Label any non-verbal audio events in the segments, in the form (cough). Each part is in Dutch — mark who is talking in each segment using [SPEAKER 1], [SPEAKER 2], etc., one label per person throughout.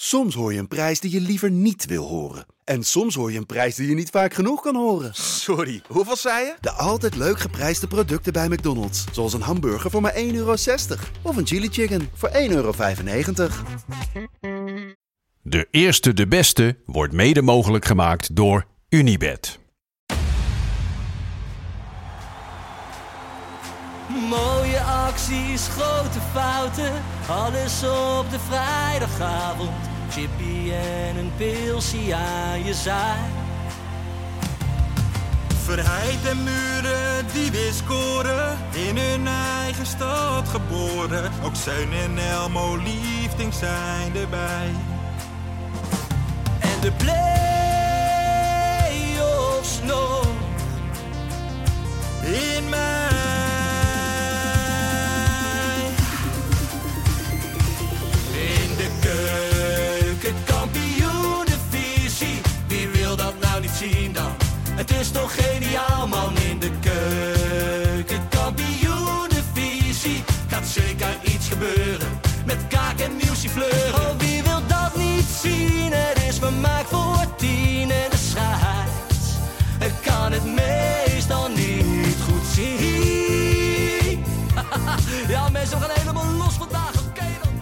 [SPEAKER 1] Soms hoor je een prijs die je liever niet wil horen. En soms hoor je een prijs die je niet vaak genoeg kan horen.
[SPEAKER 2] Sorry, hoeveel zei je?
[SPEAKER 1] De altijd leuk geprijsde producten bij McDonald's. Zoals een hamburger voor maar 1,60 euro. Of een chili chicken voor 1,95 euro.
[SPEAKER 3] De eerste de beste wordt mede mogelijk gemaakt door Unibed.
[SPEAKER 4] Mooie acties, grote fouten, alles op de vrijdagavond. Chippy en een pilsie aan je zaai.
[SPEAKER 5] Verheid en muren die weer scoren, in hun eigen stad geboren. Ook Zeun en Elmo liefdings zijn erbij.
[SPEAKER 4] En de play-offs nog.
[SPEAKER 5] In mij.
[SPEAKER 4] In de keuken, kampioenenvisie. Wie wil dat nou niet zien dan? Het is toch geniaal man in de keuken, kampioenenvisie. Gaat zeker iets gebeuren met kaak en muziek fleuren. Oh, wie wil dat niet zien? Het is vermaakt voor tien en de scheids. Ik kan het meestal niet goed zien. (laughs) ja mensen, we gaan helemaal los vandaag, oké dan.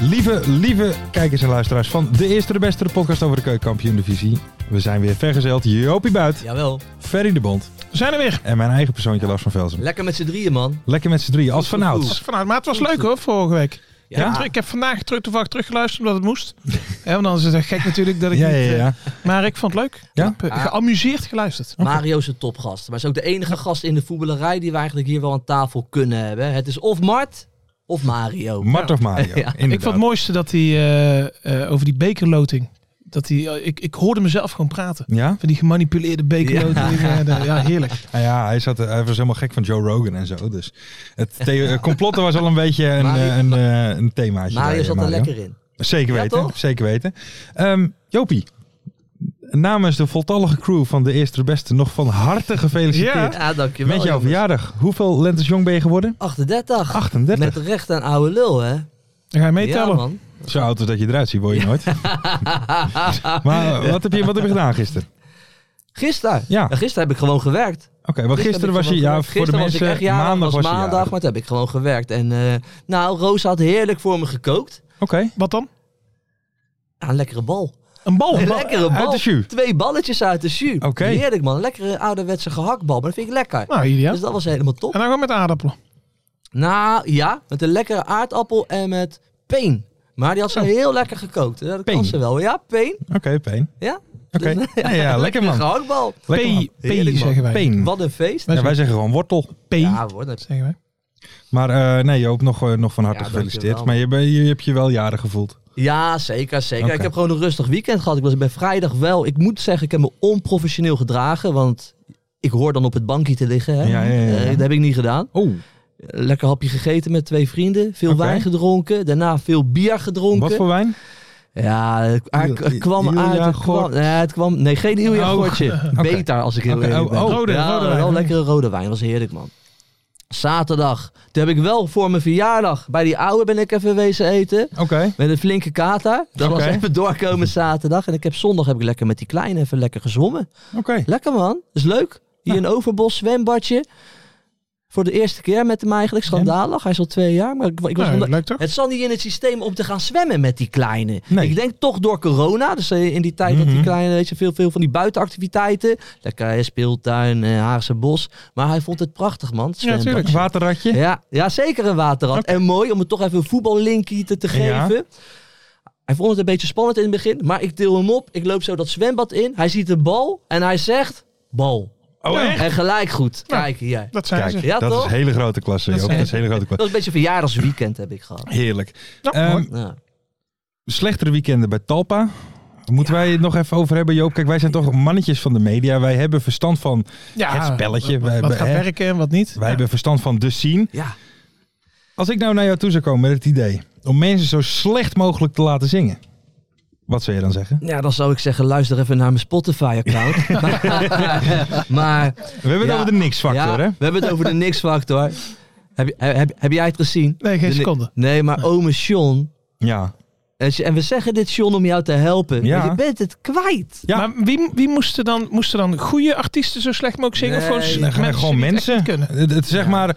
[SPEAKER 6] Lieve, lieve kijkers en luisteraars van de eerste de beste de podcast over de keukenkampioen divisie. We zijn weer vergezeld. Jopie Buit,
[SPEAKER 7] Jawel.
[SPEAKER 6] Ferry de Bond. We zijn er weer. En mijn eigen persoontje Lars van Velsen.
[SPEAKER 7] Lekker met z'n drieën, man.
[SPEAKER 6] Lekker met z'n drieën, als vanouds.
[SPEAKER 8] Vanuit, maar het was leuk hoor, vorige week.
[SPEAKER 7] Ja.
[SPEAKER 8] Ik, heb, ik heb vandaag terug, toevallig teruggeluisterd omdat het moest.
[SPEAKER 6] (laughs)
[SPEAKER 8] Hè, want dan is het echt gek natuurlijk dat ik
[SPEAKER 6] Ja, ja,
[SPEAKER 8] niet... eh,
[SPEAKER 6] ja.
[SPEAKER 8] Maar ik vond het leuk.
[SPEAKER 6] Ja?
[SPEAKER 8] Ik heb, eh, geamuseerd geluisterd.
[SPEAKER 7] Mario is een topgast. Maar is ook de enige gast in de voetballerij die we eigenlijk hier wel aan tafel kunnen hebben. Het is of Mart of Mario.
[SPEAKER 6] Mart of Mario,
[SPEAKER 7] eh, (laughs) Ja.
[SPEAKER 6] inderdaad.
[SPEAKER 8] Ik vond het mooiste dat hij eh, eh, over die bekerloting... Dat hij, eh, ik, ik hoorde mezelf gewoon praten.
[SPEAKER 6] Ja?
[SPEAKER 8] Van die gemanipuleerde bekerloting. Ja, ja heerlijk.
[SPEAKER 6] Nou ja, hij, zat, hij was helemaal gek van Joe Rogan en zo. Dus het the- complotten was al een beetje een,
[SPEAKER 7] Mario-
[SPEAKER 6] eh, een, eh, een themaatje.
[SPEAKER 7] Mario
[SPEAKER 6] bij,
[SPEAKER 7] zat er
[SPEAKER 6] Mario.
[SPEAKER 7] lekker in.
[SPEAKER 6] Zeker
[SPEAKER 7] Ja,
[SPEAKER 6] weten,
[SPEAKER 7] toch?
[SPEAKER 6] zeker weten. Ehm, Jopie, namens de voltallige crew van de Eerste de Beste nog van harte gefeliciteerd
[SPEAKER 7] Ja, dankjewel.
[SPEAKER 6] met jouw
[SPEAKER 7] jongens.
[SPEAKER 6] verjaardag. Hoeveel lentes jong ben je geworden?
[SPEAKER 7] 38.
[SPEAKER 6] 38.
[SPEAKER 7] Met recht aan oude lul, hè?
[SPEAKER 8] Dan ga je
[SPEAKER 7] Ja,
[SPEAKER 8] meetellen.
[SPEAKER 7] man. (laughs)
[SPEAKER 6] Zo oud als dat je eruit ziet, word je nooit. maar eh, wat heb, je, wat heb je gedaan gisteren?
[SPEAKER 7] Gisteren.
[SPEAKER 6] Ja.
[SPEAKER 7] gisteren heb ik gewoon gewerkt.
[SPEAKER 6] Oké, maar gisteren was je, ja, voor de mensen,
[SPEAKER 7] eh, was ik echt jarig,
[SPEAKER 6] maandag was
[SPEAKER 7] was
[SPEAKER 6] je
[SPEAKER 7] maandag,
[SPEAKER 6] jarig.
[SPEAKER 7] maar toen heb ik gewoon gewerkt. En eh, nou, Roos had heerlijk voor me gekookt.
[SPEAKER 6] Oké,
[SPEAKER 8] Wat dan?
[SPEAKER 7] Ja, een lekkere bal.
[SPEAKER 8] Een
[SPEAKER 6] (laughs)
[SPEAKER 8] bal.
[SPEAKER 7] Een lekkere bal.
[SPEAKER 6] Oh, uit de jus.
[SPEAKER 7] Twee balletjes uit de jus.
[SPEAKER 6] Oké.
[SPEAKER 7] Heerlijk man. Lekkere ouderwetse gehaktbal. Maar dat vind ik lekker.
[SPEAKER 8] Nou, ideaal.
[SPEAKER 7] Dus dat was helemaal top.
[SPEAKER 8] En dan gewoon met aardappelen.
[SPEAKER 7] Nou ja, met een lekkere aardappel en met peen. Maar die had ze
[SPEAKER 8] Zo.
[SPEAKER 7] heel lekker gekookt. Dat
[SPEAKER 6] Oh. Peen.
[SPEAKER 7] kan ze wel. Ja, peen.
[SPEAKER 6] oké, peen.
[SPEAKER 7] Ja.
[SPEAKER 6] Oké,
[SPEAKER 7] Dus,
[SPEAKER 6] ja,
[SPEAKER 7] (laughs)
[SPEAKER 6] ja, lekker
[SPEAKER 7] Een
[SPEAKER 6] man.
[SPEAKER 7] gehaktbal.
[SPEAKER 6] Lekker man.
[SPEAKER 8] P, P zeggen wij.
[SPEAKER 6] Peen.
[SPEAKER 7] Wat een feest.
[SPEAKER 6] Ja, wij zeggen gewoon wortel.
[SPEAKER 8] P
[SPEAKER 7] Ja, wordt het.
[SPEAKER 8] zeggen wij.
[SPEAKER 6] Maar eh, nee, Joop, nog, eh, nog van harte
[SPEAKER 7] Ja,
[SPEAKER 6] gefeliciteerd.
[SPEAKER 7] dankjewel.
[SPEAKER 6] Maar je, ben, je, hebt je wel jaren gevoeld.
[SPEAKER 7] Ja, zeker, zeker.
[SPEAKER 6] Oké.
[SPEAKER 7] Ik heb gewoon een rustig weekend gehad. Ik was bij vrijdag wel. Ik moet zeggen, ik heb me onprofessioneel gedragen. Want ik hoor dan op het bankje te liggen. Hè.
[SPEAKER 6] Ja, ja, ja, ja.
[SPEAKER 7] Eh, dat heb ik niet gedaan.
[SPEAKER 6] Oh,
[SPEAKER 7] Lekker hapje gegeten met twee vrienden. Veel
[SPEAKER 6] Oké.
[SPEAKER 7] wijn gedronken. Daarna veel bier gedronken.
[SPEAKER 6] wat voor wijn?
[SPEAKER 7] Ja, het er-
[SPEAKER 6] Iel-
[SPEAKER 7] er kwam
[SPEAKER 6] Ilja
[SPEAKER 7] uit. Het kwam,
[SPEAKER 6] Gort.
[SPEAKER 7] nee, het kwam, nee, geen Ilja
[SPEAKER 6] Oh,
[SPEAKER 7] Gortje. Beter als ik heel
[SPEAKER 6] (laughs) Oké,
[SPEAKER 7] eerlijk
[SPEAKER 6] oh,
[SPEAKER 7] ben.
[SPEAKER 6] oh,
[SPEAKER 8] rode-
[SPEAKER 7] ja,
[SPEAKER 8] rode wijn.
[SPEAKER 7] Wel lekkere rode wijn. Was heerlijk, man. Zaterdag. Toen heb ik wel voor mijn verjaardag bij die oude ben ik even wezen eten.
[SPEAKER 6] Oké.
[SPEAKER 7] Met een flinke kater. Dat
[SPEAKER 6] Oké.
[SPEAKER 7] was even doorkomen zaterdag. En ik heb zondag heb ik lekker met die kleine even lekker gezwommen.
[SPEAKER 6] Oké.
[SPEAKER 7] Lekker man. Is leuk. Hier in Overbos zwembadje. Voor de eerste keer met hem eigenlijk. Schandalig. Hij is al twee jaar. Maar ik, ik was
[SPEAKER 8] Nou,
[SPEAKER 7] onder-
[SPEAKER 8] leuk toch?
[SPEAKER 7] het zat niet in het systeem om te gaan zwemmen met die kleine.
[SPEAKER 6] Nee.
[SPEAKER 7] Ik denk toch door corona. Dus eh, in die tijd dat
[SPEAKER 8] Mhm.
[SPEAKER 7] die kleine, weet je, veel, veel van die buitenactiviteiten. Lekker eh, speeltuin, eh, Haagse bos. Maar hij vond het prachtig, man. het
[SPEAKER 8] Ja,
[SPEAKER 7] zwembad.
[SPEAKER 8] tuurlijk.
[SPEAKER 6] Waterratje.
[SPEAKER 7] Ja, ja, zeker een waterrat. En mooi om het toch even een voetballinkie te, te
[SPEAKER 6] Ja.
[SPEAKER 7] geven. Hij vond het een beetje spannend in het begin. Maar ik deel hem op. Ik loop zo dat zwembad in. Hij ziet de bal. En hij zegt, bal.
[SPEAKER 6] Oh, echt?
[SPEAKER 7] En gelijk goed. Kijk hier.
[SPEAKER 8] Dat zijn
[SPEAKER 6] Kijk,
[SPEAKER 8] ze.
[SPEAKER 7] Ja,
[SPEAKER 6] dat
[SPEAKER 7] toch?
[SPEAKER 6] is hele grote klasse, Joop. Dat is hele grote
[SPEAKER 7] Dat
[SPEAKER 6] klasse.
[SPEAKER 7] was een beetje een verjaardagsweekend heb ik gehad.
[SPEAKER 6] Heerlijk.
[SPEAKER 8] Ja,
[SPEAKER 6] Ehm,
[SPEAKER 8] Nou, mooi.
[SPEAKER 7] Ja.
[SPEAKER 6] slechtere weekenden bij Talpa. Moeten wij het nog even over hebben, Joop? Kijk, wij zijn toch mannetjes van de media. Wij hebben verstand van,
[SPEAKER 8] Ja,
[SPEAKER 6] het spelletje,
[SPEAKER 8] Wat,
[SPEAKER 6] wij
[SPEAKER 8] wat
[SPEAKER 6] hebben,
[SPEAKER 8] gaat
[SPEAKER 6] hè?
[SPEAKER 8] werken en wat niet.
[SPEAKER 6] wij hebben verstand van de scene.
[SPEAKER 7] ja.
[SPEAKER 6] Als ik nou naar jou toe zou komen met het idee om mensen zo slecht mogelijk te laten zingen. Wat zou je dan zeggen?
[SPEAKER 7] Ja, dan zou ik zeggen, luister even naar mijn
[SPEAKER 6] (laughs)
[SPEAKER 7] Spotify-account. maar, (laughs) maar
[SPEAKER 6] We hebben het
[SPEAKER 7] Ja.
[SPEAKER 6] over de niks factor,
[SPEAKER 7] ja,
[SPEAKER 6] hè?
[SPEAKER 7] we hebben het over de niks-factor. Heb, je- heb, heb jij het gezien?
[SPEAKER 8] Nee, geen
[SPEAKER 7] De-
[SPEAKER 8] seconde.
[SPEAKER 7] Nee, maar ome Sean.
[SPEAKER 6] Ja.
[SPEAKER 7] En ze- en we zeggen dit, Sean, om jou te helpen.
[SPEAKER 6] Ja.
[SPEAKER 7] Maar je bent het kwijt.
[SPEAKER 6] Ja.
[SPEAKER 8] Maar wie, wie moesten dan, moesten dan goede artiesten zo slecht mogelijk zingen?
[SPEAKER 7] Nee,
[SPEAKER 8] of gewoon,
[SPEAKER 7] nee,
[SPEAKER 8] mensen
[SPEAKER 6] Mensen gewoon
[SPEAKER 8] die het echt
[SPEAKER 6] mensen.
[SPEAKER 8] niet kunnen?
[SPEAKER 6] Het, het zeg maar...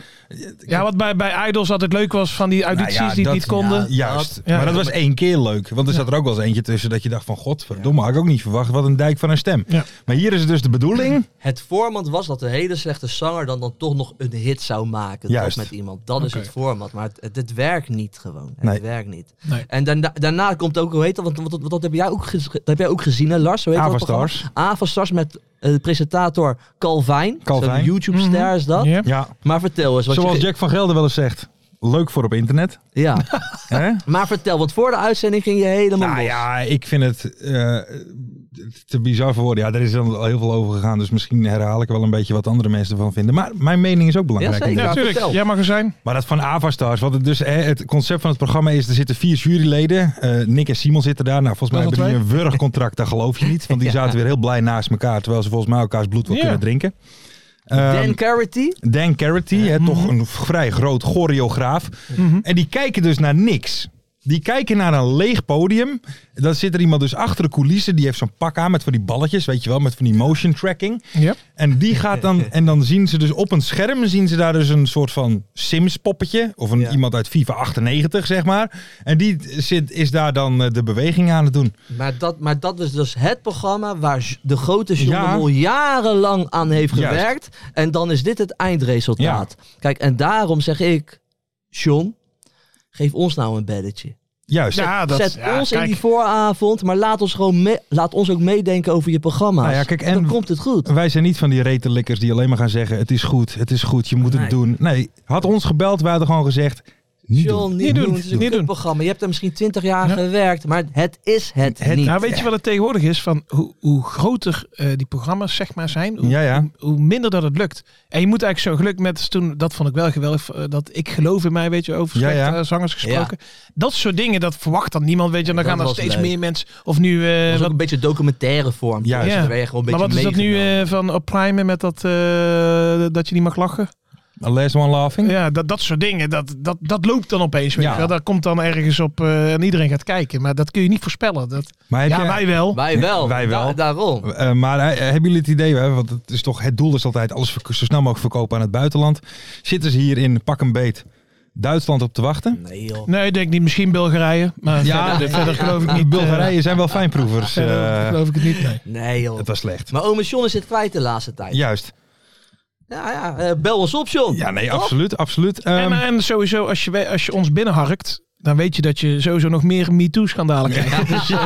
[SPEAKER 8] Ja, wat bij, bij Idols altijd leuk was van die audities
[SPEAKER 6] Nou ja,
[SPEAKER 8] die het
[SPEAKER 6] dat-
[SPEAKER 8] niet konden.
[SPEAKER 6] ja, juist.
[SPEAKER 8] Ja.
[SPEAKER 6] maar dat was één keer leuk. Want er zat er ook wel eens eentje tussen dat je dacht van... Godverdomme, had ik ook niet verwacht. Wat een dijk van een stem.
[SPEAKER 8] Ja.
[SPEAKER 6] Maar hier is het dus de bedoeling.
[SPEAKER 7] Het format was dat de hele slechte zanger dan, dan toch nog een hit zou maken.
[SPEAKER 6] Juist.
[SPEAKER 7] Dat met iemand. Dat is
[SPEAKER 8] Oké.
[SPEAKER 7] het format. Maar het, het, het werkt niet gewoon. Het
[SPEAKER 6] Nee.
[SPEAKER 7] werkt niet.
[SPEAKER 8] Nee.
[SPEAKER 7] En daarna, daarna komt ook, hoe heet dat? Want, want, want dat, heb jij ook gez- dat heb jij ook gezien, hè, Lars? Hoe heet dat programma?
[SPEAKER 6] Avastars.
[SPEAKER 7] Avastars met eh, de presentator Calvijn.
[SPEAKER 6] Calvijn.
[SPEAKER 7] Zo'n YouTube-ster is dat.
[SPEAKER 8] Ja.
[SPEAKER 6] Ja.
[SPEAKER 7] Maar vertel eens. Wat
[SPEAKER 6] Zoals
[SPEAKER 7] je,
[SPEAKER 6] Jack van Gelder wel eens zegt. Leuk voor op internet.
[SPEAKER 7] Ja, (laughs)
[SPEAKER 6] Hè?
[SPEAKER 7] maar vertel. Want voor de uitzending ging je helemaal
[SPEAKER 6] Nou
[SPEAKER 7] los.
[SPEAKER 6] ja, ik vind het eh, te bizar voor woorden. Ja, daar is dan al heel veel over gegaan. Dus misschien herhaal ik wel een beetje wat andere mensen ervan vinden. Maar mijn mening is ook belangrijk.
[SPEAKER 7] Jazeker.
[SPEAKER 8] Ja,
[SPEAKER 7] Ja,
[SPEAKER 8] natuurlijk.
[SPEAKER 7] vertel.
[SPEAKER 8] Jij mag er zijn.
[SPEAKER 6] Maar dat van Avastars, wat het dus hè, het concept van het programma is, er zitten vier juryleden. Eh, Nick en Simon zitten daar. Nou, volgens mij
[SPEAKER 8] Dat
[SPEAKER 6] hebben
[SPEAKER 8] al
[SPEAKER 6] die een wurgcontract, dat geloof je
[SPEAKER 7] (laughs)
[SPEAKER 6] niet. Want die zaten weer heel blij naast elkaar, terwijl ze volgens mij elkaars bloed wel
[SPEAKER 8] Ja.
[SPEAKER 6] kunnen drinken.
[SPEAKER 7] Dan
[SPEAKER 6] Ehm,
[SPEAKER 7] Carity.
[SPEAKER 6] Dan Carity, hè, toch een vrij groot choreograaf. En die kijken dus naar niks. Die kijken naar een leeg podium. Dan zit er iemand dus achter de coulissen. Die heeft zo'n pak aan met van die balletjes, weet je wel, met van die motion tracking.
[SPEAKER 8] Ja.
[SPEAKER 6] En die gaat dan, en dan zien ze dus op een scherm, zien ze daar dus een soort van Sims poppetje. Of een,
[SPEAKER 7] Ja.
[SPEAKER 6] iemand uit FIFA 98, zeg maar. En die zit, is daar dan eh, de beweging aan het doen.
[SPEAKER 7] Maar dat, maar dat is dus het programma waar J- de grote John
[SPEAKER 6] Ja.
[SPEAKER 7] de Mol jarenlang aan heeft
[SPEAKER 6] Juist.
[SPEAKER 7] gewerkt. En dan is dit het eindresultaat. Kijk, en daarom zeg ik, John, geef ons nou een belletje.
[SPEAKER 6] Juist.
[SPEAKER 8] Ja, dat,
[SPEAKER 7] Zet
[SPEAKER 8] ja,
[SPEAKER 7] ons in
[SPEAKER 8] kijk,
[SPEAKER 7] die vooravond, maar laat ons, gewoon mee- laat ons ook meedenken over je programma's.
[SPEAKER 6] Nou ja, kijk, en-
[SPEAKER 7] Dan komt het goed.
[SPEAKER 6] Wij zijn niet van die retelikkers die alleen maar gaan zeggen: het is goed, het is goed, je moet
[SPEAKER 7] Nee.
[SPEAKER 6] het doen. Nee, had ons gebeld, wij hadden gewoon gezegd: niet doen.
[SPEAKER 7] John, niet,
[SPEAKER 8] Niet
[SPEAKER 7] doen.
[SPEAKER 8] doen.
[SPEAKER 7] Het is een
[SPEAKER 8] Niet doen.
[SPEAKER 7] programma. Je hebt er misschien twintig jaar
[SPEAKER 8] Ja.
[SPEAKER 7] gewerkt, maar het is het,
[SPEAKER 6] Het-
[SPEAKER 7] niet.
[SPEAKER 8] Nou, weet je wat het tegenwoordig is? Van hoe, hoe groter eh, die programma's zeg maar zijn, hoe,
[SPEAKER 6] Ja, ja.
[SPEAKER 8] hoe- hoe minder dat het lukt. En je moet eigenlijk zo geluk met dus toen, dat vond ik wel geweldig, eh, dat ik geloof in mij, weet je, over
[SPEAKER 6] Ja,
[SPEAKER 8] slechte
[SPEAKER 6] ja.
[SPEAKER 8] eh, zangers gesproken. Dat soort dingen, dat verwacht dan niemand, weet je. En dan
[SPEAKER 7] Dat
[SPEAKER 8] gaan er
[SPEAKER 7] was
[SPEAKER 8] steeds
[SPEAKER 7] leuk.
[SPEAKER 8] meer mensen, of nu... eh,
[SPEAKER 7] Dat is ook
[SPEAKER 8] wat-
[SPEAKER 7] een beetje documentaire vorm.
[SPEAKER 6] Juist.
[SPEAKER 7] Dus
[SPEAKER 8] Ja.
[SPEAKER 7] dan ben je gewoon een
[SPEAKER 8] maar wat
[SPEAKER 7] beetje
[SPEAKER 8] is dat nu
[SPEAKER 7] meegenomen.
[SPEAKER 8] eh, van op Prime met dat, eh, dat je niet mag lachen?
[SPEAKER 6] A last one laughing.
[SPEAKER 8] Ja, dat, dat soort dingen, dat, dat, dat loopt dan opeens. Weet
[SPEAKER 6] Ja.
[SPEAKER 8] je wel. Dat komt dan ergens op eh, en iedereen gaat kijken. Maar dat kun je niet voorspellen. Dat,
[SPEAKER 6] Maar, heb
[SPEAKER 8] ja,
[SPEAKER 6] jij-
[SPEAKER 8] wij eh? wel.
[SPEAKER 7] Wij wel.
[SPEAKER 6] Wij wel.
[SPEAKER 7] Da- daarom.
[SPEAKER 6] Eh, maar eh, hebben jullie het idee, hè, want het, is toch, het doel is altijd alles verk- zo snel mogelijk verkopen aan het buitenland. Zitten ze hier in pak een beet Duitsland op te wachten?
[SPEAKER 7] Nee joh.
[SPEAKER 8] Nee, ik denk niet. Misschien Bulgarije. Maar
[SPEAKER 6] Ja,
[SPEAKER 8] verder, verder
[SPEAKER 7] (laughs)
[SPEAKER 8] geloof ik niet. eh,
[SPEAKER 6] Bulgarije zijn wel fijnproevers.
[SPEAKER 8] verder
[SPEAKER 6] eh,
[SPEAKER 8] geloof ik het niet. Nee.
[SPEAKER 7] Nee joh.
[SPEAKER 6] het was slecht.
[SPEAKER 7] Maar ome John is het kwijt de laatste tijd. Ja,
[SPEAKER 6] Juist.
[SPEAKER 7] ja. eh, bel ons op, John.
[SPEAKER 6] Ja, nee,
[SPEAKER 7] Toch?
[SPEAKER 6] absoluut. absoluut. Ehm,
[SPEAKER 8] en, eh, en sowieso, als je, we- als je ons binnenharkt... dan weet je dat je sowieso nog meer MeToo-schandalen krijgt. Dus, eh,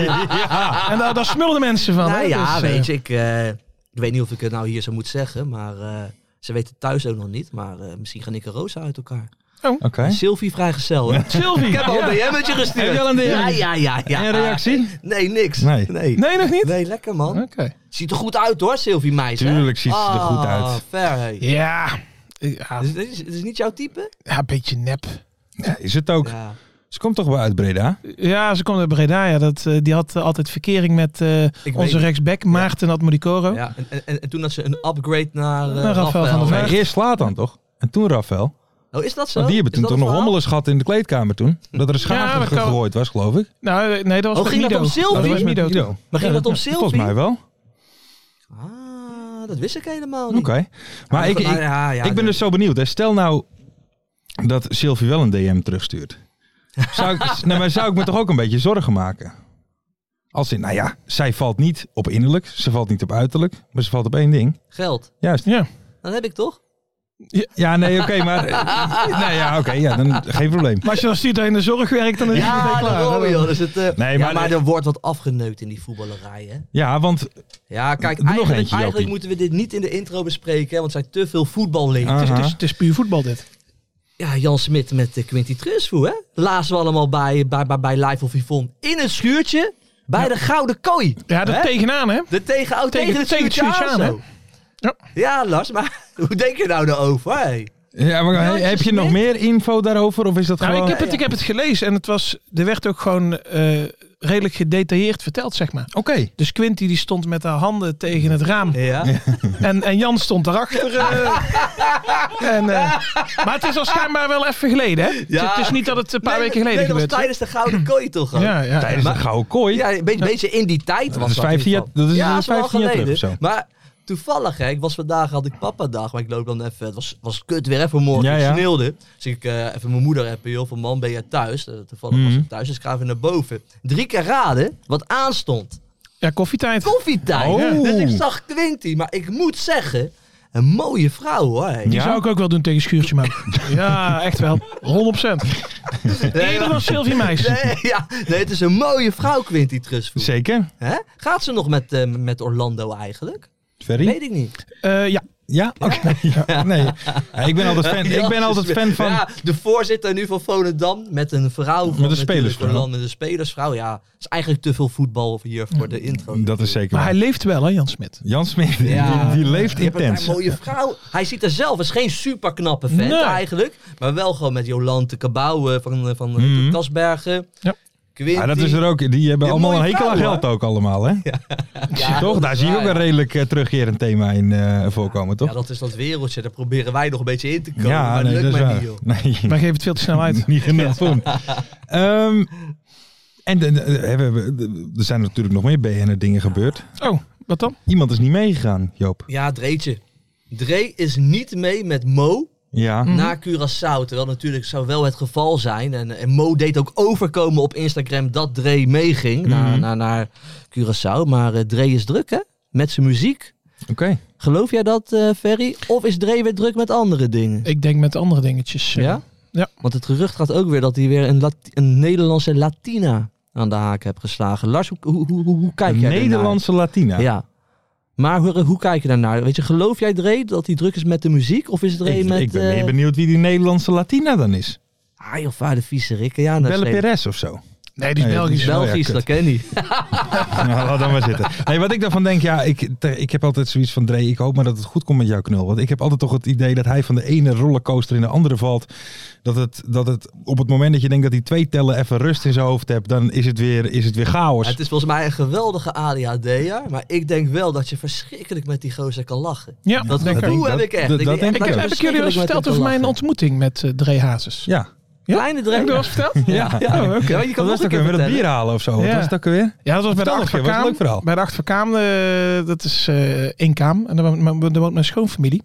[SPEAKER 7] (laughs)
[SPEAKER 8] En daar, daar smullen de mensen van. hè?
[SPEAKER 7] Nou ja,
[SPEAKER 8] Dus, eh,
[SPEAKER 7] weet je, ik, eh, ik weet niet of ik het nou hier zo moet zeggen, maar eh, ze weten thuis ook nog niet. Maar eh, misschien gaan ik en Rosa uit elkaar.
[SPEAKER 6] Oké.
[SPEAKER 7] Sylvie vrijgezel,
[SPEAKER 6] (laughs)
[SPEAKER 7] hè?
[SPEAKER 8] Sylvie.
[SPEAKER 7] Ik heb al
[SPEAKER 8] ja.
[SPEAKER 7] een DM'tje gestuurd.
[SPEAKER 6] Heb je al een DM?
[SPEAKER 7] Ja, ja, ja. ja.
[SPEAKER 6] En reactie?
[SPEAKER 7] Nee, niks.
[SPEAKER 6] Nee.
[SPEAKER 7] Nee,
[SPEAKER 8] Nee, nog niet?
[SPEAKER 7] Nee, lekker man.
[SPEAKER 8] Oké.
[SPEAKER 7] Ziet er goed uit hoor, Sylvie meisje.
[SPEAKER 6] Tuurlijk ziet ze er goed uit.
[SPEAKER 7] Ver, hey.
[SPEAKER 8] Ja. Ja,
[SPEAKER 7] Dus dit is, dit is niet jouw type?
[SPEAKER 8] ja, een beetje nep.
[SPEAKER 6] Ja, is het ook.
[SPEAKER 7] Ja.
[SPEAKER 6] Ze komt toch wel uit Breda?
[SPEAKER 8] Ja, ze komt uit Breda. Ja. Dat, eh, die had eh, altijd verkering met eh,
[SPEAKER 7] weet
[SPEAKER 8] onze
[SPEAKER 7] het.
[SPEAKER 8] rechtsback Maarten
[SPEAKER 6] Oh.
[SPEAKER 8] Admodicoro.
[SPEAKER 7] Ja, en, en, en toen had ze een upgrade naar eh
[SPEAKER 8] Rafael van der
[SPEAKER 7] Raphaël.
[SPEAKER 8] Vaart.
[SPEAKER 6] Nee, eerst slaat dan toch? En toen Rafael.
[SPEAKER 7] Oh, is dat zo?
[SPEAKER 6] Want die hebben
[SPEAKER 7] Is dat
[SPEAKER 6] toen toch
[SPEAKER 7] het
[SPEAKER 6] nog
[SPEAKER 7] verhaal?
[SPEAKER 6] hommeles gehad in de kleedkamer toen. Dat er een schaar
[SPEAKER 8] maar kan-
[SPEAKER 6] gegooid was, geloof ik.
[SPEAKER 8] Nou, eh, nee, dat was
[SPEAKER 7] Oh,
[SPEAKER 8] met
[SPEAKER 7] ging dat
[SPEAKER 8] Mido.
[SPEAKER 7] om Sylvie?
[SPEAKER 8] Dat
[SPEAKER 6] was
[SPEAKER 8] was
[SPEAKER 6] met
[SPEAKER 8] Mido.
[SPEAKER 6] Guido.
[SPEAKER 8] toen.
[SPEAKER 7] Maar ging dat om
[SPEAKER 6] Volgens
[SPEAKER 7] Sylvie?
[SPEAKER 6] mij wel. Oké.
[SPEAKER 7] Ah, dat wist ik helemaal niet.
[SPEAKER 6] Maar ik,
[SPEAKER 7] dat- ah,
[SPEAKER 6] ik,
[SPEAKER 7] ja, ja,
[SPEAKER 6] ik ben
[SPEAKER 7] dat-
[SPEAKER 6] dus zo benieuwd. hè. Stel nou dat Sylvie wel een DM terugstuurt. Zou
[SPEAKER 8] (laughs)
[SPEAKER 6] ik, nee, maar zou ik me toch ook een beetje zorgen maken? Als in, nou ja, zij valt niet op innerlijk. Ze valt niet op uiterlijk. Maar ze valt op één ding.
[SPEAKER 7] Geld.
[SPEAKER 6] Juist.
[SPEAKER 8] Ja.
[SPEAKER 7] Dan heb ik toch?
[SPEAKER 6] Ja, nee, oké, maar... (laughs) eh, Nou ja, oké, ja, dan geen probleem.
[SPEAKER 8] Maar als je dan stuurt dat je in de zorg werkt, dan is het meteen klaar.
[SPEAKER 7] daarom,
[SPEAKER 8] hè?
[SPEAKER 7] joh. Dus het, eh,
[SPEAKER 6] Nee,
[SPEAKER 7] ja,
[SPEAKER 6] maar-
[SPEAKER 7] maar er wordt wat afgeneukt in die voetballerij, hè?
[SPEAKER 6] Ja, want
[SPEAKER 7] Ja, kijk,
[SPEAKER 6] Doe nog
[SPEAKER 7] eigenlijk,
[SPEAKER 6] eentje,
[SPEAKER 7] eigenlijk
[SPEAKER 6] Jopie.
[SPEAKER 7] moeten we dit niet in de intro bespreken, hè, want er zijn te veel voetballinks.
[SPEAKER 8] Het is,
[SPEAKER 6] Aha.
[SPEAKER 8] het, is, het is puur voetbal dit.
[SPEAKER 7] Ja, Jan Smit met eh, Quinty Trusvoe, hè? Lazen we allemaal bij, bij, bij, bij Live of Yvonne in het schuurtje bij de Gouden Kooi.
[SPEAKER 8] Ja, dat
[SPEAKER 7] Hè?
[SPEAKER 8] tegenaan hè. Nou,
[SPEAKER 7] De tegen, oh, tegen,
[SPEAKER 8] Tegen-
[SPEAKER 7] het
[SPEAKER 8] tegen
[SPEAKER 7] tegen
[SPEAKER 8] het
[SPEAKER 7] schuurtje
[SPEAKER 8] schuurtje
[SPEAKER 7] aan, zo.
[SPEAKER 8] aan, Ja.
[SPEAKER 7] Ja, Lars, maar (laughs) hoe denk je nou daarover? hè?
[SPEAKER 6] Ja, maar he- heb je nog meer info daarover? Of is dat
[SPEAKER 8] Nou,
[SPEAKER 6] gewoon...
[SPEAKER 8] ik, heb het, ik heb het gelezen en het was, er werd ook gewoon eh, redelijk gedetailleerd verteld, zeg maar.
[SPEAKER 6] Oké.
[SPEAKER 8] Dus Quinty die stond met haar handen tegen het raam.
[SPEAKER 7] Ja.
[SPEAKER 8] En, en Jan stond daarachter.
[SPEAKER 7] (laughs)
[SPEAKER 8] eh. en, eh, maar het is al schijnbaar wel even geleden, hè? Het-
[SPEAKER 7] Ja.
[SPEAKER 8] Het is niet dat het een paar
[SPEAKER 7] Nee,
[SPEAKER 8] weken geleden
[SPEAKER 7] nee, dat was
[SPEAKER 8] gebeurd
[SPEAKER 7] tijdens de Gouden Kooi toch? ook?
[SPEAKER 8] Ja, ja.
[SPEAKER 6] Tijdens de
[SPEAKER 7] Maar-
[SPEAKER 6] gouden kooi.
[SPEAKER 7] Ja, een beetje, een beetje in die tijd was
[SPEAKER 6] is
[SPEAKER 7] dat in
[SPEAKER 6] 15 jaar-
[SPEAKER 7] ieder geval.
[SPEAKER 6] dat is
[SPEAKER 7] ja,
[SPEAKER 6] een
[SPEAKER 7] wel
[SPEAKER 6] 15 jaar terug of zo.
[SPEAKER 7] Maar toevallig, hè, ik was vandaag, had ik papa dag, maar ik loop dan even, het was, was kut weer, hè, vanmorgen,
[SPEAKER 6] Ja,
[SPEAKER 7] het
[SPEAKER 6] ja.
[SPEAKER 7] sneeuwde. Dus ik eh, even mijn moeder appen, joh, van man, ben je thuis? Eh, toevallig
[SPEAKER 6] Mhm.
[SPEAKER 7] was ik thuis, dus ik ga even naar boven. Drie keer raden wat aanstond.
[SPEAKER 8] Ja, koffietijd.
[SPEAKER 7] Koffietijd.
[SPEAKER 6] Oh.
[SPEAKER 7] Dus ik zag Quinty, maar ik moet zeggen, een mooie vrouw hoor. hè.
[SPEAKER 8] Die zou ik ook wel doen tegen Schuurtje Man. (laughs) Ja, echt wel. 100%.
[SPEAKER 7] Nee,
[SPEAKER 8] Eerder dan Sylvie Meis.
[SPEAKER 7] nee, (laughs) ja, nee, het is een mooie vrouw, Quinty Trustful.
[SPEAKER 6] Zeker.
[SPEAKER 7] Hè? Gaat ze nog met, eh, met Orlando eigenlijk?
[SPEAKER 6] Ferry?
[SPEAKER 7] Weet ik niet.
[SPEAKER 8] Eh, ja,
[SPEAKER 6] Ja? Oké. (laughs) Ja, nee. Ja, ik ben altijd fan, ik ben altijd fan van...
[SPEAKER 7] Ja, de voorzitter nu van Volendam met een vrouw. Van
[SPEAKER 6] een spelersvrouw.
[SPEAKER 7] natuurlijk Orlando, de spelersvrouw, ja. is eigenlijk te veel voetbal hier voor de intro.
[SPEAKER 6] Mm, Dat is zeker
[SPEAKER 8] maar
[SPEAKER 6] waar.
[SPEAKER 8] hij leeft wel, hè, Jan Smit.
[SPEAKER 6] Jan Smit, die-
[SPEAKER 7] Ja.
[SPEAKER 6] die, leeft
[SPEAKER 7] Je hebt
[SPEAKER 6] intens.
[SPEAKER 7] Een mooie vrouw. Hij ziet er zelf, is geen superknappe vent
[SPEAKER 8] Nee.
[SPEAKER 7] eigenlijk. Maar wel gewoon met Jolante Cabau eh, van, eh, van eh,
[SPEAKER 6] Mhm.
[SPEAKER 7] Kasbergen.
[SPEAKER 8] Ja.
[SPEAKER 7] Quinty.
[SPEAKER 6] Ja, dat is er ook. Die hebben
[SPEAKER 7] Ja,
[SPEAKER 6] allemaal een
[SPEAKER 7] mooie
[SPEAKER 6] hekel aan
[SPEAKER 7] vrouwen,
[SPEAKER 6] geld ook allemaal, (laughs) hè?
[SPEAKER 7] Ja,
[SPEAKER 6] toch?
[SPEAKER 7] dat
[SPEAKER 6] Daar
[SPEAKER 7] is
[SPEAKER 6] zie je ook
[SPEAKER 7] waar,
[SPEAKER 6] een redelijk eh, terugkerend thema in eh, voorkomen,
[SPEAKER 7] Ja,
[SPEAKER 6] toch?
[SPEAKER 7] dat is dat wereldje. Daar proberen wij nog een beetje in te komen.
[SPEAKER 6] Ja,
[SPEAKER 7] maar
[SPEAKER 6] nee,
[SPEAKER 7] lukt
[SPEAKER 6] dat is
[SPEAKER 7] mij
[SPEAKER 6] waar.
[SPEAKER 7] niet, joh.
[SPEAKER 6] Nee.
[SPEAKER 8] Wij geven het veel te snel
[SPEAKER 6] (laughs)
[SPEAKER 8] uit.
[SPEAKER 6] niet genoeg doen. Ehm, en de- de- hebben we- de- er zijn natuurlijk nog meer BN'er dingen gebeurd.
[SPEAKER 8] Oh, wat dan?
[SPEAKER 6] Iemand is niet meegegaan, Joop.
[SPEAKER 7] Ja, Dreetje. Dree is niet mee met Mo
[SPEAKER 6] Ja.
[SPEAKER 7] naar Curaçao. Terwijl natuurlijk zou wel het geval zijn. En, en Mo deed ook overkomen op Instagram dat Dre meeging
[SPEAKER 6] Mhm.
[SPEAKER 7] naar, naar, naar Curaçao. Maar eh Dre is druk, hè? Met zijn muziek.
[SPEAKER 6] Oké.
[SPEAKER 7] Geloof jij dat, eh, Ferry? Of is Dre weer druk met andere dingen?
[SPEAKER 8] Ik denk met andere dingetjes. eh.
[SPEAKER 7] Ja?
[SPEAKER 8] ja.
[SPEAKER 7] Want het gerucht gaat ook weer dat hij weer een, Lat- een Nederlandse Latina aan de haak heeft geslagen. Lars, hoe, hoe, hoe, hoe- hoe kijk
[SPEAKER 6] Een
[SPEAKER 7] jij daarnaar?
[SPEAKER 6] Nederlandse Latina.
[SPEAKER 7] Ja. Maar hoe, hoe kijk je daarnaar? Weet je, geloof jij Dre dat hij druk is met de muziek? Of is Dre
[SPEAKER 6] Ik,
[SPEAKER 7] met...
[SPEAKER 6] ik ben
[SPEAKER 7] eh,
[SPEAKER 6] meer benieuwd wie die Nederlandse Latina dan is.
[SPEAKER 7] Ah joh, vader, vieze rikken. Ja, dat is
[SPEAKER 6] Belle
[SPEAKER 7] lelijk.
[SPEAKER 6] Perez of zo.
[SPEAKER 8] Nee, die is
[SPEAKER 6] Nee, dat
[SPEAKER 8] Belgisch.
[SPEAKER 6] is- Oh ja,
[SPEAKER 7] Belgisch,
[SPEAKER 6] kut.
[SPEAKER 7] dat ken ik.
[SPEAKER 6] Nou, laat dan maar zitten. Nee, wat ik daarvan denk, ja, ik, te- ik heb altijd zoiets van Dre, ik hoop maar dat het goed komt met jouw knul. Want ik heb altijd toch het idee dat hij van de ene rollercoaster in de andere valt. Dat het, dat het op het moment dat je denkt dat hij twee tellen even rust in zijn hoofd hebt, dan is het weer, is het weer chaos.
[SPEAKER 7] Het is volgens mij een geweldige ADHD'er. Maar ik denk wel dat je verschrikkelijk met die gozer kan lachen.
[SPEAKER 8] Ja,
[SPEAKER 7] Dat
[SPEAKER 8] denk ik.
[SPEAKER 6] denk
[SPEAKER 7] gevoel
[SPEAKER 6] ik.
[SPEAKER 7] heb ik echt.
[SPEAKER 6] Dat- dat
[SPEAKER 7] denk
[SPEAKER 6] denk
[SPEAKER 7] echt
[SPEAKER 8] Ik
[SPEAKER 6] ik
[SPEAKER 7] dat
[SPEAKER 8] heb ik jullie wel eens verteld over mijn
[SPEAKER 7] verschrikkelijk
[SPEAKER 8] ontmoeting met eh Dre Hazes.
[SPEAKER 6] ja.
[SPEAKER 7] met hem kan lachen. Kleine
[SPEAKER 8] Heb ik dat wel
[SPEAKER 7] Dre.
[SPEAKER 8] eens
[SPEAKER 6] (laughs)
[SPEAKER 8] verteld?
[SPEAKER 7] Ja, ja,
[SPEAKER 8] Oh, oké.
[SPEAKER 7] Ja, je kan
[SPEAKER 6] Wat
[SPEAKER 7] nog een
[SPEAKER 6] was dat ook
[SPEAKER 7] keer
[SPEAKER 6] weer met het bier
[SPEAKER 7] vertellen.
[SPEAKER 6] halen of zo? Wat
[SPEAKER 8] Ja.
[SPEAKER 6] was dat ook weer?
[SPEAKER 8] Ja, dat was bij de
[SPEAKER 6] Vertel
[SPEAKER 8] Acht
[SPEAKER 6] nog een keer, was een
[SPEAKER 8] Verkaam.
[SPEAKER 6] leuk verhaal.
[SPEAKER 8] Bij de Acht Verkaam, eh, dat is eh één kaam. En daar woont, mijn- daar woont mijn schoonfamilie.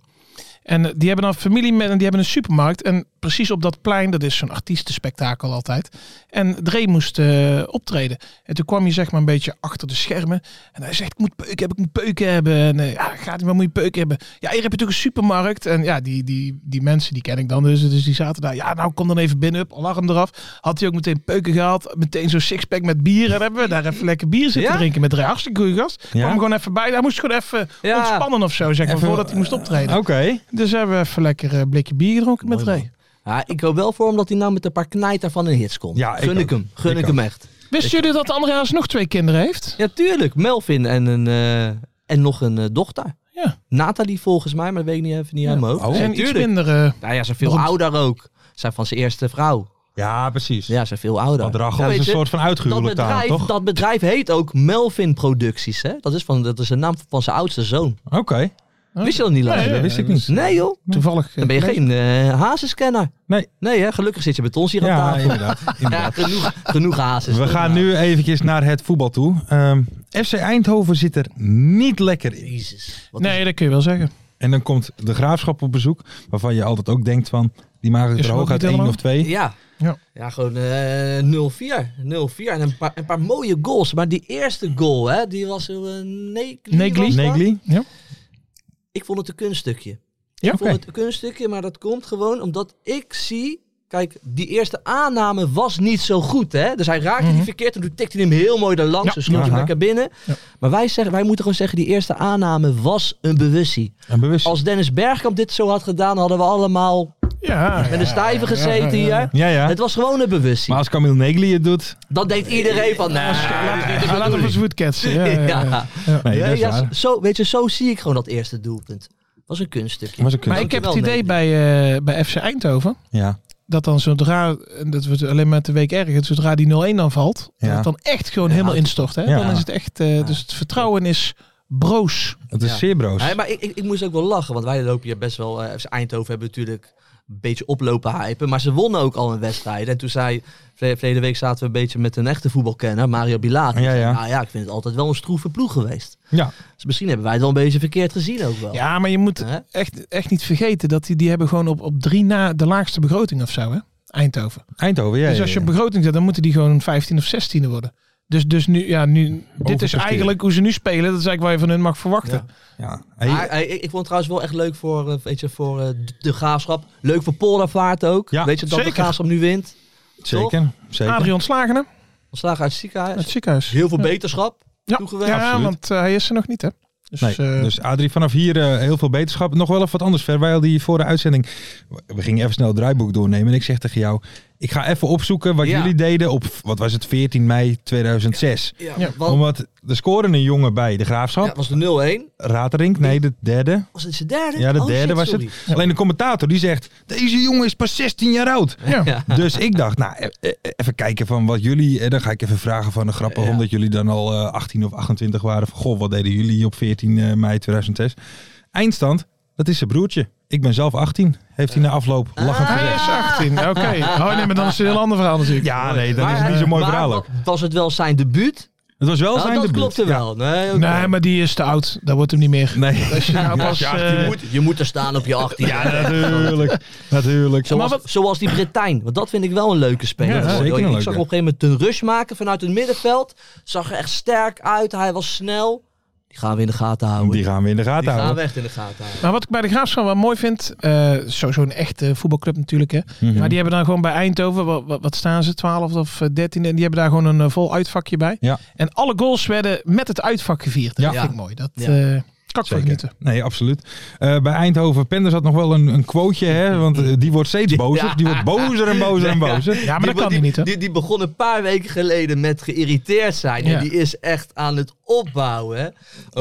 [SPEAKER 8] En eh, die hebben dan familie met, en die hebben een supermarkt. En precies op dat plein, dat is zo'n artiestenspektakel altijd. En Dre moest eh, optreden. En toen kwam je zeg maar een beetje achter de schermen. En hij zegt, ik moet peuken hebben, ik moet peuken hebben. En eh, ja, gaat, waar moet je peuken hebben? Ja, hier heb je natuurlijk een supermarkt. En ja, die, die, die mensen, die ken ik dan dus. Dus die zaten daar. Ja, nou kom dan even binnen, up, alarm eraf. Had hij ook meteen peuken gehaald. Meteen zo'n sixpack met bier. En hebben we daar even lekker bier zitten
[SPEAKER 7] Ja?
[SPEAKER 8] drinken met Dre. Hartstikke goede gast.
[SPEAKER 6] Ja?
[SPEAKER 8] Kwam gewoon even bij. Hij moest gewoon even
[SPEAKER 7] Ja.
[SPEAKER 8] ontspannen of zo, zeg maar,
[SPEAKER 6] Even,
[SPEAKER 8] voordat hij moest optreden.
[SPEAKER 6] Oké.
[SPEAKER 8] Dus hebben we even lekker een blikje bier gedronken met Dre.
[SPEAKER 7] Ja, ik hoop wel voor hem dat hij nou met een paar knijter van een hits komt.
[SPEAKER 6] Ja, ik
[SPEAKER 7] Gun ik
[SPEAKER 6] ook.
[SPEAKER 7] hem. Gun
[SPEAKER 6] Ik
[SPEAKER 7] ik hem echt.
[SPEAKER 8] Wisten jullie dat André Hazes nog twee kinderen heeft?
[SPEAKER 7] Ja, tuurlijk. Melvin en, een, eh, en nog een eh, dochter.
[SPEAKER 8] Ja.
[SPEAKER 7] Nathalie volgens mij, maar dat weet ik niet even niet aan mijn hoofd.
[SPEAKER 6] Oh.
[SPEAKER 8] zijn iets
[SPEAKER 7] tuurlijk.
[SPEAKER 8] minder... eh,
[SPEAKER 7] Nou ja, ze is veel
[SPEAKER 8] Beroemd.
[SPEAKER 7] ouder ook. Zijn van zijn eerste vrouw.
[SPEAKER 6] Ja, precies.
[SPEAKER 7] Ja, ze zijn veel ouder.
[SPEAKER 6] Want Rachel
[SPEAKER 7] Ja,
[SPEAKER 6] is
[SPEAKER 7] weet
[SPEAKER 6] een
[SPEAKER 7] je,
[SPEAKER 6] soort van
[SPEAKER 7] dat
[SPEAKER 6] uitgehuwelijk daar,
[SPEAKER 7] bedrijf,
[SPEAKER 6] toch?
[SPEAKER 7] dat bedrijf heet ook Melvin Producties. Hè? Dat, is van, dat is de naam van zijn oudste zoon.
[SPEAKER 6] Oké.
[SPEAKER 7] Wist je dat niet, Lars?
[SPEAKER 8] Nee,
[SPEAKER 6] Oh. Dat
[SPEAKER 8] nee.
[SPEAKER 6] wist ik niet.
[SPEAKER 7] Nee joh,
[SPEAKER 8] Toevallig. eh,
[SPEAKER 7] dan ben je
[SPEAKER 8] oh, nee.
[SPEAKER 7] geen eh hazescanner.
[SPEAKER 6] Nee.
[SPEAKER 7] Nee hè, gelukkig zit je met ons hier aan
[SPEAKER 6] Ja,
[SPEAKER 7] tafel.
[SPEAKER 6] inderdaad. inderdaad.
[SPEAKER 7] Ja, genoeg, genoeg hazes.
[SPEAKER 6] We
[SPEAKER 7] toch?
[SPEAKER 6] gaan
[SPEAKER 7] Nou,
[SPEAKER 6] nu eventjes naar het voetbal toe. Ehm, FC Eindhoven zit er niet lekker in.
[SPEAKER 7] Jezus. Wat
[SPEAKER 8] Nee, dat kun je wel zeggen.
[SPEAKER 6] En dan komt de graafschap op bezoek, waarvan je altijd ook denkt van, die maken
[SPEAKER 8] Is
[SPEAKER 6] er
[SPEAKER 8] er ook
[SPEAKER 6] hooguit
[SPEAKER 8] niet
[SPEAKER 6] één of
[SPEAKER 8] helemaal?
[SPEAKER 7] is-
[SPEAKER 6] twee.
[SPEAKER 7] Ja.
[SPEAKER 8] Ja.
[SPEAKER 7] Ja, gewoon eh 0-4. 0-4 en een paar, een paar mooie goals. Maar die eerste goal, hè, die was... eh Negli.
[SPEAKER 8] Negli.
[SPEAKER 7] was dat?
[SPEAKER 6] Negli?
[SPEAKER 8] Ja.
[SPEAKER 7] Ik vond het een kunststukje.
[SPEAKER 8] Ja,
[SPEAKER 7] Ik vond het een kunststukje, maar dat komt gewoon omdat ik zie... Kijk, die eerste aanname was niet zo goed, hè? Dus hij raakte die verkeerd en toen tikte hij hem heel mooi erlangs.
[SPEAKER 8] Mhm. Ja.
[SPEAKER 7] langs, dus sloeg hij hem
[SPEAKER 6] Aha.
[SPEAKER 7] lekker binnen.
[SPEAKER 8] Ja.
[SPEAKER 7] Maar wij, zeggen, wij moeten gewoon zeggen, die eerste aanname was een bewustie.
[SPEAKER 6] En bewust.
[SPEAKER 7] Als Dennis Bergkamp dit zo had gedaan, hadden we allemaal
[SPEAKER 8] Ja,
[SPEAKER 7] (laughs) met een stijve gezeten hier.
[SPEAKER 6] Ja, ja.
[SPEAKER 7] Het was gewoon een bewustie.
[SPEAKER 6] Maar als Camille Negli het doet,
[SPEAKER 7] Dan deed iedereen van, nee, dit is
[SPEAKER 8] ja, laten we eens goed ketsen. Ja, ja, ja.
[SPEAKER 7] (laughs) Ja.
[SPEAKER 6] nee, dat
[SPEAKER 7] Nee,
[SPEAKER 6] is
[SPEAKER 7] ja,
[SPEAKER 6] waar.
[SPEAKER 7] zo, weet je, zo zie ik gewoon dat eerste doelpunt. was een kunststukje.
[SPEAKER 6] Was een kunst.
[SPEAKER 8] Maar ik heb het
[SPEAKER 7] Dankjewel,
[SPEAKER 8] idee bij, eh, bij FC Eindhoven
[SPEAKER 6] Ja.
[SPEAKER 8] dat dan zodra, en dat wordt alleen maar de week erger, zodra die 0-1 dan valt,
[SPEAKER 6] Ja.
[SPEAKER 8] dat het dan echt gewoon helemaal instort. Hè?
[SPEAKER 6] Ja.
[SPEAKER 8] Dan is het echt, eh, dus het vertrouwen is broos.
[SPEAKER 6] Dat is
[SPEAKER 7] Ja.
[SPEAKER 6] zeer broos.
[SPEAKER 7] Nee, maar ik, ik, ik moest ook wel lachen, want wij lopen hier best wel... eh, FC Eindhoven hebben natuurlijk een beetje oplopen hypen, maar ze wonnen ook al een wedstrijd. En toen zei, vle- verleden week zaten we een beetje met een echte voetbalkenner, Mario Bilaat. Die
[SPEAKER 6] Ja,
[SPEAKER 7] zei,
[SPEAKER 6] ja.
[SPEAKER 7] Nou ja, ik vind het altijd wel een stroeve ploeg geweest.
[SPEAKER 6] Ja.
[SPEAKER 7] Dus misschien hebben wij het wel een beetje verkeerd gezien ook wel.
[SPEAKER 8] Ja, maar je moet
[SPEAKER 7] Hè?
[SPEAKER 8] echt, echt niet vergeten dat die, die hebben gewoon op, op drie na de laagste begroting of zo, hè? Eindhoven.
[SPEAKER 6] Eindhoven, ja.
[SPEAKER 8] dus
[SPEAKER 6] ja,
[SPEAKER 8] als je
[SPEAKER 6] ja.
[SPEAKER 8] op begroting zet, dan moeten die gewoon 15 of 16 worden. Dus, dus nu, ja, nu, dit is
[SPEAKER 6] Overpresteren.
[SPEAKER 8] eigenlijk hoe ze nu spelen. Dat is eigenlijk waar je van hun mag verwachten.
[SPEAKER 6] Ja. Hey,
[SPEAKER 7] Maar, eh, ik, ik vond het trouwens wel echt leuk voor, eh, weet je, voor eh, de- de graafschap. Leuk voor Poldervaart ook.
[SPEAKER 6] Ja,
[SPEAKER 7] weet je dat de
[SPEAKER 8] zeker.
[SPEAKER 7] graafschap nu wint?
[SPEAKER 6] zeker. zeker.
[SPEAKER 7] Ah,
[SPEAKER 8] Adrian Slagenen,
[SPEAKER 7] Ontslagen uit het
[SPEAKER 8] uit het
[SPEAKER 7] ziekenhuis.
[SPEAKER 8] ziekenhuis.
[SPEAKER 7] Heel veel beterschap.
[SPEAKER 8] Ja,
[SPEAKER 7] toegewenst.
[SPEAKER 8] ja
[SPEAKER 6] Absoluut.
[SPEAKER 8] want eh, hij is er nog niet, hè? Dus,
[SPEAKER 6] Nee,
[SPEAKER 8] eh,
[SPEAKER 6] dus Adrie, vanaf hier eh, heel veel beterschap. Nog wel even wat anders. Ver, wij hadden hier voor de uitzending... We gingen even snel het draaiboek doornemen. En ik zeg tegen jou... Ik ga even opzoeken wat
[SPEAKER 7] Ja.
[SPEAKER 6] jullie deden op... Wat was het? 14 mei 2006.
[SPEAKER 7] Ja,
[SPEAKER 8] Ja.
[SPEAKER 7] want-
[SPEAKER 6] Omdat er scoorde een jongen bij de
[SPEAKER 7] ja,
[SPEAKER 6] Graafschap.
[SPEAKER 7] het was de 0-1.
[SPEAKER 6] Raterink, nee, de derde.
[SPEAKER 7] Was het de derde?
[SPEAKER 6] Ja, de
[SPEAKER 7] Oh,
[SPEAKER 6] derde
[SPEAKER 7] shit,
[SPEAKER 6] was
[SPEAKER 7] sorry.
[SPEAKER 6] het. Alleen de commentator die zegt... Deze jongen is pas 16 jaar oud. (laughs)
[SPEAKER 8] (laughs) ja.
[SPEAKER 7] Ja.
[SPEAKER 6] Dus ik dacht, nou, e- e- even kijken van wat jullie... eh, Dan ga ik even vragen van de grappen,
[SPEAKER 7] Ja.
[SPEAKER 6] omdat jullie dan al eh, 18 of 28 waren. Van, goh, wat deden jullie op 14 eh, mei 2006? Eindstand, dat is zijn broertje. Ik ben zelf 18. Heeft hij na afloop lachend
[SPEAKER 8] Hij
[SPEAKER 6] gezegd.
[SPEAKER 8] is 18, oké.
[SPEAKER 6] (laughs)
[SPEAKER 8] Oh nee, maar dan is het een heel ander verhaal natuurlijk.
[SPEAKER 6] Ja, nee, dat is
[SPEAKER 7] Maar, eh,
[SPEAKER 6] niet zo'n mooi
[SPEAKER 7] maar
[SPEAKER 6] verhaal
[SPEAKER 7] wat-
[SPEAKER 6] ook.
[SPEAKER 7] Was het wel zijn debuut?
[SPEAKER 6] Het was wel
[SPEAKER 7] Nou,
[SPEAKER 6] zijn
[SPEAKER 7] dat
[SPEAKER 6] debuut.
[SPEAKER 7] klopte
[SPEAKER 6] Ja.
[SPEAKER 7] wel. Nee, oké.
[SPEAKER 8] Nee, maar die is te oud. Dat wordt hem niet meer.
[SPEAKER 6] Nee.
[SPEAKER 8] Als je nou
[SPEAKER 6] Ja,
[SPEAKER 8] pas,
[SPEAKER 6] ja,
[SPEAKER 8] eh,
[SPEAKER 6] die
[SPEAKER 7] je, moet, je moet er staan op je 18.
[SPEAKER 6] Ja, natuurlijk. natuurlijk.
[SPEAKER 7] Zoals,
[SPEAKER 8] Maar wat-
[SPEAKER 7] zoals die Bretijn. Want dat vind ik wel een leuke speler.
[SPEAKER 6] Ja, dat is
[SPEAKER 7] Hoor.
[SPEAKER 6] zeker een
[SPEAKER 7] ik
[SPEAKER 6] leuke.
[SPEAKER 7] zag hem op een gegeven moment een rush maken vanuit het middenveld. Zag er echt sterk uit. Hij was snel. Die gaan we in de gaten houden.
[SPEAKER 6] Die gaan we in de gaten
[SPEAKER 7] Die gaan we
[SPEAKER 6] houden.
[SPEAKER 7] echt in de gaten houden.
[SPEAKER 8] Maar wat ik bij de Graafschap wel mooi vind, eh, sowieso een echte voetbalclub natuurlijk. Hè.
[SPEAKER 6] Mhm.
[SPEAKER 8] Maar die hebben dan gewoon bij Eindhoven, wat, wat, wat staan ze, 12 of eh, 13, en die hebben daar gewoon een eh, vol uitvakje bij.
[SPEAKER 6] Ja.
[SPEAKER 8] En alle goals werden met het uitvak gevierd.
[SPEAKER 6] Ja.
[SPEAKER 8] Dat vind ik mooi. Dat
[SPEAKER 7] Ja.
[SPEAKER 8] eh, kan ik van
[SPEAKER 6] Zeker.
[SPEAKER 8] genieten.
[SPEAKER 6] Nee, absoluut. Eh, bij Eindhoven Penders had nog wel een, een quoteje, hè? Want eh, die wordt steeds bozer. Die wordt bozer en bozer en bozer.
[SPEAKER 8] Ja, maar dat kan die niet, hè?
[SPEAKER 7] Die, die begon een paar weken geleden met geïrriteerd zijn.
[SPEAKER 8] Ja.
[SPEAKER 7] En die is echt aan het opbouwen. hè.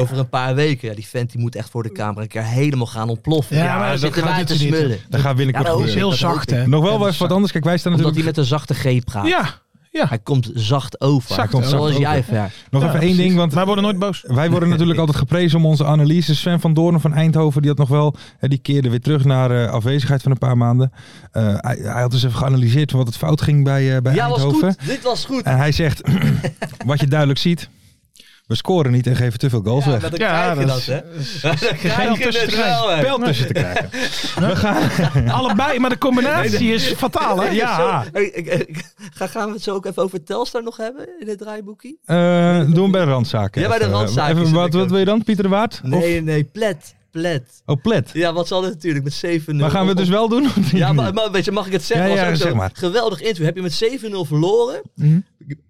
[SPEAKER 7] Over een paar weken. Ja, die vent die moet echt voor de camera een keer helemaal gaan ontploffen.
[SPEAKER 8] Ja, maar dat
[SPEAKER 7] zitten
[SPEAKER 8] gaat
[SPEAKER 7] wij te
[SPEAKER 8] natuurlijk niet.
[SPEAKER 7] smullen.
[SPEAKER 6] Dat gaat
[SPEAKER 7] Ja,
[SPEAKER 6] binnenkort
[SPEAKER 7] dat
[SPEAKER 8] is
[SPEAKER 7] ook.
[SPEAKER 6] gebeuren.
[SPEAKER 8] heel
[SPEAKER 7] dat
[SPEAKER 8] zacht,
[SPEAKER 7] ook niet.
[SPEAKER 8] hè?
[SPEAKER 6] Nog wel
[SPEAKER 8] Ja,
[SPEAKER 6] wel
[SPEAKER 8] dat
[SPEAKER 6] even
[SPEAKER 8] is
[SPEAKER 6] wat anders. Kijk, wij staan
[SPEAKER 7] Omdat
[SPEAKER 6] natuurlijk...
[SPEAKER 7] hij met een zachte G praat.
[SPEAKER 8] zacht. Ja, ja.
[SPEAKER 7] Hij komt zacht over.
[SPEAKER 8] Zacht
[SPEAKER 7] Zoals
[SPEAKER 8] over.
[SPEAKER 7] jij, Ver.
[SPEAKER 6] Nog even één ding, want
[SPEAKER 8] Wij worden nooit boos.
[SPEAKER 6] wij worden
[SPEAKER 7] (laughs)
[SPEAKER 6] natuurlijk altijd geprezen om onze analyse. Sven van Doorn van Eindhoven, die had nog wel... eh, Die keerde weer terug naar eh, afwezigheid van een paar maanden. Eh, hij, hij had dus even geanalyseerd wat het fout ging bij, eh, bij
[SPEAKER 7] Ja, was
[SPEAKER 6] Eindhoven.
[SPEAKER 7] goed. Dit was goed.
[SPEAKER 6] En hij zegt,
[SPEAKER 7] (laughs)
[SPEAKER 6] wat je duidelijk ziet... We scoren niet en geven te veel goals
[SPEAKER 7] Ja,
[SPEAKER 6] weg.
[SPEAKER 7] maar dan
[SPEAKER 8] Ja,
[SPEAKER 7] krijg je
[SPEAKER 8] dat
[SPEAKER 7] dat,
[SPEAKER 8] is-
[SPEAKER 7] hè? (laughs) Dan krijg je het wel, hè?
[SPEAKER 6] Pijl tussen te
[SPEAKER 7] (laughs)
[SPEAKER 6] krijgen.
[SPEAKER 8] (laughs) Allebei, maar de combinatie is
[SPEAKER 6] (laughs)
[SPEAKER 8] fataal, hè?
[SPEAKER 7] (laughs)
[SPEAKER 8] Ja.
[SPEAKER 7] Hey, ik- ik- ga- Gaan we het zo ook even over Telstar nog hebben in het draaiboekje?
[SPEAKER 6] Eh, doen we bij de randzaken.
[SPEAKER 7] Ja, bij de
[SPEAKER 6] Even, eh,
[SPEAKER 7] randzaken
[SPEAKER 6] Even,
[SPEAKER 7] zit
[SPEAKER 6] wat,
[SPEAKER 7] ik
[SPEAKER 6] wat
[SPEAKER 7] ook.
[SPEAKER 6] wil je dan, Pieter de Waard? Of,
[SPEAKER 7] Nee, nee, plet. Plet.
[SPEAKER 6] oh, plet.
[SPEAKER 7] Ja, wat zal het natuurlijk met 7-0.
[SPEAKER 6] Maar gaan we het dus wel doen? of
[SPEAKER 7] Ja,
[SPEAKER 6] (laughs) niet?
[SPEAKER 7] maar, maar weet je, mag ik het zeggen?
[SPEAKER 6] Ja,
[SPEAKER 7] Was
[SPEAKER 6] ja,
[SPEAKER 7] ook
[SPEAKER 6] zeg
[SPEAKER 7] zo'n
[SPEAKER 6] maar. Mhm.
[SPEAKER 7] Geweldig interview. Heb je met 7-0 verloren?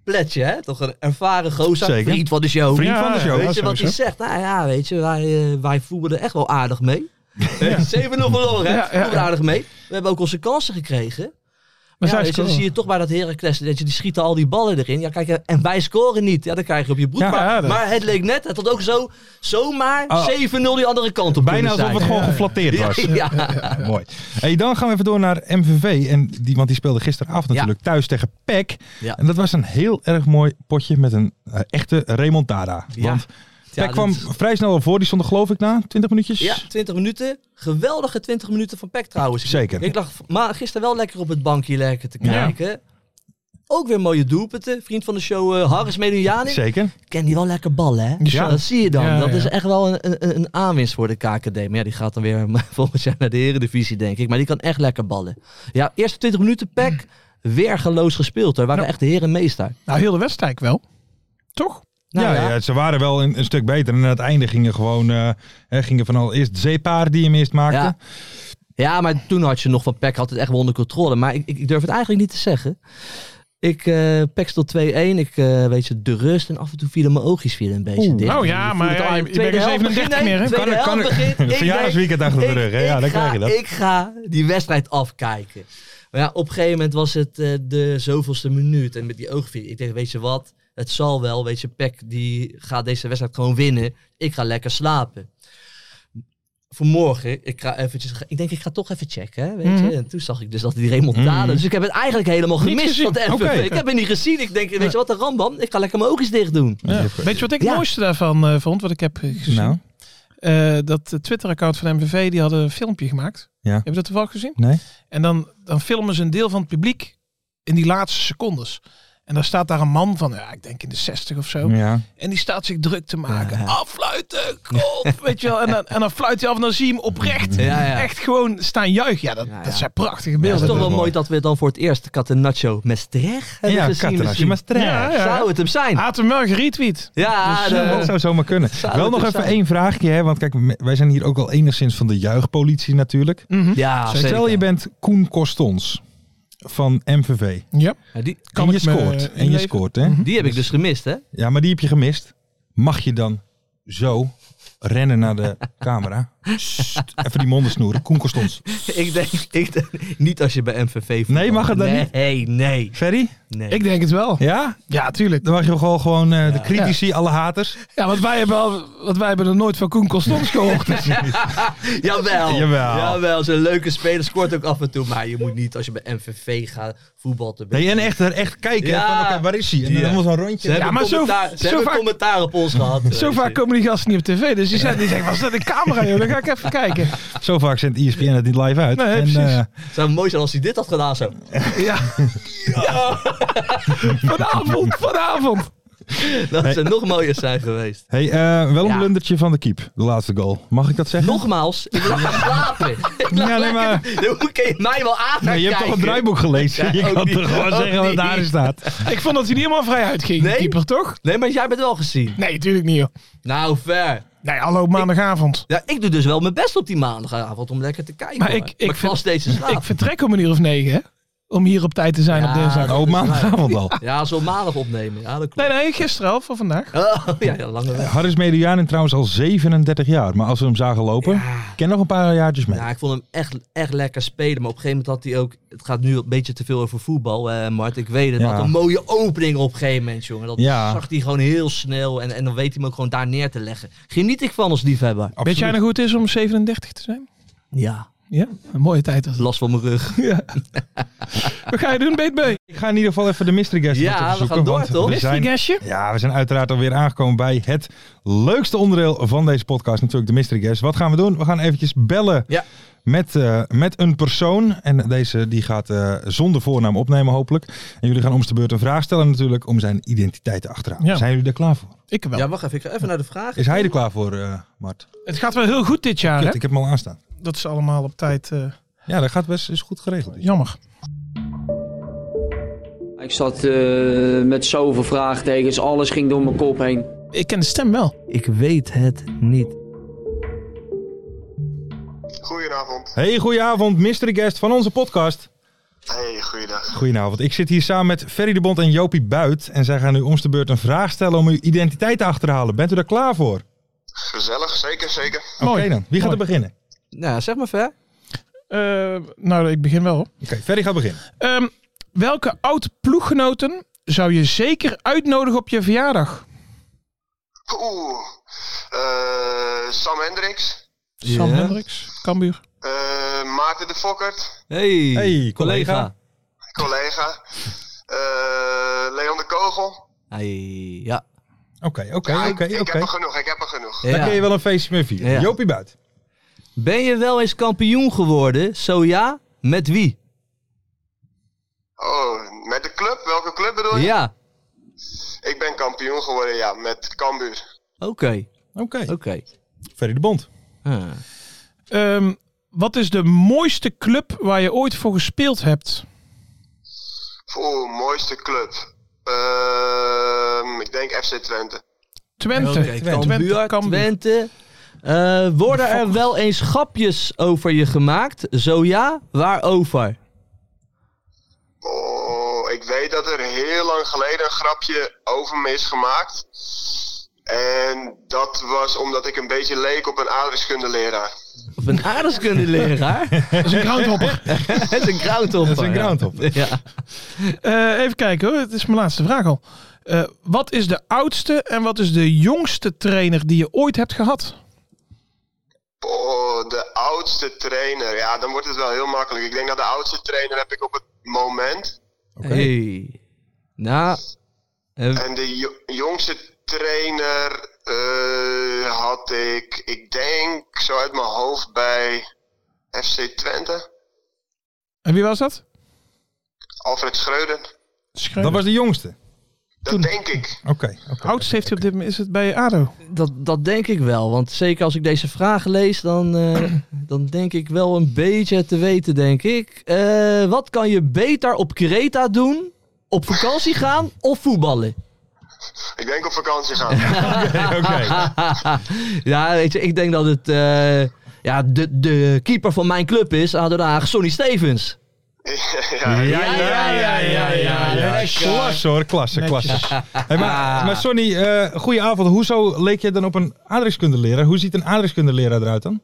[SPEAKER 7] Pletje, hè? Toch een ervaren gozer.
[SPEAKER 6] Zeker.
[SPEAKER 7] Vriend van de show.
[SPEAKER 6] Vriend
[SPEAKER 8] Ja,
[SPEAKER 6] van de show.
[SPEAKER 7] Weet je
[SPEAKER 6] Ja,
[SPEAKER 7] wat
[SPEAKER 6] sowieso.
[SPEAKER 7] hij zegt? Nou ja, weet je, wij, eh, wij voerden echt wel aardig mee. (laughs) 7-0 verloren, hè?
[SPEAKER 8] Ja, ja,
[SPEAKER 7] Voerden
[SPEAKER 8] ja.
[SPEAKER 7] aardig mee. We hebben ook onze kansen gekregen.
[SPEAKER 8] Maar
[SPEAKER 7] ja,
[SPEAKER 8] zij
[SPEAKER 7] weet je, dan
[SPEAKER 8] scoren.
[SPEAKER 7] zie je toch bij dat Heracles, dat je, die schieten al die ballen erin. Ja, kijk, en wij scoren niet. Ja, dan krijg je op je broek.
[SPEAKER 6] Ja,
[SPEAKER 7] maar,
[SPEAKER 8] ja, dat-
[SPEAKER 7] maar het leek net, het had ook zo, zomaar
[SPEAKER 6] Oh.
[SPEAKER 7] 7-0 die andere kant op
[SPEAKER 6] Bijna
[SPEAKER 7] kunnen
[SPEAKER 6] alsof het
[SPEAKER 7] zijn.
[SPEAKER 6] gewoon geflatteerd was.
[SPEAKER 7] (laughs) Ja,
[SPEAKER 6] Ja, mooi. Hey, dan gaan we even door naar MVV. En die, want die speelde gisteravond
[SPEAKER 7] Ja.
[SPEAKER 6] natuurlijk thuis tegen PEC.
[SPEAKER 7] Ja.
[SPEAKER 6] En dat was een heel erg mooi potje met een eh, echte remontada.
[SPEAKER 7] Ja.
[SPEAKER 6] Want
[SPEAKER 7] Ja,
[SPEAKER 6] PEC kwam
[SPEAKER 7] dat-
[SPEAKER 6] vrij snel al voor. Die stond er geloof ik na 20 minuutjes.
[SPEAKER 7] Ja, 20 minuten. Geweldige 20 minuten van Peck trouwens. Ik-
[SPEAKER 6] Zeker.
[SPEAKER 7] Ik lag v- maar gisteren wel lekker op het bankje lekker te
[SPEAKER 6] Ja.
[SPEAKER 7] kijken. Ook weer mooie doelpunten. Vriend van de show eh, Harris Medujani.
[SPEAKER 6] Zeker.
[SPEAKER 7] Ken die wel lekker ballen, hè?
[SPEAKER 8] Ja.
[SPEAKER 7] Dat zie je dan.
[SPEAKER 8] Ja,
[SPEAKER 7] dat
[SPEAKER 8] ja.
[SPEAKER 7] is echt wel een, een, een aanwinst voor de KKD. Maar ja, die gaat dan weer (laughs) volgend jaar naar de Eredivisie, denk ik. Maar die kan echt lekker ballen. Ja, eerste 20 minuten Peck. Weergeloos gespeeld. Daar waren echt de heren meester.
[SPEAKER 8] Nou, heel de wedstrijd wel. Toch?
[SPEAKER 7] Nou
[SPEAKER 6] ja,
[SPEAKER 7] ja.
[SPEAKER 6] ja, ze waren wel een, een stuk beter. En aan het einde gingen gewoon eh, hè, gingen van al eerst Zeepaar die hem eerst maakte.
[SPEAKER 7] Ja. Ja, maar toen had je nog van Peck had het echt wel onder controle. Maar ik, ik, ik durf het eigenlijk niet te zeggen. Ik eh Peck stond 2-1. Ik eh, weet je, de rust en af en toe vielen mijn oogjes weer een beetje
[SPEAKER 6] Oeh.
[SPEAKER 7] dicht.
[SPEAKER 8] Nou ja,
[SPEAKER 7] Ik voelde
[SPEAKER 8] maar
[SPEAKER 7] het al
[SPEAKER 8] ja,
[SPEAKER 7] in de
[SPEAKER 8] je
[SPEAKER 7] tweede
[SPEAKER 8] bent geen
[SPEAKER 7] helft
[SPEAKER 8] 37
[SPEAKER 7] begin. Nee,
[SPEAKER 8] meer, hè?
[SPEAKER 7] tweede
[SPEAKER 6] Kan- kan-
[SPEAKER 7] helft begin. Ik denk,
[SPEAKER 6] (laughs) (laughs) Verjaardagsweekend achter de rug, hè? Ja,
[SPEAKER 7] ik
[SPEAKER 6] dan krijg je
[SPEAKER 7] ga-
[SPEAKER 6] dat.
[SPEAKER 7] Ik ga die wedstrijd afkijken. Maar ja, op een gegeven moment was het eh, de zoveelste minuut. En met die oogvier. Ik denk, weet je wat? Het zal wel. Weet je, Peck die gaat deze wedstrijd gewoon winnen. Ik ga lekker slapen. vanmorgen, ik ga eventjes, ik denk ik ga toch even checken, hè, weet je. En toen zag ik dus dat die remontade, dus ik heb het eigenlijk helemaal gemist
[SPEAKER 8] gezien.
[SPEAKER 7] van de FNV.
[SPEAKER 6] Mhm. Oké.
[SPEAKER 7] Ik heb het niet gezien. Ik denk, weet je wat, de Rambam, ik ga lekker mijn oogjes dicht doen.
[SPEAKER 8] Ja. Weet je wat ik het
[SPEAKER 7] Ja.
[SPEAKER 8] mooiste daarvan eh, vond, wat ik heb eh, gezien?
[SPEAKER 6] Nou,
[SPEAKER 8] Eh, dat eh, Twitter-account van MVV, die hadden een filmpje gemaakt.
[SPEAKER 6] Ja.
[SPEAKER 8] Heb je dat toevallig gezien?
[SPEAKER 6] nee.
[SPEAKER 8] En dan, dan filmen ze een deel van het publiek in die laatste secondes. En dan staat daar een man van, ja, ik denk in de 60 of
[SPEAKER 7] Hm.
[SPEAKER 8] zo.
[SPEAKER 6] Ja.
[SPEAKER 8] En die staat zich druk te maken. Affluiten, kop, (laughs) weet je wel. En dan, en dan fluit hij af en dan zie je hem oprecht
[SPEAKER 7] Ja, ja.
[SPEAKER 8] echt gewoon staan juichen. Ja, dat,
[SPEAKER 7] Ja, ja.
[SPEAKER 8] dat zijn prachtige
[SPEAKER 7] Het
[SPEAKER 8] beelden.
[SPEAKER 7] is toch wel
[SPEAKER 6] mooi.
[SPEAKER 7] mooi dat we dan voor het eerst Catenaccio Mestreg hebben
[SPEAKER 6] Ja,
[SPEAKER 7] gezien.
[SPEAKER 6] Katarasje
[SPEAKER 7] misschien.
[SPEAKER 6] Maastricht.
[SPEAKER 8] Ja, ja.
[SPEAKER 7] Zou het hem zijn?
[SPEAKER 8] Haat hem wel geretweet.
[SPEAKER 7] Ja,
[SPEAKER 8] Dus,
[SPEAKER 7] de-
[SPEAKER 8] eh,
[SPEAKER 6] Dat zou zomaar kunnen.
[SPEAKER 7] Ah, Zou
[SPEAKER 6] Wel
[SPEAKER 7] het
[SPEAKER 6] nog
[SPEAKER 7] dus
[SPEAKER 6] even
[SPEAKER 7] zijn?
[SPEAKER 6] één vraagje, hè? want kijk, me- wij zijn hier ook al enigszins van de juichpolitie natuurlijk.
[SPEAKER 8] Mhm.
[SPEAKER 7] ja Ah, zeker.
[SPEAKER 6] Stel je bent Koen Costons van MVV.
[SPEAKER 8] Ja.
[SPEAKER 7] Ja, die,
[SPEAKER 8] Kan
[SPEAKER 6] en je
[SPEAKER 8] ik me
[SPEAKER 6] scoort. En je
[SPEAKER 8] inleven? Mhm.
[SPEAKER 6] scoort, hè?
[SPEAKER 7] die heb ik dus gemist, hè?
[SPEAKER 6] Ja, maar die heb je gemist. Mag je dan zo rennen naar
[SPEAKER 7] (laughs)
[SPEAKER 6] de camera? Sst, even die monden snoeren. Koen Costons.
[SPEAKER 7] (laughs) ik, denk, ik denk- niet als je bij MVV voetbalt.
[SPEAKER 6] Nee, mag het dan
[SPEAKER 7] nee,
[SPEAKER 6] niet?
[SPEAKER 7] Nee, nee,
[SPEAKER 6] Ferry?
[SPEAKER 7] nee.
[SPEAKER 8] Ik denk het wel.
[SPEAKER 6] Ja?
[SPEAKER 8] Ja, tuurlijk.
[SPEAKER 6] Dan mag je gewoon, gewoon eh, de critici, alle haters.
[SPEAKER 8] Ja, want wij hebben, al, want wij hebben er nooit van Koen Costons gehoord.
[SPEAKER 7] Jawel.
[SPEAKER 6] Jawel.
[SPEAKER 7] Jawel, zo'n leuke speler scoort ook af en toe. Maar je moet niet als je bij MVV gaat voetballen.
[SPEAKER 6] Nee, en echt, echt kijken.
[SPEAKER 7] Ja.
[SPEAKER 6] Van, oké, waar is hij? En dan
[SPEAKER 7] Ja.
[SPEAKER 6] helemaal zo'n rondje.
[SPEAKER 7] Ze hebben,
[SPEAKER 8] Ja, maar zo-
[SPEAKER 7] commentaar, ze
[SPEAKER 8] zo
[SPEAKER 7] hebben
[SPEAKER 8] vaak-
[SPEAKER 7] commentaar op ons (laughs) gehad.
[SPEAKER 8] Zo vaak komen die gasten niet op tv. Dus die, zijn, die zeggen, was dat een camera joh? Dan ga ik even kijken.
[SPEAKER 6] Zo vaak zendt E ESPN het niet live uit.
[SPEAKER 8] Nee,
[SPEAKER 6] en,
[SPEAKER 8] precies.
[SPEAKER 6] eh,
[SPEAKER 7] Het zou mooi zijn als hij dit had gedaan zo. (laughs)
[SPEAKER 8] Ja. (laughs) Vanavond, vanavond.
[SPEAKER 7] Dat ze nog mooier zijn geweest.
[SPEAKER 6] hey, eh, wel een
[SPEAKER 7] Ja.
[SPEAKER 6] blundertje van de keep. De laatste goal. Mag ik dat zeggen?
[SPEAKER 7] (laughs) Nogmaals, ik wil gaan slapen.
[SPEAKER 6] Ja, nee, maar...
[SPEAKER 7] Dan kun je mij wel aan gaan
[SPEAKER 6] Nee, je hebt toch
[SPEAKER 7] kijken.
[SPEAKER 6] een draaiboek gelezen?
[SPEAKER 7] Ja,
[SPEAKER 6] je
[SPEAKER 7] ook
[SPEAKER 6] kan
[SPEAKER 7] niet.
[SPEAKER 6] toch gewoon
[SPEAKER 7] Ook
[SPEAKER 6] zeggen wat
[SPEAKER 7] niet.
[SPEAKER 6] daarin staat?
[SPEAKER 7] (laughs)
[SPEAKER 8] Ik vond dat hij niet helemaal vrij uitging,
[SPEAKER 7] Nee?
[SPEAKER 8] de keeper, toch?
[SPEAKER 7] Nee, maar jij bent wel gezien.
[SPEAKER 8] Nee, tuurlijk niet, joh.
[SPEAKER 7] Nou, ver.
[SPEAKER 8] Nee, hallo, maandagavond.
[SPEAKER 7] Ja, ik doe dus wel mijn best op die maandagavond om lekker te kijken.
[SPEAKER 8] Maar
[SPEAKER 7] hoor.
[SPEAKER 8] ik- ik
[SPEAKER 7] maar ik
[SPEAKER 8] vind-
[SPEAKER 7] val steeds in slaap.
[SPEAKER 8] Ik vertrek om een uur of negen, hè? Om hier op tijd te zijn
[SPEAKER 7] Ja,
[SPEAKER 8] op dinsdag.
[SPEAKER 7] dat
[SPEAKER 6] Oh,
[SPEAKER 7] is
[SPEAKER 6] maandagavond al.
[SPEAKER 7] Ja, zo maandag opnemen. Ja, dat klopt.
[SPEAKER 8] Nee, nee, gisteren al, voor vandaag.
[SPEAKER 7] Oh, (laughs) ja, ja, lange weg.
[SPEAKER 6] Harris Medianen trouwens al 37 jaar. Maar als we hem zagen lopen, ik ken nog een paar jaartjes mee.
[SPEAKER 7] Ja, ik vond hem echt, echt lekker spelen. Maar op een gegeven moment had hij ook... Het gaat nu een beetje te veel over voetbal, eh, Mart. Ik weet het.
[SPEAKER 6] Ja.
[SPEAKER 7] Maar had een mooie opening op een gegeven moment, jongen. Dat
[SPEAKER 6] Ja.
[SPEAKER 7] zag hij gewoon heel snel. En, en dan weet hij hem ook gewoon daar neer te leggen. Geniet ik van als liefhebber.
[SPEAKER 6] Oh.
[SPEAKER 8] Weet jij nog hoe het is om 37 te zijn?
[SPEAKER 7] Ja,
[SPEAKER 8] Ja, een mooie tijd. was het.
[SPEAKER 7] last van mijn rug.
[SPEAKER 8] Wat ga je doen, BTB?
[SPEAKER 6] Ik ga in ieder geval even de mystery guest
[SPEAKER 7] Ja, we gaan door, toch?
[SPEAKER 6] We
[SPEAKER 8] Mystery
[SPEAKER 6] zijn,
[SPEAKER 8] guestje?
[SPEAKER 6] ja, we zijn uiteraard alweer aangekomen bij het leukste onderdeel van deze podcast. Natuurlijk de mystery guest. Wat gaan we doen? We gaan eventjes bellen
[SPEAKER 7] Ja.
[SPEAKER 6] met, eh, met een persoon. En deze die gaat eh, zonder voornaam opnemen hopelijk. En jullie gaan om de beurt een vraag stellen natuurlijk om zijn identiteit te achterhalen.
[SPEAKER 8] Ja.
[SPEAKER 6] Zijn jullie er klaar voor?
[SPEAKER 8] Ik wel.
[SPEAKER 7] Ja, wacht even. Ik ga even naar de vraag.
[SPEAKER 6] Is hij er klaar voor, eh, Mart?
[SPEAKER 8] Het gaat wel heel goed dit jaar,
[SPEAKER 6] Kut,
[SPEAKER 8] hè?
[SPEAKER 6] ik heb hem al aanstaan.
[SPEAKER 8] Dat is allemaal op tijd eh,
[SPEAKER 6] Ah, Ja, dat gaat best is goed geregeld. dus.
[SPEAKER 8] jammer.
[SPEAKER 9] Ik zat eh, met zoveel vraagtekens, alles ging door mijn kop heen.
[SPEAKER 8] Ik ken de stem wel.
[SPEAKER 7] Ik weet het niet.
[SPEAKER 10] Goedenavond.
[SPEAKER 6] Hey, goedenavond, mystery guest van onze podcast.
[SPEAKER 10] Hey, goeiedag.
[SPEAKER 6] Goedenavond, ik zit hier samen met Ferry de Bond en Jopie Buit. En zij gaan u om de beurt een vraag stellen om uw identiteit te achterhalen. Bent u daar klaar voor?
[SPEAKER 10] Gezellig, zeker, zeker.
[SPEAKER 6] Oké dan, wie gaat er beginnen?
[SPEAKER 7] Nou, zeg maar ver.
[SPEAKER 8] Eh, nou, ik begin wel, hoor.
[SPEAKER 6] Oké, Ferry gaat beginnen.
[SPEAKER 8] Ehm, welke oud-ploeggenoten zou je zeker uitnodigen op je verjaardag?
[SPEAKER 10] Oeh. Eh, Sam Hendricks.
[SPEAKER 8] Sam
[SPEAKER 7] Ja.
[SPEAKER 8] Hendricks, Cambuur.
[SPEAKER 10] Eh, Maarten de Fokkert.
[SPEAKER 7] Hey,
[SPEAKER 6] Hey, collega.
[SPEAKER 10] Collega. Eh, Leon de Kogel.
[SPEAKER 7] Hey, ja.
[SPEAKER 6] Oké,
[SPEAKER 10] Ja,
[SPEAKER 6] oké,
[SPEAKER 10] ik-
[SPEAKER 6] oké,
[SPEAKER 10] ik
[SPEAKER 6] oké.
[SPEAKER 10] heb er genoeg, ik heb er genoeg.
[SPEAKER 6] Daar
[SPEAKER 7] Ja.
[SPEAKER 6] kun je wel een feestje mee vieren.
[SPEAKER 7] Ja.
[SPEAKER 6] Jopie Buit.
[SPEAKER 7] Ben je wel eens kampioen geworden? Zo ja, met wie?
[SPEAKER 10] Oh, met de club? Welke club bedoel je?
[SPEAKER 7] Ja,
[SPEAKER 10] Ik ben kampioen geworden, ja, met Cambuur.
[SPEAKER 7] oké,
[SPEAKER 6] Oké,
[SPEAKER 7] oké.
[SPEAKER 6] Ferry de Bond.
[SPEAKER 7] Ah.
[SPEAKER 8] Ehm, wat is de mooiste club waar je ooit voor gespeeld hebt?
[SPEAKER 10] Oeh, mooiste club. Ehm, ik denk FC Twente.
[SPEAKER 8] Twente.
[SPEAKER 7] Oké,
[SPEAKER 8] Twente.
[SPEAKER 7] Cambuur,
[SPEAKER 8] Cambuur.
[SPEAKER 7] Twente. Eh, worden er wel eens grapjes over je gemaakt? Zo ja, waarover?
[SPEAKER 10] Oh, ik weet dat er heel lang geleden een grapje over me is gemaakt. En dat was omdat ik een beetje leek op een aardrijkskundeleraar.
[SPEAKER 7] Of een
[SPEAKER 6] (laughs)
[SPEAKER 7] aardrijkskundeleraar?
[SPEAKER 8] Dat is een groundhopper.
[SPEAKER 7] (laughs) Het is een groundhopper.
[SPEAKER 6] Dat is een
[SPEAKER 7] ja.
[SPEAKER 6] groundhopper.
[SPEAKER 7] Ja.
[SPEAKER 8] Eh, even kijken hoor, het is mijn laatste vraag al. Eh, wat is de oudste en wat is de jongste trainer die je ooit hebt gehad?
[SPEAKER 10] Oh, de oudste trainer. Ja, dan wordt het wel heel makkelijk. Ik denk dat de oudste trainer heb ik op het moment.
[SPEAKER 7] Hey. Nou, eh,
[SPEAKER 10] En de jo- jongste trainer eh, had ik, ik denk, zo uit mijn hoofd bij FC Twente.
[SPEAKER 8] En wie was dat?
[SPEAKER 10] Alfred Schreuder.
[SPEAKER 6] Dat
[SPEAKER 8] Schreuder.
[SPEAKER 6] was de jongste.
[SPEAKER 10] Dat
[SPEAKER 8] Toen-
[SPEAKER 10] denk ik.
[SPEAKER 6] Oké. oké.
[SPEAKER 8] Oudste heeft hij op dit moment, is het bij ADO.
[SPEAKER 7] dat, dat denk ik wel. Want zeker als ik deze vraag lees, dan,
[SPEAKER 6] (clears throat)
[SPEAKER 7] eh, dan denk ik wel een beetje te weten, denk ik. Eh, wat kan je beter op Creta doen? Op vakantie gaan of voetballen? (laughs)
[SPEAKER 10] Ik denk op vakantie gaan.
[SPEAKER 6] Oké, oké.
[SPEAKER 7] ja, weet je, ik denk dat het eh, ja, de, de keeper van mijn club is, ADO Den Haag, Sonny Stevens. Ja,
[SPEAKER 10] ja,
[SPEAKER 7] ja, ja, ja, ja, lekker.
[SPEAKER 6] Klas hoor, klasse, klasse. Hey, maar, maar Sonny, eh goedenavond. Hoezo leek je dan op een aardrijkskundeleraar? Hoe ziet een aardrijkskundeleraar eruit dan?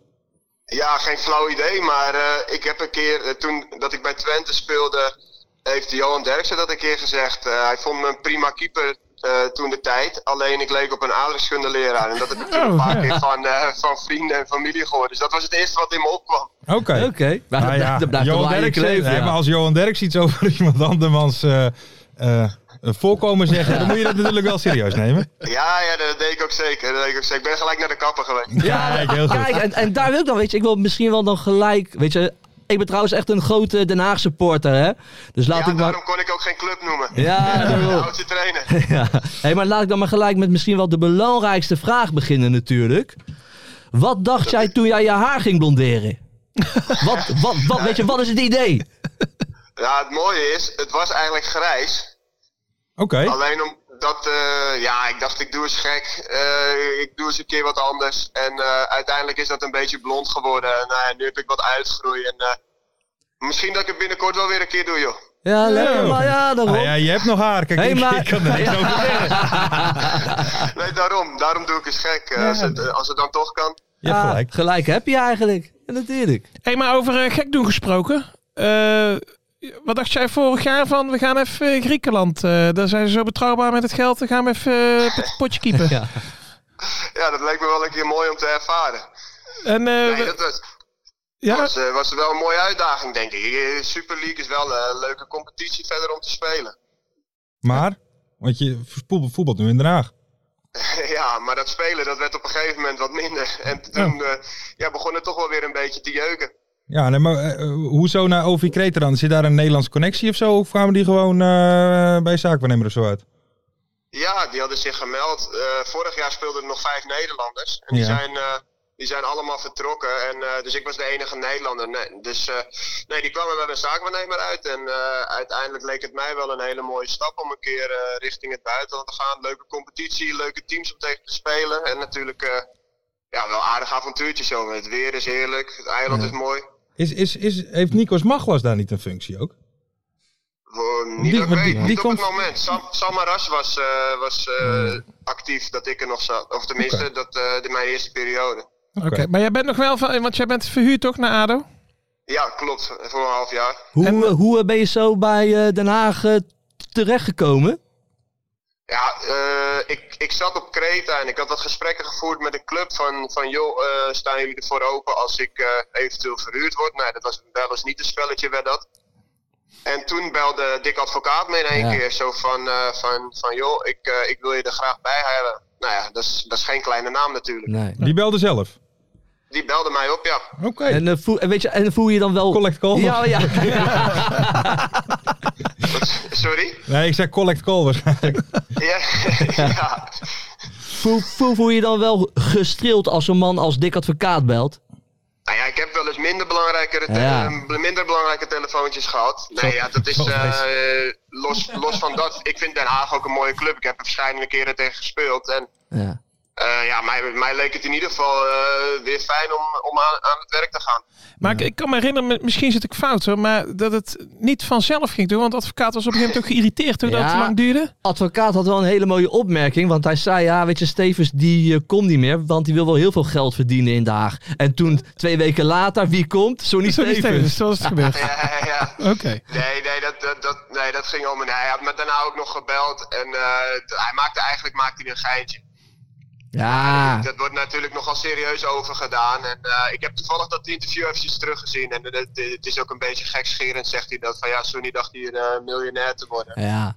[SPEAKER 10] Ja, geen flauw idee, maar eh, ik heb een keer, eh, toen dat ik bij Twente speelde, heeft Johan Derksen dat een keer gezegd. Eh, hij vond me een prima keeper eh, toen de tijd, alleen ik leek op een aardrijkskundeleraar. En dat heb ik
[SPEAKER 7] Oh,
[SPEAKER 10] toen een paar keer van, eh, van vrienden en familie gehoord. Dus dat was het eerste wat in me opkwam.
[SPEAKER 6] Oké.
[SPEAKER 7] Oké, maar
[SPEAKER 6] Nou
[SPEAKER 7] dat, (laughs)
[SPEAKER 6] ja,
[SPEAKER 7] dat blijft
[SPEAKER 6] Johan
[SPEAKER 7] wel aan je
[SPEAKER 6] Derksen,
[SPEAKER 7] kleven,
[SPEAKER 6] hè,
[SPEAKER 7] ja.
[SPEAKER 6] maar als Johan Derks iets over (laughs) iemand andermans eh, eh, voorkomen zeggen, dan moet je dat natuurlijk wel serieus nemen.
[SPEAKER 10] Ja, ja, dat deed ik ook zeker. Dat deed ik ook zeker. Ik ben gelijk naar de kapper geweest.
[SPEAKER 7] Ja,
[SPEAKER 6] Kijk, heel goed.
[SPEAKER 7] Kijk, en, en daar wil Ah, ik dan, weet je, ik wil misschien wel dan gelijk, weet je, ik ben trouwens echt een grote Den Haag supporter, hè. Dus laat
[SPEAKER 10] ja,
[SPEAKER 7] ik maar...
[SPEAKER 10] daarom kon ik ook geen club noemen. Eh,
[SPEAKER 7] Ja,
[SPEAKER 10] De
[SPEAKER 7] daarom.
[SPEAKER 10] oudste trainer.
[SPEAKER 7] ja. Hey, maar laat ik dan maar gelijk met misschien wel de belangrijkste vraag beginnen natuurlijk. Wat dacht jij toen jij je haar ging blonderen? wat, wat, wat, weet je, wat is het idee?
[SPEAKER 10] Ja, het mooie is, het was eigenlijk grijs.
[SPEAKER 6] Oké.
[SPEAKER 10] Alleen omdat, eh, ja, ik dacht ik doe eens gek. Eh, ik doe eens een keer wat anders. En eh, uiteindelijk is dat een beetje blond geworden. En eh, nu heb ik wat uitgroei. En, eh, misschien dat ik het binnenkort wel weer een keer doe, joh.
[SPEAKER 7] Ja, lekker, maar ja, daarom.
[SPEAKER 6] Nou ja, je hebt nog haar. Kijk,
[SPEAKER 7] Hey,
[SPEAKER 6] ik,
[SPEAKER 7] maar-
[SPEAKER 6] (laughs) ik kan er niks
[SPEAKER 7] Ja.
[SPEAKER 6] over zeggen.
[SPEAKER 10] Nee, daarom. Daarom doe ik eens gek. eh, als, het, eh, als het dan toch kan.
[SPEAKER 6] Je hebt
[SPEAKER 7] Ah, (laughs)
[SPEAKER 6] gelijk.
[SPEAKER 7] gelijk heb je eigenlijk. Ja, natuurlijk.
[SPEAKER 8] Hey, maar over eh, gek doen gesproken. Eh, wat dacht jij vorig jaar van, we gaan even eh, Griekenland. eh, daar zijn ze zo betrouwbaar met het geld, dan gaan we even eh, het potje keepen.
[SPEAKER 7] (laughs) Ja.
[SPEAKER 10] Ja, dat leek me wel een keer mooi om te ervaren.
[SPEAKER 8] En, eh,
[SPEAKER 10] Nee, dat was,
[SPEAKER 8] ja,
[SPEAKER 10] was, eh, was wel een mooie uitdaging, denk ik. Eh, Super League is wel eh, een leuke competitie verder om te spelen. (laughs)
[SPEAKER 6] Maar, want je voetbal- voetbalt nu in Den Haag.
[SPEAKER 10] Ja, maar dat spelen dat werd op een gegeven moment wat minder. En toen eh, ja, begon het toch wel weer een beetje te jeuken.
[SPEAKER 6] Ja, nee, maar eh, eh, hoezo naar Ovi Kreta dan? Zit daar een Nederlandse connectie of zo? Of kwamen die gewoon eh, bij zaakwaarnemer of zo uit?
[SPEAKER 10] Ja, die hadden zich gemeld. Eh, vorig jaar speelden er nog vijf Nederlanders. En die,
[SPEAKER 6] Ja.
[SPEAKER 10] zijn, eh, die zijn allemaal vertrokken. En, eh, dus ik was de enige Nederlander. Nee, dus eh, nee, die kwamen wel een zaakwaarnemer uit. En eh, uiteindelijk leek het mij wel een hele mooie stap om een keer eh, richting het buitenland te gaan. Leuke competitie, leuke teams om tegen te spelen. En natuurlijk eh, ja, wel aardig avontuurtje zo. Het weer is heerlijk, het eiland is mooi.
[SPEAKER 6] Is, is, is, heeft Nikos Maglas daar niet een functie ook?
[SPEAKER 10] Gewoon niet
[SPEAKER 6] Die-
[SPEAKER 10] dat
[SPEAKER 6] maar
[SPEAKER 10] ik weet,
[SPEAKER 6] die-
[SPEAKER 10] niet
[SPEAKER 6] die
[SPEAKER 10] op
[SPEAKER 6] komt-
[SPEAKER 10] het moment. Sam, Sam Arras was, eh, was eh, actief dat ik er nog zat. Of tenminste,
[SPEAKER 6] Oké.
[SPEAKER 10] dat eh de, mijn eerste periode.
[SPEAKER 8] oké. Maar jij bent nog wel van, eh, want jij bent verhuurd toch naar ADO?
[SPEAKER 10] Ja, klopt. Voor een half jaar.
[SPEAKER 7] Hoe, eh, hoe eh, ben je zo bij eh, Den Haag eh, terechtgekomen?
[SPEAKER 10] Ja, eh, ik, ik zat op Kreta en ik had wat gesprekken gevoerd met een club van, van joh, eh, staan jullie ervoor open als ik eh, eventueel verhuurd word? Nee, dat was wel eens niet een spelletje, werd dat. En toen belde Dick Advocaat me in één
[SPEAKER 7] Ja.
[SPEAKER 10] keer zo van, eh, van, van joh, ik, eh, ik wil je er graag bij hebben. Nou ja, dat is, dat is geen kleine naam natuurlijk.
[SPEAKER 7] Nee.
[SPEAKER 6] Die belde zelf.
[SPEAKER 10] Die belde mij op, ja.
[SPEAKER 6] Oké.
[SPEAKER 7] En, eh, voel, en weet je, en voel je dan wel...
[SPEAKER 6] Collect call.
[SPEAKER 7] Ja, ja.
[SPEAKER 10] Sorry?
[SPEAKER 6] (laughs) Nee, ik zei collect call waarschijnlijk.
[SPEAKER 10] Ja, (laughs) ja.
[SPEAKER 7] (laughs) voel, voel, voel je dan wel gestreeld als een man als Dick Advocaat belt?
[SPEAKER 10] Nou ja, ik heb wel eens minder belangrijke,
[SPEAKER 7] Ja.
[SPEAKER 10] minder belangrijke telefoontjes gehad. Nee, ja, dat is
[SPEAKER 6] zo
[SPEAKER 10] eh, los, los van dat. Ik vind Den Haag ook een mooie club. Ik heb er verschillende keren tegen gespeeld. En
[SPEAKER 7] Ja.
[SPEAKER 10] eh, ja, mij, mij leek het in ieder geval eh, weer fijn om, om aan, aan het werk te gaan.
[SPEAKER 8] Maar ik, ik kan me herinneren, mi- misschien zit ik fout hoor, maar dat het niet vanzelf ging doen. Want de advocaat was op een gegeven moment ook geïrriteerd toen dat
[SPEAKER 7] Ja.
[SPEAKER 8] het te lang duurde.
[SPEAKER 7] Advocaat had wel een hele mooie opmerking, want hij zei, ja, weet je, Stevens, die eh, komt niet meer, want die wil wel heel veel geld verdienen in Den Haag. En toen, twee weken later, wie komt? Sonny
[SPEAKER 8] Zo niet
[SPEAKER 7] Stevens.
[SPEAKER 8] Stevens, zoals het gebeurd.
[SPEAKER 10] Ja, ja, ja.
[SPEAKER 8] Oké.
[SPEAKER 10] Nee, nee, dat, dat, dat, nee, dat ging om. En hij had me daarna ook nog gebeld. En eh, hij maakte, eigenlijk maakte hij een geintje.
[SPEAKER 7] Ja,
[SPEAKER 10] Dat wordt natuurlijk nogal serieus overgedaan. En eh, ik heb toevallig dat interview eventjes teruggezien. En het, het is ook een beetje gekscherend, zegt hij dat. Van ja, Sonny dacht hier eh, miljonair te worden.
[SPEAKER 7] ja.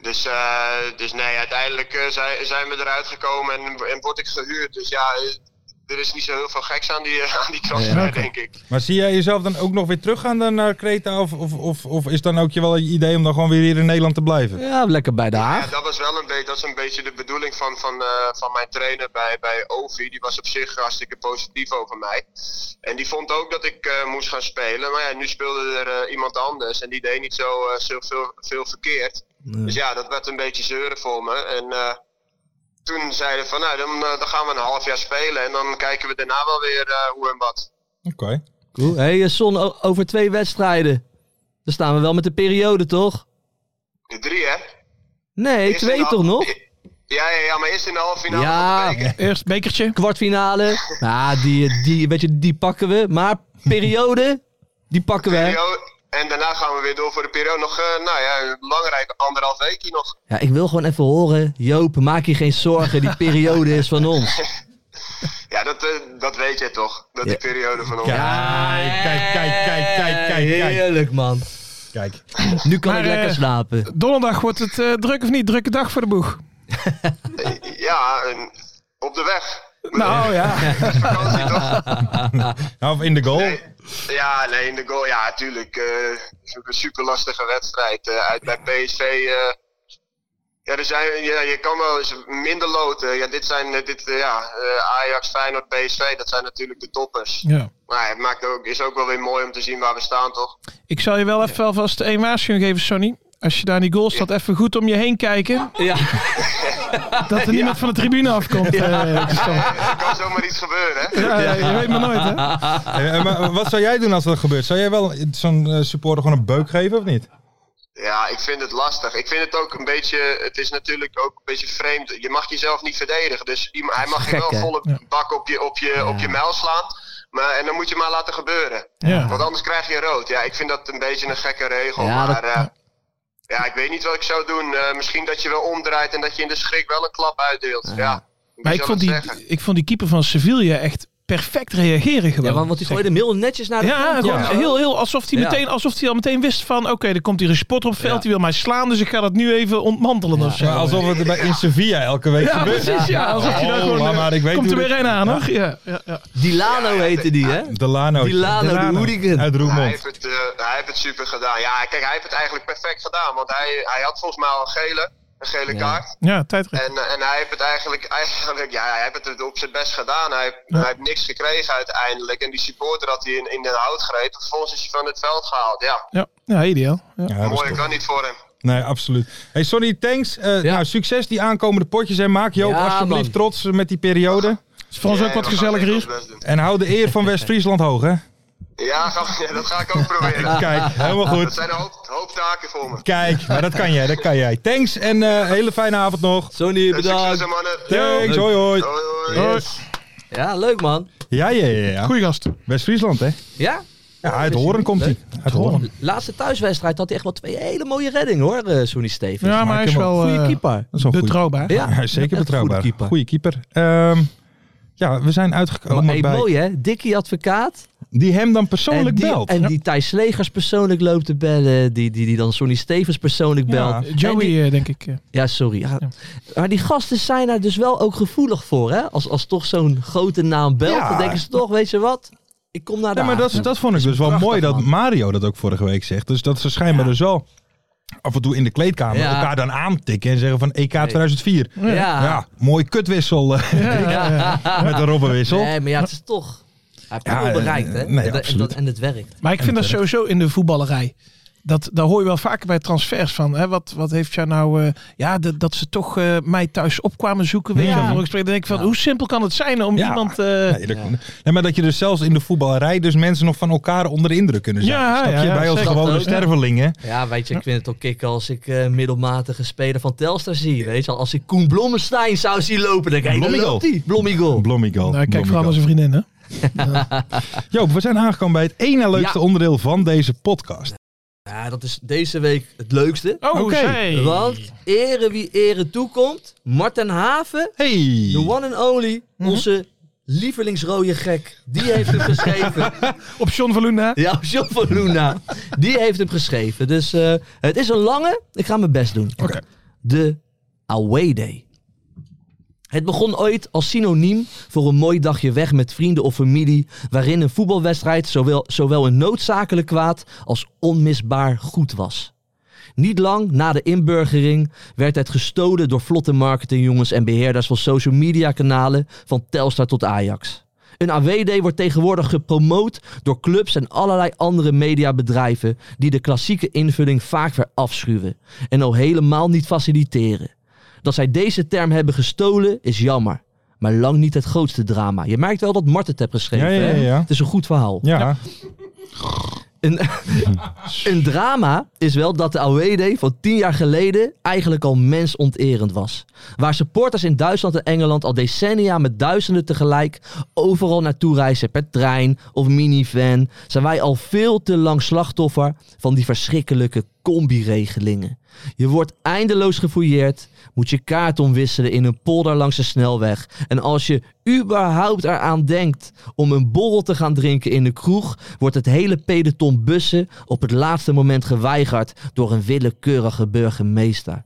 [SPEAKER 10] Dus, eh, dus nee, uiteindelijk eh, zijn, zijn we eruit gekomen en, en word ik gehuurd. Dus ja, eh, er is niet zo heel veel geks aan die, eh, aan die transfer,
[SPEAKER 6] Ja, oké.
[SPEAKER 10] denk ik.
[SPEAKER 6] Maar zie jij jezelf dan ook nog weer teruggaan dan naar Kreta? Of, of, of, of is dan ook je wel je idee om dan gewoon weer hier in Nederland te blijven?
[SPEAKER 7] ja lekker bij de
[SPEAKER 10] Ja,
[SPEAKER 7] Haag.
[SPEAKER 10] dat was wel een beetje, dat is een beetje de bedoeling van, van, eh, van mijn trainer bij, bij Ovi. Die was op zich hartstikke positief over mij. En die vond ook dat ik eh, moest gaan spelen. Maar ja, nu speelde er eh, iemand anders en die deed niet zo, eh, zo veel, veel verkeerd. Dus ja, dat werd een beetje zeuren voor me. En eh, toen zeiden van, nou, dan, eh, dan gaan we een half jaar spelen. En dan kijken we daarna wel weer eh, hoe en wat.
[SPEAKER 6] Oké.
[SPEAKER 7] Cool. Hé, hey, eh, Son, o- over twee wedstrijden. Dan staan we wel met de periode, toch?
[SPEAKER 10] De drie, hè?
[SPEAKER 7] Nee,
[SPEAKER 10] Eerst in
[SPEAKER 7] twee
[SPEAKER 10] de
[SPEAKER 7] E toch
[SPEAKER 10] hal-
[SPEAKER 7] nog?
[SPEAKER 10] Ja, ja, ja, maar eerst in de halve finale
[SPEAKER 7] Ja.
[SPEAKER 10] van de beker.
[SPEAKER 8] Eerst bekertje.
[SPEAKER 7] Kwartfinale. Nou, die, die, weet je, die pakken we. Maar periode, die pakken we.
[SPEAKER 10] Perio- En daarna gaan we weer door voor de periode. Nog eh, nou ja, een belangrijke anderhalf weekje nog.
[SPEAKER 7] Ja, ik wil gewoon even horen. Joop, maak je geen zorgen. Die periode is van ons.
[SPEAKER 10] Ja, dat, eh, dat weet jij toch? Dat die
[SPEAKER 7] Ja.
[SPEAKER 10] periode van ons.
[SPEAKER 6] Kijk, kijk, kijk, kijk, kijk, kijk, kijk.
[SPEAKER 7] Heerlijk, man.
[SPEAKER 6] kijk.
[SPEAKER 7] Nu kan
[SPEAKER 8] Maar,
[SPEAKER 7] ik lekker
[SPEAKER 8] eh,
[SPEAKER 7] slapen.
[SPEAKER 8] Donderdag wordt het eh, druk of niet? Drukke dag voor de boeg.
[SPEAKER 10] Ja, en op de weg.
[SPEAKER 8] Nou ja.
[SPEAKER 10] Vakantie toch?
[SPEAKER 6] Nou, of in de goal.
[SPEAKER 10] Nee. Ja, nee, in de goal. Ja, tuurlijk. eh, het is ook een super lastige wedstrijd. eh, uit bij PSV. eh, ja, er zijn, ja, je kan wel eens minder loten. Ja, dit zijn eh, dit, eh, ja, eh, Ajax, Feyenoord, PSV. Dat zijn natuurlijk de toppers.
[SPEAKER 8] (laughs) ja.
[SPEAKER 10] Maar het maakt ook, is ook wel weer mooi om te zien waar we staan, toch?
[SPEAKER 8] Ik zal je wel even alvast één waarschuwing geven, Sonny. Als je daar in die goal staat, even goed om je heen kijken.
[SPEAKER 7] Ja,
[SPEAKER 8] Dat er niemand van de tribune afkomt. eh, dus dan-
[SPEAKER 10] Er kan zomaar iets gebeuren, hè?
[SPEAKER 8] (laughs) ja, Je weet maar nooit, hè?
[SPEAKER 6] Eh, eh, maar wat zou jij doen als dat gebeurt? Zou jij wel zo'n eh, supporter gewoon een beuk geven of niet?
[SPEAKER 10] Ja, ik vind het lastig. Ik vind het ook een beetje. Het is natuurlijk ook een beetje vreemd. Je mag jezelf niet verdedigen. Dus iem- hij mag je
[SPEAKER 7] gek, hè?
[SPEAKER 10] wel volle bak op je, op, je, op je mijl slaan. Maar, en dan moet je maar laten gebeuren.
[SPEAKER 8] Ja.
[SPEAKER 10] Want anders krijg je rood. Ja, ik vind dat een beetje een gekke regel.
[SPEAKER 7] Ja, dat-
[SPEAKER 10] maar eh, ja, ik weet niet wat ik zou doen. Eh, misschien dat je wel omdraait en dat je in de schrik wel een klap uitdeelt. Ja. wie
[SPEAKER 8] Maar ik
[SPEAKER 10] zal
[SPEAKER 8] vond,
[SPEAKER 10] het
[SPEAKER 8] die,
[SPEAKER 10] zeggen?
[SPEAKER 8] ik vond die keeper van Sevilla echt perfect reageren gewoon.
[SPEAKER 7] want, want die gooide hem heel netjes naar de
[SPEAKER 8] Ja,
[SPEAKER 7] kant.
[SPEAKER 8] gewoon
[SPEAKER 7] ja.
[SPEAKER 8] heel, heel alsof hij
[SPEAKER 7] Ja.
[SPEAKER 8] meteen, alsof hij al meteen wist van, oké, er komt hier een spotter op het veld,
[SPEAKER 7] Ja.
[SPEAKER 8] die wil mij slaan, dus ik ga dat nu even ontmantelen of zo.
[SPEAKER 6] Maar alsof het er bij in Sevilla elke week
[SPEAKER 8] Ja,
[SPEAKER 6] gebeurt.
[SPEAKER 8] precies, ja. Alsof je
[SPEAKER 6] Oh,
[SPEAKER 8] daar gewoon,
[SPEAKER 6] maar,
[SPEAKER 8] eh,
[SPEAKER 6] maar ik weet
[SPEAKER 8] komt er
[SPEAKER 6] hoe
[SPEAKER 8] weer
[SPEAKER 6] dit-
[SPEAKER 8] een aan, hoor. Ja, ja, ja.
[SPEAKER 7] Dilano heette die, hè?
[SPEAKER 6] Delano.
[SPEAKER 7] Delano, de hooligan.
[SPEAKER 6] Uit
[SPEAKER 10] Hij
[SPEAKER 6] Roermond.
[SPEAKER 10] heeft, het, eh, hij heeft het super gedaan. Ja, kijk, hij heeft het eigenlijk perfect gedaan. Want hij, hij had volgens mij al een gele, een gele
[SPEAKER 7] Ja.
[SPEAKER 10] kaart.
[SPEAKER 8] ja tijdrit.
[SPEAKER 10] En, eh, en hij heeft het eigenlijk, eigenlijk ja, hij heeft het op zijn best gedaan. Hij, heeft- hij heeft niks gekregen uiteindelijk. En die supporter had hij in, in de hout gegrepen. Vervolgens is hij van het veld gehaald. Ja,
[SPEAKER 8] Ja, ja ideaal. Ja.
[SPEAKER 6] Ja, dat is
[SPEAKER 10] mooi
[SPEAKER 6] tof.
[SPEAKER 10] kan niet voor hem.
[SPEAKER 6] Nee, absoluut. Hey, Sonny, thanks. Eh,
[SPEAKER 7] Ja.
[SPEAKER 6] nou, succes die aankomende potjes. En maak Joop
[SPEAKER 7] Ja,
[SPEAKER 6] alsjeblieft
[SPEAKER 7] man.
[SPEAKER 6] trots eh, met die periode.
[SPEAKER 8] Is voor ons
[SPEAKER 10] Ja,
[SPEAKER 8] ook wat
[SPEAKER 10] we gaan
[SPEAKER 8] gezelliger
[SPEAKER 10] echt
[SPEAKER 8] hier.
[SPEAKER 10] ons best doen.
[SPEAKER 6] En hou de eer van West-Friesland hoog, hè?
[SPEAKER 10] Ja, ga- (laughs) ja, dat ga ik ook
[SPEAKER 6] (laughs)
[SPEAKER 10] proberen.
[SPEAKER 6] Kijk, helemaal goed.
[SPEAKER 10] Dat zijn een hoop, hoop taken voor me.
[SPEAKER 6] Kijk, maar dat kan jij, dat kan jij. Thanks en eh, hele fijne avond nog.
[SPEAKER 7] Sony,
[SPEAKER 10] Succes,
[SPEAKER 7] bedankt.
[SPEAKER 10] hè, mannen.
[SPEAKER 6] Thanks, hoi hoi.
[SPEAKER 10] Hoi, hoi.
[SPEAKER 7] Ja, leuk, man.
[SPEAKER 6] Ja, ja, ja. ja.
[SPEAKER 8] Goeie gast.
[SPEAKER 6] West-Friesland, hè?
[SPEAKER 7] Ja?
[SPEAKER 6] Ja, uit Horen komt hij. Uit Horen.
[SPEAKER 7] Laatste thuiswedstrijd had hij echt wel twee hele mooie reddingen, hoor, eh Sonny Stevens.
[SPEAKER 8] Ja, maar hij is
[SPEAKER 6] hem
[SPEAKER 8] wel
[SPEAKER 7] Goeie
[SPEAKER 8] eh,
[SPEAKER 7] keeper.
[SPEAKER 6] Dat is wel goed.
[SPEAKER 8] betrouwbaar.
[SPEAKER 7] Ja,
[SPEAKER 6] Hij is zeker
[SPEAKER 7] echt een
[SPEAKER 6] betrouwbaar.
[SPEAKER 7] Goede keeper.
[SPEAKER 6] Goeie keeper. Ehm, ja, we zijn uitgekomen
[SPEAKER 7] maar, hey,
[SPEAKER 6] bij
[SPEAKER 7] mooi, hè? Dikkie advocaat.
[SPEAKER 6] die hem dan
[SPEAKER 7] en
[SPEAKER 6] persoonlijk
[SPEAKER 7] die,
[SPEAKER 6] belt.
[SPEAKER 7] En die Thijs Legers persoonlijk loopt te bellen. Die, die, die dan Sonny Stevens persoonlijk
[SPEAKER 6] Ja.
[SPEAKER 7] belt. En
[SPEAKER 8] Joey,
[SPEAKER 7] die-
[SPEAKER 8] eh, denk ik. eh.
[SPEAKER 7] Ja, sorry. Ja. Maar die gasten zijn daar dus wel ook gevoelig voor, hè? Als, als toch zo'n grote naam belt,
[SPEAKER 6] Ja.
[SPEAKER 7] dan denken ze toch, weet je wat? Ik kom naar de
[SPEAKER 6] Ja, maar dat,
[SPEAKER 7] Haag.
[SPEAKER 6] dat vond ik dus wel
[SPEAKER 7] prachtig,
[SPEAKER 6] mooi dat
[SPEAKER 7] man.
[SPEAKER 6] Mario dat ook vorige week zegt. Dus dat ze schijnbaar dus wel af en toe in de kleedkamer
[SPEAKER 7] Ja.
[SPEAKER 6] elkaar dan aantikken en zeggen van "E EK 2004.
[SPEAKER 7] Ja.
[SPEAKER 6] Ja, mooi kutwissel eh,
[SPEAKER 7] (laughs)
[SPEAKER 6] (laughs) met een robbenwissel.
[SPEAKER 7] Nee, maar ja, het is toch... Hij heeft
[SPEAKER 6] Ja,
[SPEAKER 7] het wel
[SPEAKER 6] eh,
[SPEAKER 7] bereikt, hè?
[SPEAKER 6] nee,
[SPEAKER 7] En dat- en,
[SPEAKER 6] absoluut.
[SPEAKER 7] dat- en het werkt.
[SPEAKER 8] Maar ik vind dat sowieso in de voetballerij. Dat, daar hoor je wel vaker bij transfers van. Hè? Wat, wat heeft jou nou... eh, ja, dat, dat ze toch eh, mij thuis opkwamen zoeken. Weet je, wel, voor een gesprek. Dan denk ik van, hoe simpel kan het zijn om
[SPEAKER 6] Ja.
[SPEAKER 8] iemand... eh,
[SPEAKER 6] Nee, dat- nee, maar dat je dus zelfs in de voetballerij dus mensen nog van elkaar onder de indruk kunnen zijn.
[SPEAKER 8] Ja,
[SPEAKER 6] Snap
[SPEAKER 8] ja,
[SPEAKER 6] je?
[SPEAKER 8] ja,
[SPEAKER 6] Wij als
[SPEAKER 8] zeker.
[SPEAKER 6] gewone
[SPEAKER 7] Dat ook.
[SPEAKER 6] stervelingen.
[SPEAKER 7] Ja, weet je, ik vind het ook kicken als ik eh, middelmatige speler van Telstar zie. Weet je, wel. als ik Koen Blommestein zou zien lopen, dan denk ik, hey, daar
[SPEAKER 6] Blommigol.
[SPEAKER 7] loopt hij. Blommigol.
[SPEAKER 6] Blommigal.
[SPEAKER 8] nou, kijk
[SPEAKER 6] Blommigal.
[SPEAKER 8] vooral naar zijn vriendin, hè.
[SPEAKER 6] Joop, we zijn aangekomen bij het ene leukste
[SPEAKER 7] Ja.
[SPEAKER 6] onderdeel van deze podcast.
[SPEAKER 7] Ja, dat is deze week het leukste.
[SPEAKER 8] Oh, oké.
[SPEAKER 6] hey.
[SPEAKER 7] Want ere wie ere toekomt, Marten Haven,
[SPEAKER 6] Hey.
[SPEAKER 7] de one and only, onze lievelingsrode gek, die heeft hem
[SPEAKER 6] (laughs)
[SPEAKER 7] geschreven.
[SPEAKER 8] Op John van Luna.
[SPEAKER 7] ja, John van Luna, die heeft hem geschreven. Dus eh, het is een lange, ik ga mijn best doen. Oké. De Away Day. Het begon ooit als synoniem voor een mooi dagje weg met vrienden of familie, waarin een voetbalwedstrijd zowel, zowel een noodzakelijk kwaad als onmisbaar goed was. Niet lang na de inburgering werd het gestolen door vlotte marketingjongens en beheerders van social media kanalen van Telstar tot Ajax. Een AWD wordt tegenwoordig gepromoot door clubs en allerlei andere mediabedrijven die de klassieke invulling vaak weer afschuwen en al helemaal niet faciliteren. Dat zij deze term hebben gestolen is jammer, maar lang niet het grootste drama. Je merkt wel dat Mart het heeft geschreven.
[SPEAKER 6] Ja, ja, ja,
[SPEAKER 7] hè?
[SPEAKER 6] ja.
[SPEAKER 7] Het is een goed verhaal.
[SPEAKER 6] Ja.
[SPEAKER 7] Een, (laughs) een drama is wel dat de AWD van tien jaar geleden eigenlijk al mensonterend was. Waar supporters in Duitsland en Engeland al decennia met duizenden tegelijk overal naartoe reizen per trein of minivan, zijn wij al veel te lang slachtoffer van die verschrikkelijke combi-regelingen. Je wordt eindeloos gefouilleerd, moet je kaart omwisselen in een polder langs de snelweg. En als je überhaupt eraan denkt om een borrel te gaan drinken in de kroeg, wordt het hele peloton bussen op het laatste moment geweigerd door een willekeurige burgemeester.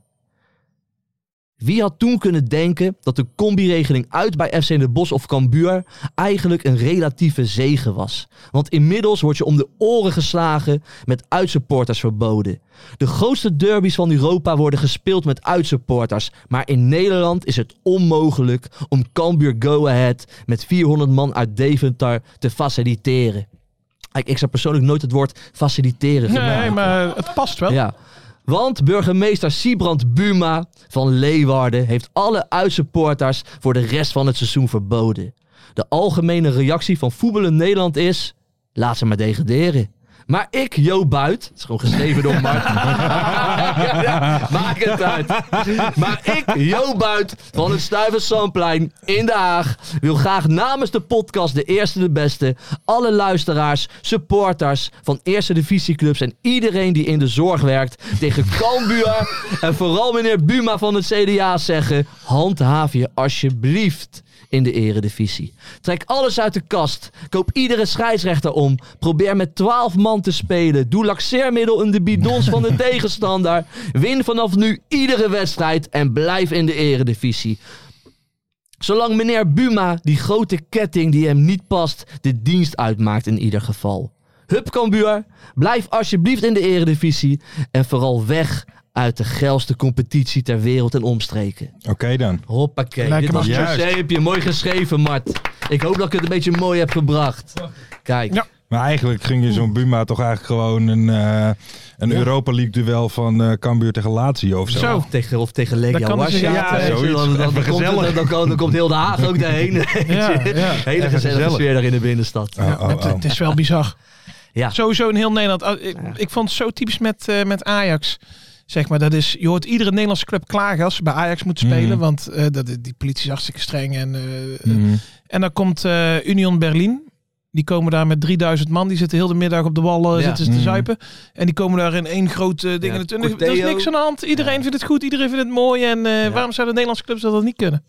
[SPEAKER 7] Wie had toen kunnen denken dat de combiregeling uit bij FC Den Bosch of Cambuur eigenlijk een relatieve zegen was? Want inmiddels word je om de oren geslagen met uitsupporters verboden. De grootste derbies van Europa worden gespeeld met uitsupporters, maar in Nederland is het onmogelijk om Cambuur Go Ahead met 400 man uit Deventer te faciliteren. Kijk, ik zou persoonlijk nooit het woord faciliteren
[SPEAKER 8] Nee,
[SPEAKER 7] gebruiken.
[SPEAKER 8] maar het past wel.
[SPEAKER 7] Ja. Want burgemeester Siebrand Buma van Leeuwarden heeft alle uitsupporters voor de rest van het seizoen verboden. De algemene reactie van voetballen Nederland is: laat ze maar degraderen. Maar ik, Jo Buit, het is gewoon geschreven door Mark. (laughs) Maak het uit. Maar ik, Jo Buit van het Stuyvesantplein in Den Haag, wil graag namens de podcast De Eerste de Beste alle luisteraars, supporters van Eerste Divisieclubs en iedereen die in de zorg werkt tegen Cambuur en vooral meneer Buma van het CDA zeggen: handhaaf je alsjeblieft in de eredivisie. Trek alles uit de kast. Koop iedere scheidsrechter om. Probeer met 12 man te spelen. Doe laxeermiddel in de bidons van de tegenstander. Win vanaf nu iedere wedstrijd en blijf in de eredivisie. Zolang meneer Buma, die grote ketting die hem niet past, de dienst uitmaakt in ieder geval. Hup Cambuur, blijf alsjeblieft in de eredivisie en vooral weg uit de geilste competitie ter wereld en omstreken.
[SPEAKER 6] Oké dan.
[SPEAKER 7] Hoppakee.
[SPEAKER 8] Lekker
[SPEAKER 7] Dit was
[SPEAKER 6] man.
[SPEAKER 7] José,
[SPEAKER 6] Juist.
[SPEAKER 7] heb je mooi geschreven, Mart. Ik hoop dat ik het een beetje mooi heb gebracht. Kijk.
[SPEAKER 8] Ja.
[SPEAKER 6] Maar eigenlijk ging je zo'n Buma toch eigenlijk gewoon een, eh, een Europa League duel van eh Cambuur tegen Lazio of zo.
[SPEAKER 8] Zo.
[SPEAKER 7] Of tegen, of tegen Legia
[SPEAKER 8] Dat kan dus-
[SPEAKER 7] Warschau.
[SPEAKER 8] ja,
[SPEAKER 7] weet je,
[SPEAKER 6] zoiets.
[SPEAKER 7] dan, dan,
[SPEAKER 6] Even
[SPEAKER 7] komt,
[SPEAKER 6] gezellig.
[SPEAKER 7] het- dan, dan, dan komt heel de Haag ook daarheen. (laughs) weet je.
[SPEAKER 8] Ja, ja.
[SPEAKER 7] Hele gezellige
[SPEAKER 6] gezellig.
[SPEAKER 7] sfeer daar in de binnenstad.
[SPEAKER 6] Oh, oh,
[SPEAKER 8] Het,
[SPEAKER 6] oh.
[SPEAKER 8] het is wel (laughs) bizar.
[SPEAKER 7] Ja.
[SPEAKER 8] Sowieso in heel Nederland. Ah, Ik, ik vond het zo typisch met, eh, met Ajax. Zeg maar, dat is, je hoort iedere Nederlandse club klagen als ze bij Ajax moeten spelen.
[SPEAKER 6] Mhm.
[SPEAKER 8] Want eh, dat, die politie is hartstikke streng. En, eh,
[SPEAKER 6] Mhm.
[SPEAKER 8] en dan komt eh, Union Berlin. Die komen daar met 3000 man. Die zitten heel de middag op de wal eh,
[SPEAKER 7] Ja.
[SPEAKER 8] zitten ze te
[SPEAKER 6] Mhm.
[SPEAKER 8] zuipen. En die komen daar in één groot eh, ding.
[SPEAKER 7] Ja,
[SPEAKER 8] in het- en er- er is
[SPEAKER 7] Corteo.
[SPEAKER 8] niks aan de hand. Iedereen vindt het goed. Iedereen vindt het mooi. En eh, waarom zouden Nederlandse clubs dat dan niet kunnen?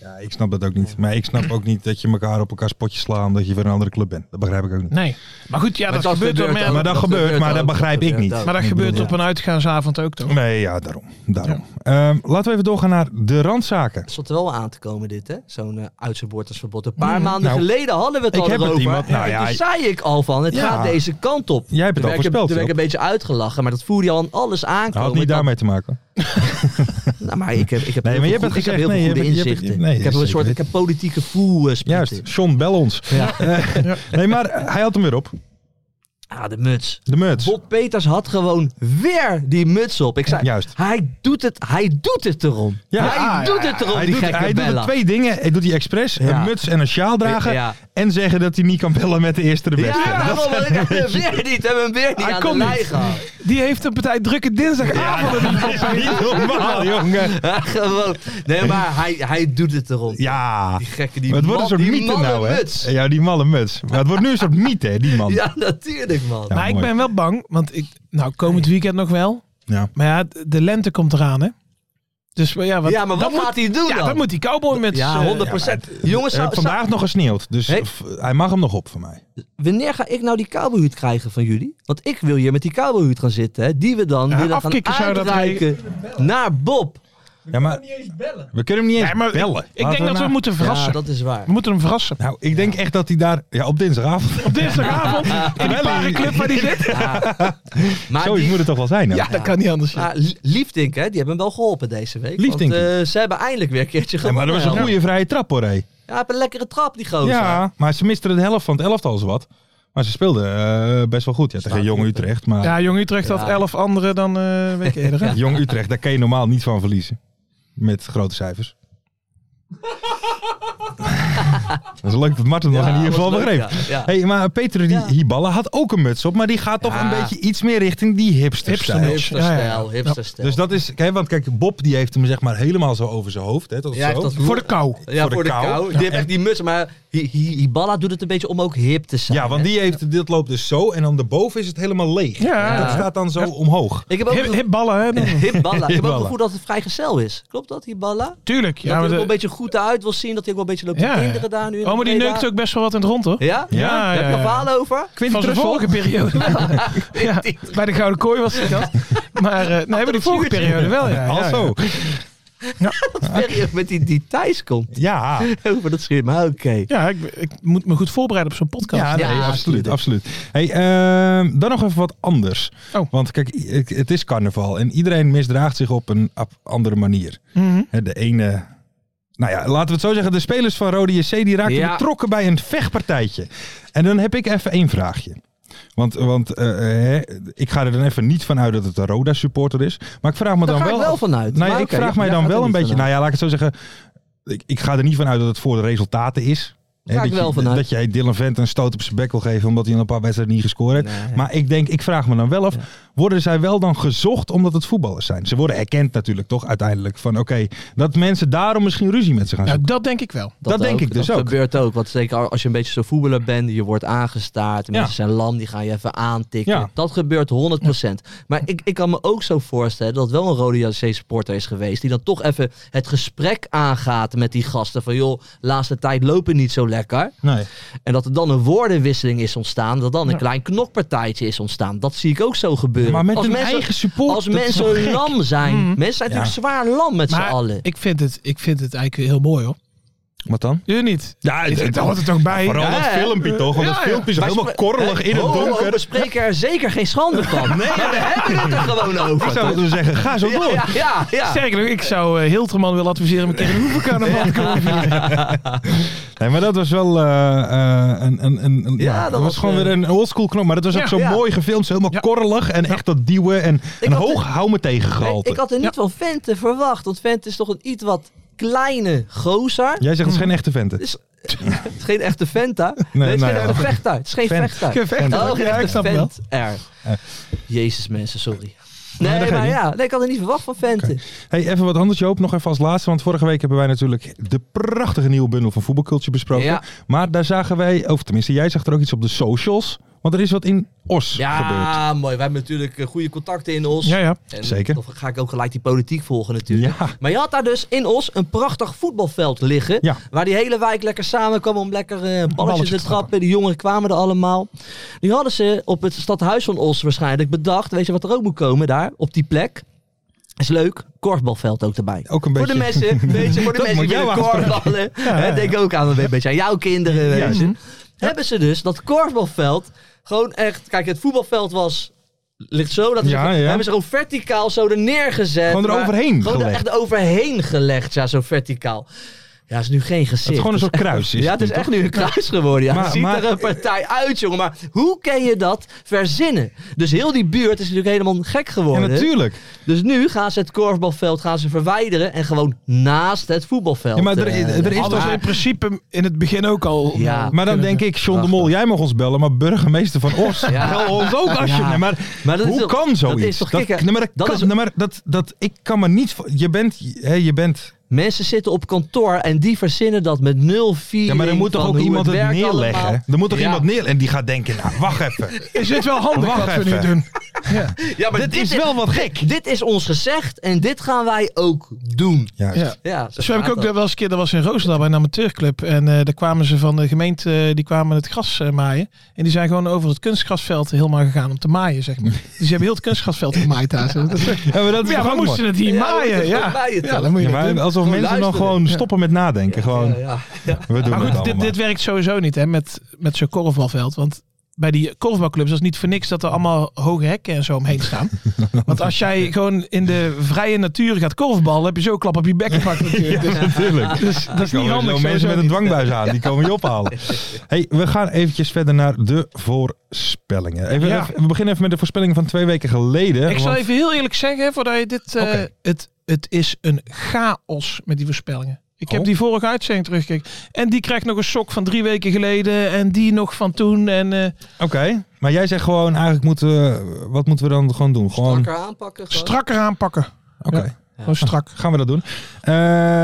[SPEAKER 6] Ja, ik snap dat ook niet. Maar ik snap ook niet dat je elkaar op elkaar spotje slaat omdat je voor een andere club bent. Dat begrijp ik ook niet.
[SPEAKER 8] Nee. Maar goed, ja,
[SPEAKER 7] Maar
[SPEAKER 8] dat, gebeurt door
[SPEAKER 7] ook.
[SPEAKER 8] meer.
[SPEAKER 6] Maar dat gebeurt, maar dat
[SPEAKER 7] ook.
[SPEAKER 6] begrijp ik niet.
[SPEAKER 7] ook.
[SPEAKER 8] Maar dat
[SPEAKER 6] Ik
[SPEAKER 8] gebeurt
[SPEAKER 6] bedoel,
[SPEAKER 8] op een uitgaansavond ook toch?
[SPEAKER 6] Nee, ja, daarom. daarom. Ehm, laten we even doorgaan naar de randzaken.
[SPEAKER 7] Het stond er wel aan te komen dit, hè? Zo'n eh uitzendwoordersverbod. Een
[SPEAKER 8] Mm.
[SPEAKER 7] paar maanden
[SPEAKER 6] Nou,
[SPEAKER 7] geleden hadden we het
[SPEAKER 6] ik
[SPEAKER 7] al
[SPEAKER 6] heb het,
[SPEAKER 7] erover.
[SPEAKER 6] iemand- nou
[SPEAKER 7] en
[SPEAKER 6] ja,
[SPEAKER 7] toen
[SPEAKER 6] ik-
[SPEAKER 7] zei ik al van, het
[SPEAKER 6] Ja.
[SPEAKER 7] gaat deze kant op.
[SPEAKER 6] Jij
[SPEAKER 7] Toen
[SPEAKER 6] hebt het al
[SPEAKER 7] werd ik-
[SPEAKER 6] voorspeld,
[SPEAKER 7] Toen werd ik een beetje uitgelachen, maar dat voelde je al aan alles
[SPEAKER 6] Dat
[SPEAKER 7] aankomen.
[SPEAKER 6] had niet
[SPEAKER 7] Oh, Ik had-
[SPEAKER 6] daarmee te maken.
[SPEAKER 7] Nou, maar ik heb, ik heb
[SPEAKER 6] Nee,
[SPEAKER 7] heel
[SPEAKER 6] maar je
[SPEAKER 7] veel
[SPEAKER 6] hebt
[SPEAKER 7] goed- ik
[SPEAKER 6] het
[SPEAKER 7] heb heel veel
[SPEAKER 6] gezegd. Nee, je
[SPEAKER 7] goede
[SPEAKER 6] hebt- je hebt-
[SPEAKER 7] inzichten.
[SPEAKER 6] nee,
[SPEAKER 7] ik heb een
[SPEAKER 6] zeker
[SPEAKER 7] soort ik heb politieke voel eh, spirit
[SPEAKER 6] Juist.
[SPEAKER 7] in.
[SPEAKER 6] John, bel ons. Eh,
[SPEAKER 7] Ja.
[SPEAKER 6] Nee, maar hij had hem weer op.
[SPEAKER 7] Ah, de muts.
[SPEAKER 6] De muts.
[SPEAKER 7] Bob Peters had gewoon weer die muts op. Ik zei,
[SPEAKER 6] Juist.
[SPEAKER 7] Hij, doet het, hij doet het erom.
[SPEAKER 6] Ja.
[SPEAKER 7] hij
[SPEAKER 6] Ah,
[SPEAKER 7] doet het erom,
[SPEAKER 6] Hij
[SPEAKER 7] die
[SPEAKER 6] doet,
[SPEAKER 7] gekke
[SPEAKER 6] hij doet er
[SPEAKER 7] Bella.
[SPEAKER 6] twee dingen. Hij doet die expres.
[SPEAKER 7] Ja.
[SPEAKER 6] Een muts en een sjaal dragen.
[SPEAKER 7] Ja.
[SPEAKER 6] En zeggen dat hij niet kan bellen met de eerste de beste.
[SPEAKER 7] (laughs) Ja, daarom, want
[SPEAKER 6] (laughs)
[SPEAKER 7] ik heb hem weer niet. Hebben hem weer niet
[SPEAKER 8] Hij
[SPEAKER 7] aan
[SPEAKER 8] kon
[SPEAKER 7] de lijn
[SPEAKER 8] niet.
[SPEAKER 7] gehaald.
[SPEAKER 8] Die heeft een partij drukke dinsdagavond. in ieder geval.
[SPEAKER 6] niet normaal, jongen.
[SPEAKER 7] Ja, gewoon.
[SPEAKER 6] (laughs)
[SPEAKER 7] Nee, maar hij, hij doet het erom.
[SPEAKER 6] Ja.
[SPEAKER 7] Die gekke, die
[SPEAKER 6] Maar het wordt een
[SPEAKER 7] man,
[SPEAKER 6] soort
[SPEAKER 7] die
[SPEAKER 6] mythe
[SPEAKER 7] malle
[SPEAKER 6] nou, hè?
[SPEAKER 7] muts.
[SPEAKER 6] Ja, die malle muts. Maar het wordt nu een soort mythe, hè, die man.
[SPEAKER 7] Ja, natuurlijk, man.
[SPEAKER 6] Ja,
[SPEAKER 8] maar ik
[SPEAKER 6] mooi.
[SPEAKER 8] ben wel bang, want ik, nou, komend weekend nog wel.
[SPEAKER 6] Ja.
[SPEAKER 8] Maar ja, de lente komt eraan, hè? Dus maar ja, wat,
[SPEAKER 7] Ja, maar wat
[SPEAKER 8] dat moet-
[SPEAKER 7] gaat hij doen
[SPEAKER 8] Ja,
[SPEAKER 7] dan?
[SPEAKER 8] dat moet eh, die cowboy met
[SPEAKER 7] Ja,
[SPEAKER 8] z'n-
[SPEAKER 7] 100 Jongens,
[SPEAKER 6] Er
[SPEAKER 7] zou-
[SPEAKER 6] heeft Eh, vandaag nog gesneeuwd, dus
[SPEAKER 7] Hey.
[SPEAKER 6] f- hij mag hem nog op van mij.
[SPEAKER 7] Wanneer ga ik nou die kabelhuut krijgen van jullie? Want ik wil hier met die kabelhuut gaan zitten. Hè, die we dan
[SPEAKER 8] Ja,
[SPEAKER 7] willen gaan
[SPEAKER 8] afkikken zou dat
[SPEAKER 7] uitreiken naar Bob.
[SPEAKER 6] Ja, maar we kunnen hem niet eens
[SPEAKER 8] Ja, maar ik-
[SPEAKER 6] bellen.
[SPEAKER 8] Ik,
[SPEAKER 6] Laten
[SPEAKER 8] denk dat we
[SPEAKER 6] na-
[SPEAKER 8] moeten
[SPEAKER 7] Ja,
[SPEAKER 8] verrassen.
[SPEAKER 7] dat is waar.
[SPEAKER 8] We moeten
[SPEAKER 6] (laughs)
[SPEAKER 8] hem verrassen.
[SPEAKER 6] Nou, ik denk echt dat hij daar... Ja, op dinsdagavond.
[SPEAKER 8] Op dinsdagavond, in die
[SPEAKER 6] Terwijl hij-
[SPEAKER 8] parenclub waar die zit.
[SPEAKER 7] Maar
[SPEAKER 6] Zoiets
[SPEAKER 7] Ah, die-
[SPEAKER 6] moet het toch wel zijn, hè?
[SPEAKER 8] Ja, dat kan niet anders. ja.
[SPEAKER 7] maar Lie- Liefdink, hè, die hebben hem wel geholpen deze week.
[SPEAKER 6] Liefdink.
[SPEAKER 7] Want, eh, ze hebben eindelijk weer een keertje
[SPEAKER 6] Ja,
[SPEAKER 7] gewonnen.
[SPEAKER 6] maar dat was een
[SPEAKER 7] Helder.
[SPEAKER 6] goede vrije trap, hoor, hé.
[SPEAKER 7] Ja, hij heeft een lekkere trap, die gozer.
[SPEAKER 6] Ja, maar ze misten de helft van het elftal zo wat. Maar ze speelden eh, best wel goed. Ja, tegen
[SPEAKER 7] Staat
[SPEAKER 6] Jong
[SPEAKER 7] goed,
[SPEAKER 6] Utrecht. Maar
[SPEAKER 8] Ja, Jong Utrecht had
[SPEAKER 7] Ja.
[SPEAKER 8] elf anderen dan eh week eerder. hè?
[SPEAKER 6] Jong Utrecht, daar kan je normaal niet van verliezen. Met
[SPEAKER 7] (laughs)
[SPEAKER 6] grote cijfers. dat is leuk dat Martin dat
[SPEAKER 7] Ja,
[SPEAKER 6] in ieder geval
[SPEAKER 7] was leuk,
[SPEAKER 6] begreep.
[SPEAKER 7] ja, ja.
[SPEAKER 6] Hey, maar Peter die
[SPEAKER 7] Ja.
[SPEAKER 6] Hiballa had ook een muts op, maar die gaat toch
[SPEAKER 7] Ja.
[SPEAKER 6] een beetje iets meer richting die hipster
[SPEAKER 7] Hipsterstijl,
[SPEAKER 8] Ja, ja, ja.
[SPEAKER 7] hipsterstijl.
[SPEAKER 6] Dus dat is, kijk, want kijk, Bob die heeft hem zeg maar helemaal zo over zijn hoofd. Hè, tot
[SPEAKER 7] Ja, hij
[SPEAKER 6] zo.
[SPEAKER 7] heeft dat-
[SPEAKER 8] Voor de kou.
[SPEAKER 7] ja, voor, de kou. Die heeft echt die muts, maar Hi- Hi- Hiballa doet het een beetje om ook hip te zijn.
[SPEAKER 6] Ja, want
[SPEAKER 7] hè.
[SPEAKER 6] die heeft, dit loopt dus zo en dan daarboven is het helemaal leeg.
[SPEAKER 8] Ja.
[SPEAKER 6] Dat staat dan zo omhoog.
[SPEAKER 7] Ik heb ook
[SPEAKER 8] Hip,
[SPEAKER 7] een-
[SPEAKER 8] hip ballen, hè? dan.
[SPEAKER 7] (laughs) Hiballa. Ik heb ook
[SPEAKER 6] Hiballa.
[SPEAKER 7] het gevoel dat het vrijgezel is. Klopt dat, Hiballa?
[SPEAKER 8] Tuurlijk.
[SPEAKER 7] dat
[SPEAKER 8] Ja,
[SPEAKER 7] hij
[SPEAKER 8] maar
[SPEAKER 7] er ook
[SPEAKER 8] de-
[SPEAKER 7] een beetje goed uit wil zien. Dat hij ook wel een beetje loopt
[SPEAKER 8] Ja,
[SPEAKER 7] te
[SPEAKER 8] ja.
[SPEAKER 7] kinderen daar nu in.
[SPEAKER 8] oh, maar die
[SPEAKER 7] Breda.
[SPEAKER 8] neukt ook best wel wat in het rond, hoor.
[SPEAKER 7] Ja?
[SPEAKER 6] Ja,
[SPEAKER 8] ja,
[SPEAKER 7] Daar heb je
[SPEAKER 8] ja,
[SPEAKER 7] nog
[SPEAKER 8] ja.
[SPEAKER 7] verhalen over?
[SPEAKER 8] Van zijn vorige periode wel. (laughs) ja, bij de Gouden Kooi was hij dat. Maar eh nee, bij die vorige periode wel. Ja, ja,
[SPEAKER 6] Also.
[SPEAKER 8] ja.
[SPEAKER 7] Serieus, Met die details komt.
[SPEAKER 6] Ja,
[SPEAKER 7] Over dat scherm. Maar oké.
[SPEAKER 8] Ja, ik, ik moet me goed voorbereiden op zo'n podcast.
[SPEAKER 6] ja, nee,
[SPEAKER 7] Ja,
[SPEAKER 6] absoluut.
[SPEAKER 7] tuurlijk.
[SPEAKER 6] absoluut. Hey, ehm, dan nog even wat anders.
[SPEAKER 8] Oh.
[SPEAKER 6] Want kijk, i- ik- het is carnaval en iedereen misdraagt zich op een ap- andere manier.
[SPEAKER 8] Mhm.
[SPEAKER 6] Hè, De ene... Nou ja, laten we het zo zeggen. De spelers van Rode JC die raakten
[SPEAKER 7] Ja.
[SPEAKER 6] betrokken bij een vechtpartijtje. En dan heb ik even één vraagje. Want, want eh, hè, ik ga er dan even niet van uit dat het een Roda supporter is. Maar ik vraag me
[SPEAKER 7] Daar
[SPEAKER 6] dan
[SPEAKER 7] ga
[SPEAKER 6] wel...
[SPEAKER 7] ik wel vanuit.
[SPEAKER 6] Nou, ja,
[SPEAKER 7] Maar
[SPEAKER 6] ik
[SPEAKER 7] oké,
[SPEAKER 6] vraag mij
[SPEAKER 7] jij
[SPEAKER 6] dan
[SPEAKER 7] gaat er
[SPEAKER 6] wel een
[SPEAKER 7] niet
[SPEAKER 6] beetje...
[SPEAKER 7] vanuit.
[SPEAKER 6] Nou ja, laat ik het zo zeggen. Ik, ik ga er niet vanuit dat het voor de resultaten is.
[SPEAKER 7] Daar
[SPEAKER 6] Hè,
[SPEAKER 7] ga ik
[SPEAKER 6] dat
[SPEAKER 7] wel
[SPEAKER 6] je-
[SPEAKER 7] vanuit.
[SPEAKER 6] Dat jij Dylan Vent een stoot op zijn bek wil geven omdat hij in een paar wedstrijden niet gescoord heeft.
[SPEAKER 7] Nee.
[SPEAKER 6] Maar ik denk, ik vraag me dan wel af, worden zij wel dan gezocht omdat het voetballers zijn? Ze worden erkend natuurlijk toch uiteindelijk van oké, dat mensen daarom misschien ruzie met ze gaan
[SPEAKER 8] Nou,
[SPEAKER 6] zoeken.
[SPEAKER 8] dat denk ik wel.
[SPEAKER 6] dat denk ik dus
[SPEAKER 7] dat
[SPEAKER 6] ook.
[SPEAKER 7] gebeurt ook. Want zeker als je een beetje zo'n voetballer bent, je wordt aangestaard. de
[SPEAKER 6] Ja.
[SPEAKER 7] Mensen zijn lam, die gaan je even aantikken.
[SPEAKER 6] Ja.
[SPEAKER 7] Dat gebeurt 100%. Maar ik, ik kan me ook zo voorstellen dat wel een Rode JC supporter is geweest. Die dan toch even het gesprek aangaat met die gasten. Van joh, laatste tijd lopen niet zo lekker.
[SPEAKER 6] Nee.
[SPEAKER 7] En dat er dan een woordenwisseling is ontstaan. Dat dan een klein knokpartijtje is ontstaan. Dat zie ik ook zo gebeuren.
[SPEAKER 6] Maar met
[SPEAKER 7] als
[SPEAKER 6] hun
[SPEAKER 7] mensen,
[SPEAKER 6] eigen support. Mhm.
[SPEAKER 7] Als
[SPEAKER 6] dat is toch
[SPEAKER 7] mensen
[SPEAKER 6] gek?
[SPEAKER 7] lam zijn. Mensen zijn natuurlijk zwaar lam met z'n
[SPEAKER 8] Maar
[SPEAKER 7] allen.
[SPEAKER 8] ik vind, het, ik vind het eigenlijk heel mooi, hoor.
[SPEAKER 6] Wat dan?
[SPEAKER 8] Je niet?
[SPEAKER 6] Ja,
[SPEAKER 8] Dit- dit hoort er toch bij?
[SPEAKER 6] Vooral
[SPEAKER 8] Ja,
[SPEAKER 6] dat
[SPEAKER 8] hè?
[SPEAKER 6] filmpje toch? Want
[SPEAKER 8] Ja,
[SPEAKER 6] dat
[SPEAKER 8] ja.
[SPEAKER 6] filmpje is
[SPEAKER 7] Wij
[SPEAKER 6] helemaal
[SPEAKER 7] spre-
[SPEAKER 6] korrelig in
[SPEAKER 8] oh,
[SPEAKER 6] het
[SPEAKER 7] Ho, ho, ho,
[SPEAKER 6] donker.
[SPEAKER 7] Oh, we spreken er zeker geen schande van. (laughs) Nee, we hebben het er gewoon
[SPEAKER 6] Ik
[SPEAKER 7] over.
[SPEAKER 6] zou willen zeggen, ga zo
[SPEAKER 7] ja,
[SPEAKER 6] door.
[SPEAKER 7] ja, ja, ja.
[SPEAKER 8] Sterker nog, ik zou eh, Hilterman willen adviseren om een keer een hoevencarnaval te komen vieren.
[SPEAKER 6] Nee, maar dat was wel eh, eh, een, een, een, een- ja, dat was, gewoon
[SPEAKER 7] eh,
[SPEAKER 6] weer een oldschool knop. Maar dat was ook
[SPEAKER 8] Ja.
[SPEAKER 6] zo
[SPEAKER 7] Ja.
[SPEAKER 6] mooi gefilmd, zo helemaal korrelig en echt dat duwen en een
[SPEAKER 7] had
[SPEAKER 6] hoog hou me
[SPEAKER 7] Nee,
[SPEAKER 6] tegengehalte.
[SPEAKER 7] Ik had er niet van Vente verwacht, want Vente is toch een iets wat kleine gozer.
[SPEAKER 6] Jij zegt het is geen echte venten.
[SPEAKER 7] Dus, het is geen echte Venta. Nee, het is
[SPEAKER 6] nou
[SPEAKER 7] geen
[SPEAKER 6] ja.
[SPEAKER 7] echte vechter. Het is geen
[SPEAKER 6] Vent.
[SPEAKER 7] vechter.
[SPEAKER 6] Geen vechter.
[SPEAKER 7] Oh, geen
[SPEAKER 6] Ja, ik
[SPEAKER 7] echte
[SPEAKER 6] snap het wel.
[SPEAKER 7] vent. Er. Jezus mensen, sorry.
[SPEAKER 6] Nee,
[SPEAKER 7] Nee,
[SPEAKER 6] dat
[SPEAKER 7] maar
[SPEAKER 6] geeft
[SPEAKER 7] ja, nee, ik had er niet verwacht van Vente.
[SPEAKER 6] Hey, even wat anders Joop, nog even als laatste. Want vorige week hebben wij natuurlijk de prachtige nieuwe bundel van Voetbalculture besproken.
[SPEAKER 7] Ja.
[SPEAKER 6] Maar daar zagen wij, of tenminste jij zag er ook iets op de socials. Want er is wat in Os gebeurd.
[SPEAKER 7] Ja, mooi. Wij hebben natuurlijk eh, goede contacten in ons.
[SPEAKER 8] Ja, ja.
[SPEAKER 7] En
[SPEAKER 6] Zeker.
[SPEAKER 7] Dan ga ik ook gelijk die politiek volgen natuurlijk.
[SPEAKER 6] Ja.
[SPEAKER 7] Maar je had daar dus in Os een prachtig voetbalveld liggen.
[SPEAKER 6] Ja.
[SPEAKER 7] Waar die hele wijk lekker samen kwam om lekker eh, balletjes
[SPEAKER 6] te
[SPEAKER 7] te trappen. Die jongeren kwamen er allemaal. Nu hadden ze op het stadhuis van Os waarschijnlijk bedacht. Weet je wat er ook moet komen daar op die plek? Is leuk. Korfbalveld ook erbij.
[SPEAKER 6] Ook een
[SPEAKER 7] voor de
[SPEAKER 6] beetje-
[SPEAKER 7] mensen. Weet je, voor de
[SPEAKER 6] Dat
[SPEAKER 7] mensen
[SPEAKER 6] moet
[SPEAKER 7] die
[SPEAKER 6] jou
[SPEAKER 7] willen
[SPEAKER 6] aanspreken.
[SPEAKER 7] korfballen. Hè, Denk ook aan een beetje aan jouw kinderen. weet
[SPEAKER 6] Mhm.
[SPEAKER 7] je. Hebben ze dus dat korfbalveld gewoon echt... Kijk, het voetbalveld was... Ligt zo, dat is
[SPEAKER 6] Ja,
[SPEAKER 7] gewoon-
[SPEAKER 6] ja.
[SPEAKER 7] hebben ze gewoon verticaal zo er neergezet.
[SPEAKER 6] Gewoon er
[SPEAKER 7] maar
[SPEAKER 6] overheen
[SPEAKER 7] Gewoon er
[SPEAKER 6] gelegd.
[SPEAKER 7] echt overheen gelegd, ja, zo verticaal. Ja, het is nu geen gezicht.
[SPEAKER 6] Het is gewoon een soort kruis. Is
[SPEAKER 7] ja, het is echt nu een kruis geworden. Ja.
[SPEAKER 6] Maar-
[SPEAKER 7] het ziet
[SPEAKER 6] maar-
[SPEAKER 7] er een partij uit, jongen. Maar hoe kun je dat verzinnen? Dus heel die buurt is natuurlijk helemaal gek
[SPEAKER 6] Ja,
[SPEAKER 7] geworden.
[SPEAKER 6] natuurlijk.
[SPEAKER 7] Dus nu gaan ze het korfbalveld gaan ze verwijderen en gewoon naast het voetbalveld.
[SPEAKER 6] Ja, maar er-
[SPEAKER 7] eh,
[SPEAKER 6] er is
[SPEAKER 8] Hadden
[SPEAKER 6] toch-
[SPEAKER 8] ze in principe in het begin ook al.
[SPEAKER 7] Ja.
[SPEAKER 6] Maar dan denk ik, John de Mol, jij mag ons bellen, maar burgemeester van Os,
[SPEAKER 7] Ja.
[SPEAKER 6] bel ons ook als je...
[SPEAKER 7] Ja.
[SPEAKER 6] Nee, maar
[SPEAKER 7] Maar dat is
[SPEAKER 6] hoe
[SPEAKER 7] toch-
[SPEAKER 6] kan zoiets?
[SPEAKER 7] Dat is toch kicken?
[SPEAKER 6] nee, maar dat,
[SPEAKER 7] Dat
[SPEAKER 6] kan-
[SPEAKER 7] is-
[SPEAKER 6] nee, maar dat, dat, ik kan me niet... vo- Je bent, hè, je bent
[SPEAKER 7] Mensen zitten op kantoor en die verzinnen dat met 0-4.
[SPEAKER 6] Ja, maar er moet toch ook iemand het, neerleggen? Er moet toch
[SPEAKER 7] Ja.
[SPEAKER 6] iemand neer... En die gaat denken, nou, wacht even.
[SPEAKER 8] (laughs) Is dit wel handig
[SPEAKER 6] Wacht
[SPEAKER 8] wat we nu
[SPEAKER 6] even.
[SPEAKER 8] doen?
[SPEAKER 7] (laughs) Ja, maar
[SPEAKER 6] dit is wel wat gek.
[SPEAKER 7] Dit is ons gezegd en dit gaan wij ook doen.
[SPEAKER 6] Juist.
[SPEAKER 8] Ja.
[SPEAKER 7] Ja,
[SPEAKER 8] Dus Zo heb ik
[SPEAKER 7] gaat
[SPEAKER 8] ook
[SPEAKER 7] dat.
[SPEAKER 8] wel eens een keer, dat was in Roosendaal bij een amateurclub. En eh, daar kwamen ze van de gemeente, eh, die kwamen het gras eh, maaien. En die zijn gewoon over het kunstgrasveld helemaal gegaan om te maaien, zeg maar. Dus die hebben heel het kunstgrasveld gemaaid daar. zo. Dat is-
[SPEAKER 6] Ja, maar dat is
[SPEAKER 8] Ja,
[SPEAKER 6] toch
[SPEAKER 8] we
[SPEAKER 6] ook
[SPEAKER 8] moesten
[SPEAKER 6] mooi.
[SPEAKER 8] het hier
[SPEAKER 7] dat
[SPEAKER 8] maaien,
[SPEAKER 7] is
[SPEAKER 8] ja.
[SPEAKER 7] wel bij het
[SPEAKER 8] Ja,
[SPEAKER 7] toch?
[SPEAKER 8] dan moet je
[SPEAKER 6] Ja,
[SPEAKER 8] dat
[SPEAKER 6] maar
[SPEAKER 8] doen.
[SPEAKER 6] alsof
[SPEAKER 7] Gewoon
[SPEAKER 6] mensen dan
[SPEAKER 7] luisteren.
[SPEAKER 6] gewoon stoppen met nadenken. Gewoon,
[SPEAKER 7] Ja, ja, ja.
[SPEAKER 6] we doen het
[SPEAKER 8] Maar goed, dit,
[SPEAKER 6] allemaal.
[SPEAKER 8] dit werkt sowieso niet hè, met, met zo'n korfbalveld. Want bij die korfbalclubs dat is niet voor niks dat er allemaal hoge hekken en zo omheen
[SPEAKER 6] (laughs)
[SPEAKER 8] staan. want als jij gewoon in de vrije natuur gaat korfballen, heb je zo klap op je
[SPEAKER 6] (laughs)
[SPEAKER 8] bek gepakt natuurlijk. Dus-
[SPEAKER 6] Natuurlijk. Dus, dat
[SPEAKER 8] niet handig, sowieso
[SPEAKER 6] mensen met een
[SPEAKER 8] niet.
[SPEAKER 6] dwangbuis aan, die komen je
[SPEAKER 8] (laughs)
[SPEAKER 6] ophalen. hey, we gaan eventjes verder naar de voorspellingen. Even,
[SPEAKER 8] Ja.
[SPEAKER 6] even- we beginnen even met de voorspellingen van twee weken geleden.
[SPEAKER 8] Ik zal
[SPEAKER 6] want-
[SPEAKER 8] even heel eerlijk zeggen, voordat je dit... eh,
[SPEAKER 6] Oké.
[SPEAKER 8] het, het is een chaos met die voorspellingen. Ik heb
[SPEAKER 6] Oh.
[SPEAKER 8] die vorige uitzending teruggekeken. En die krijgt nog een sok van drie weken geleden. En die nog van toen. En eh,
[SPEAKER 6] Oké, maar jij zegt gewoon eigenlijk moeten... we- Wat moeten we dan gewoon doen? Gewoon...
[SPEAKER 7] Strakker aanpakken. gewoon.
[SPEAKER 8] strakker aanpakken.
[SPEAKER 6] Oké,
[SPEAKER 8] Gewoon
[SPEAKER 6] (laughs)
[SPEAKER 8] strak.
[SPEAKER 6] gaan we dat doen. Eh,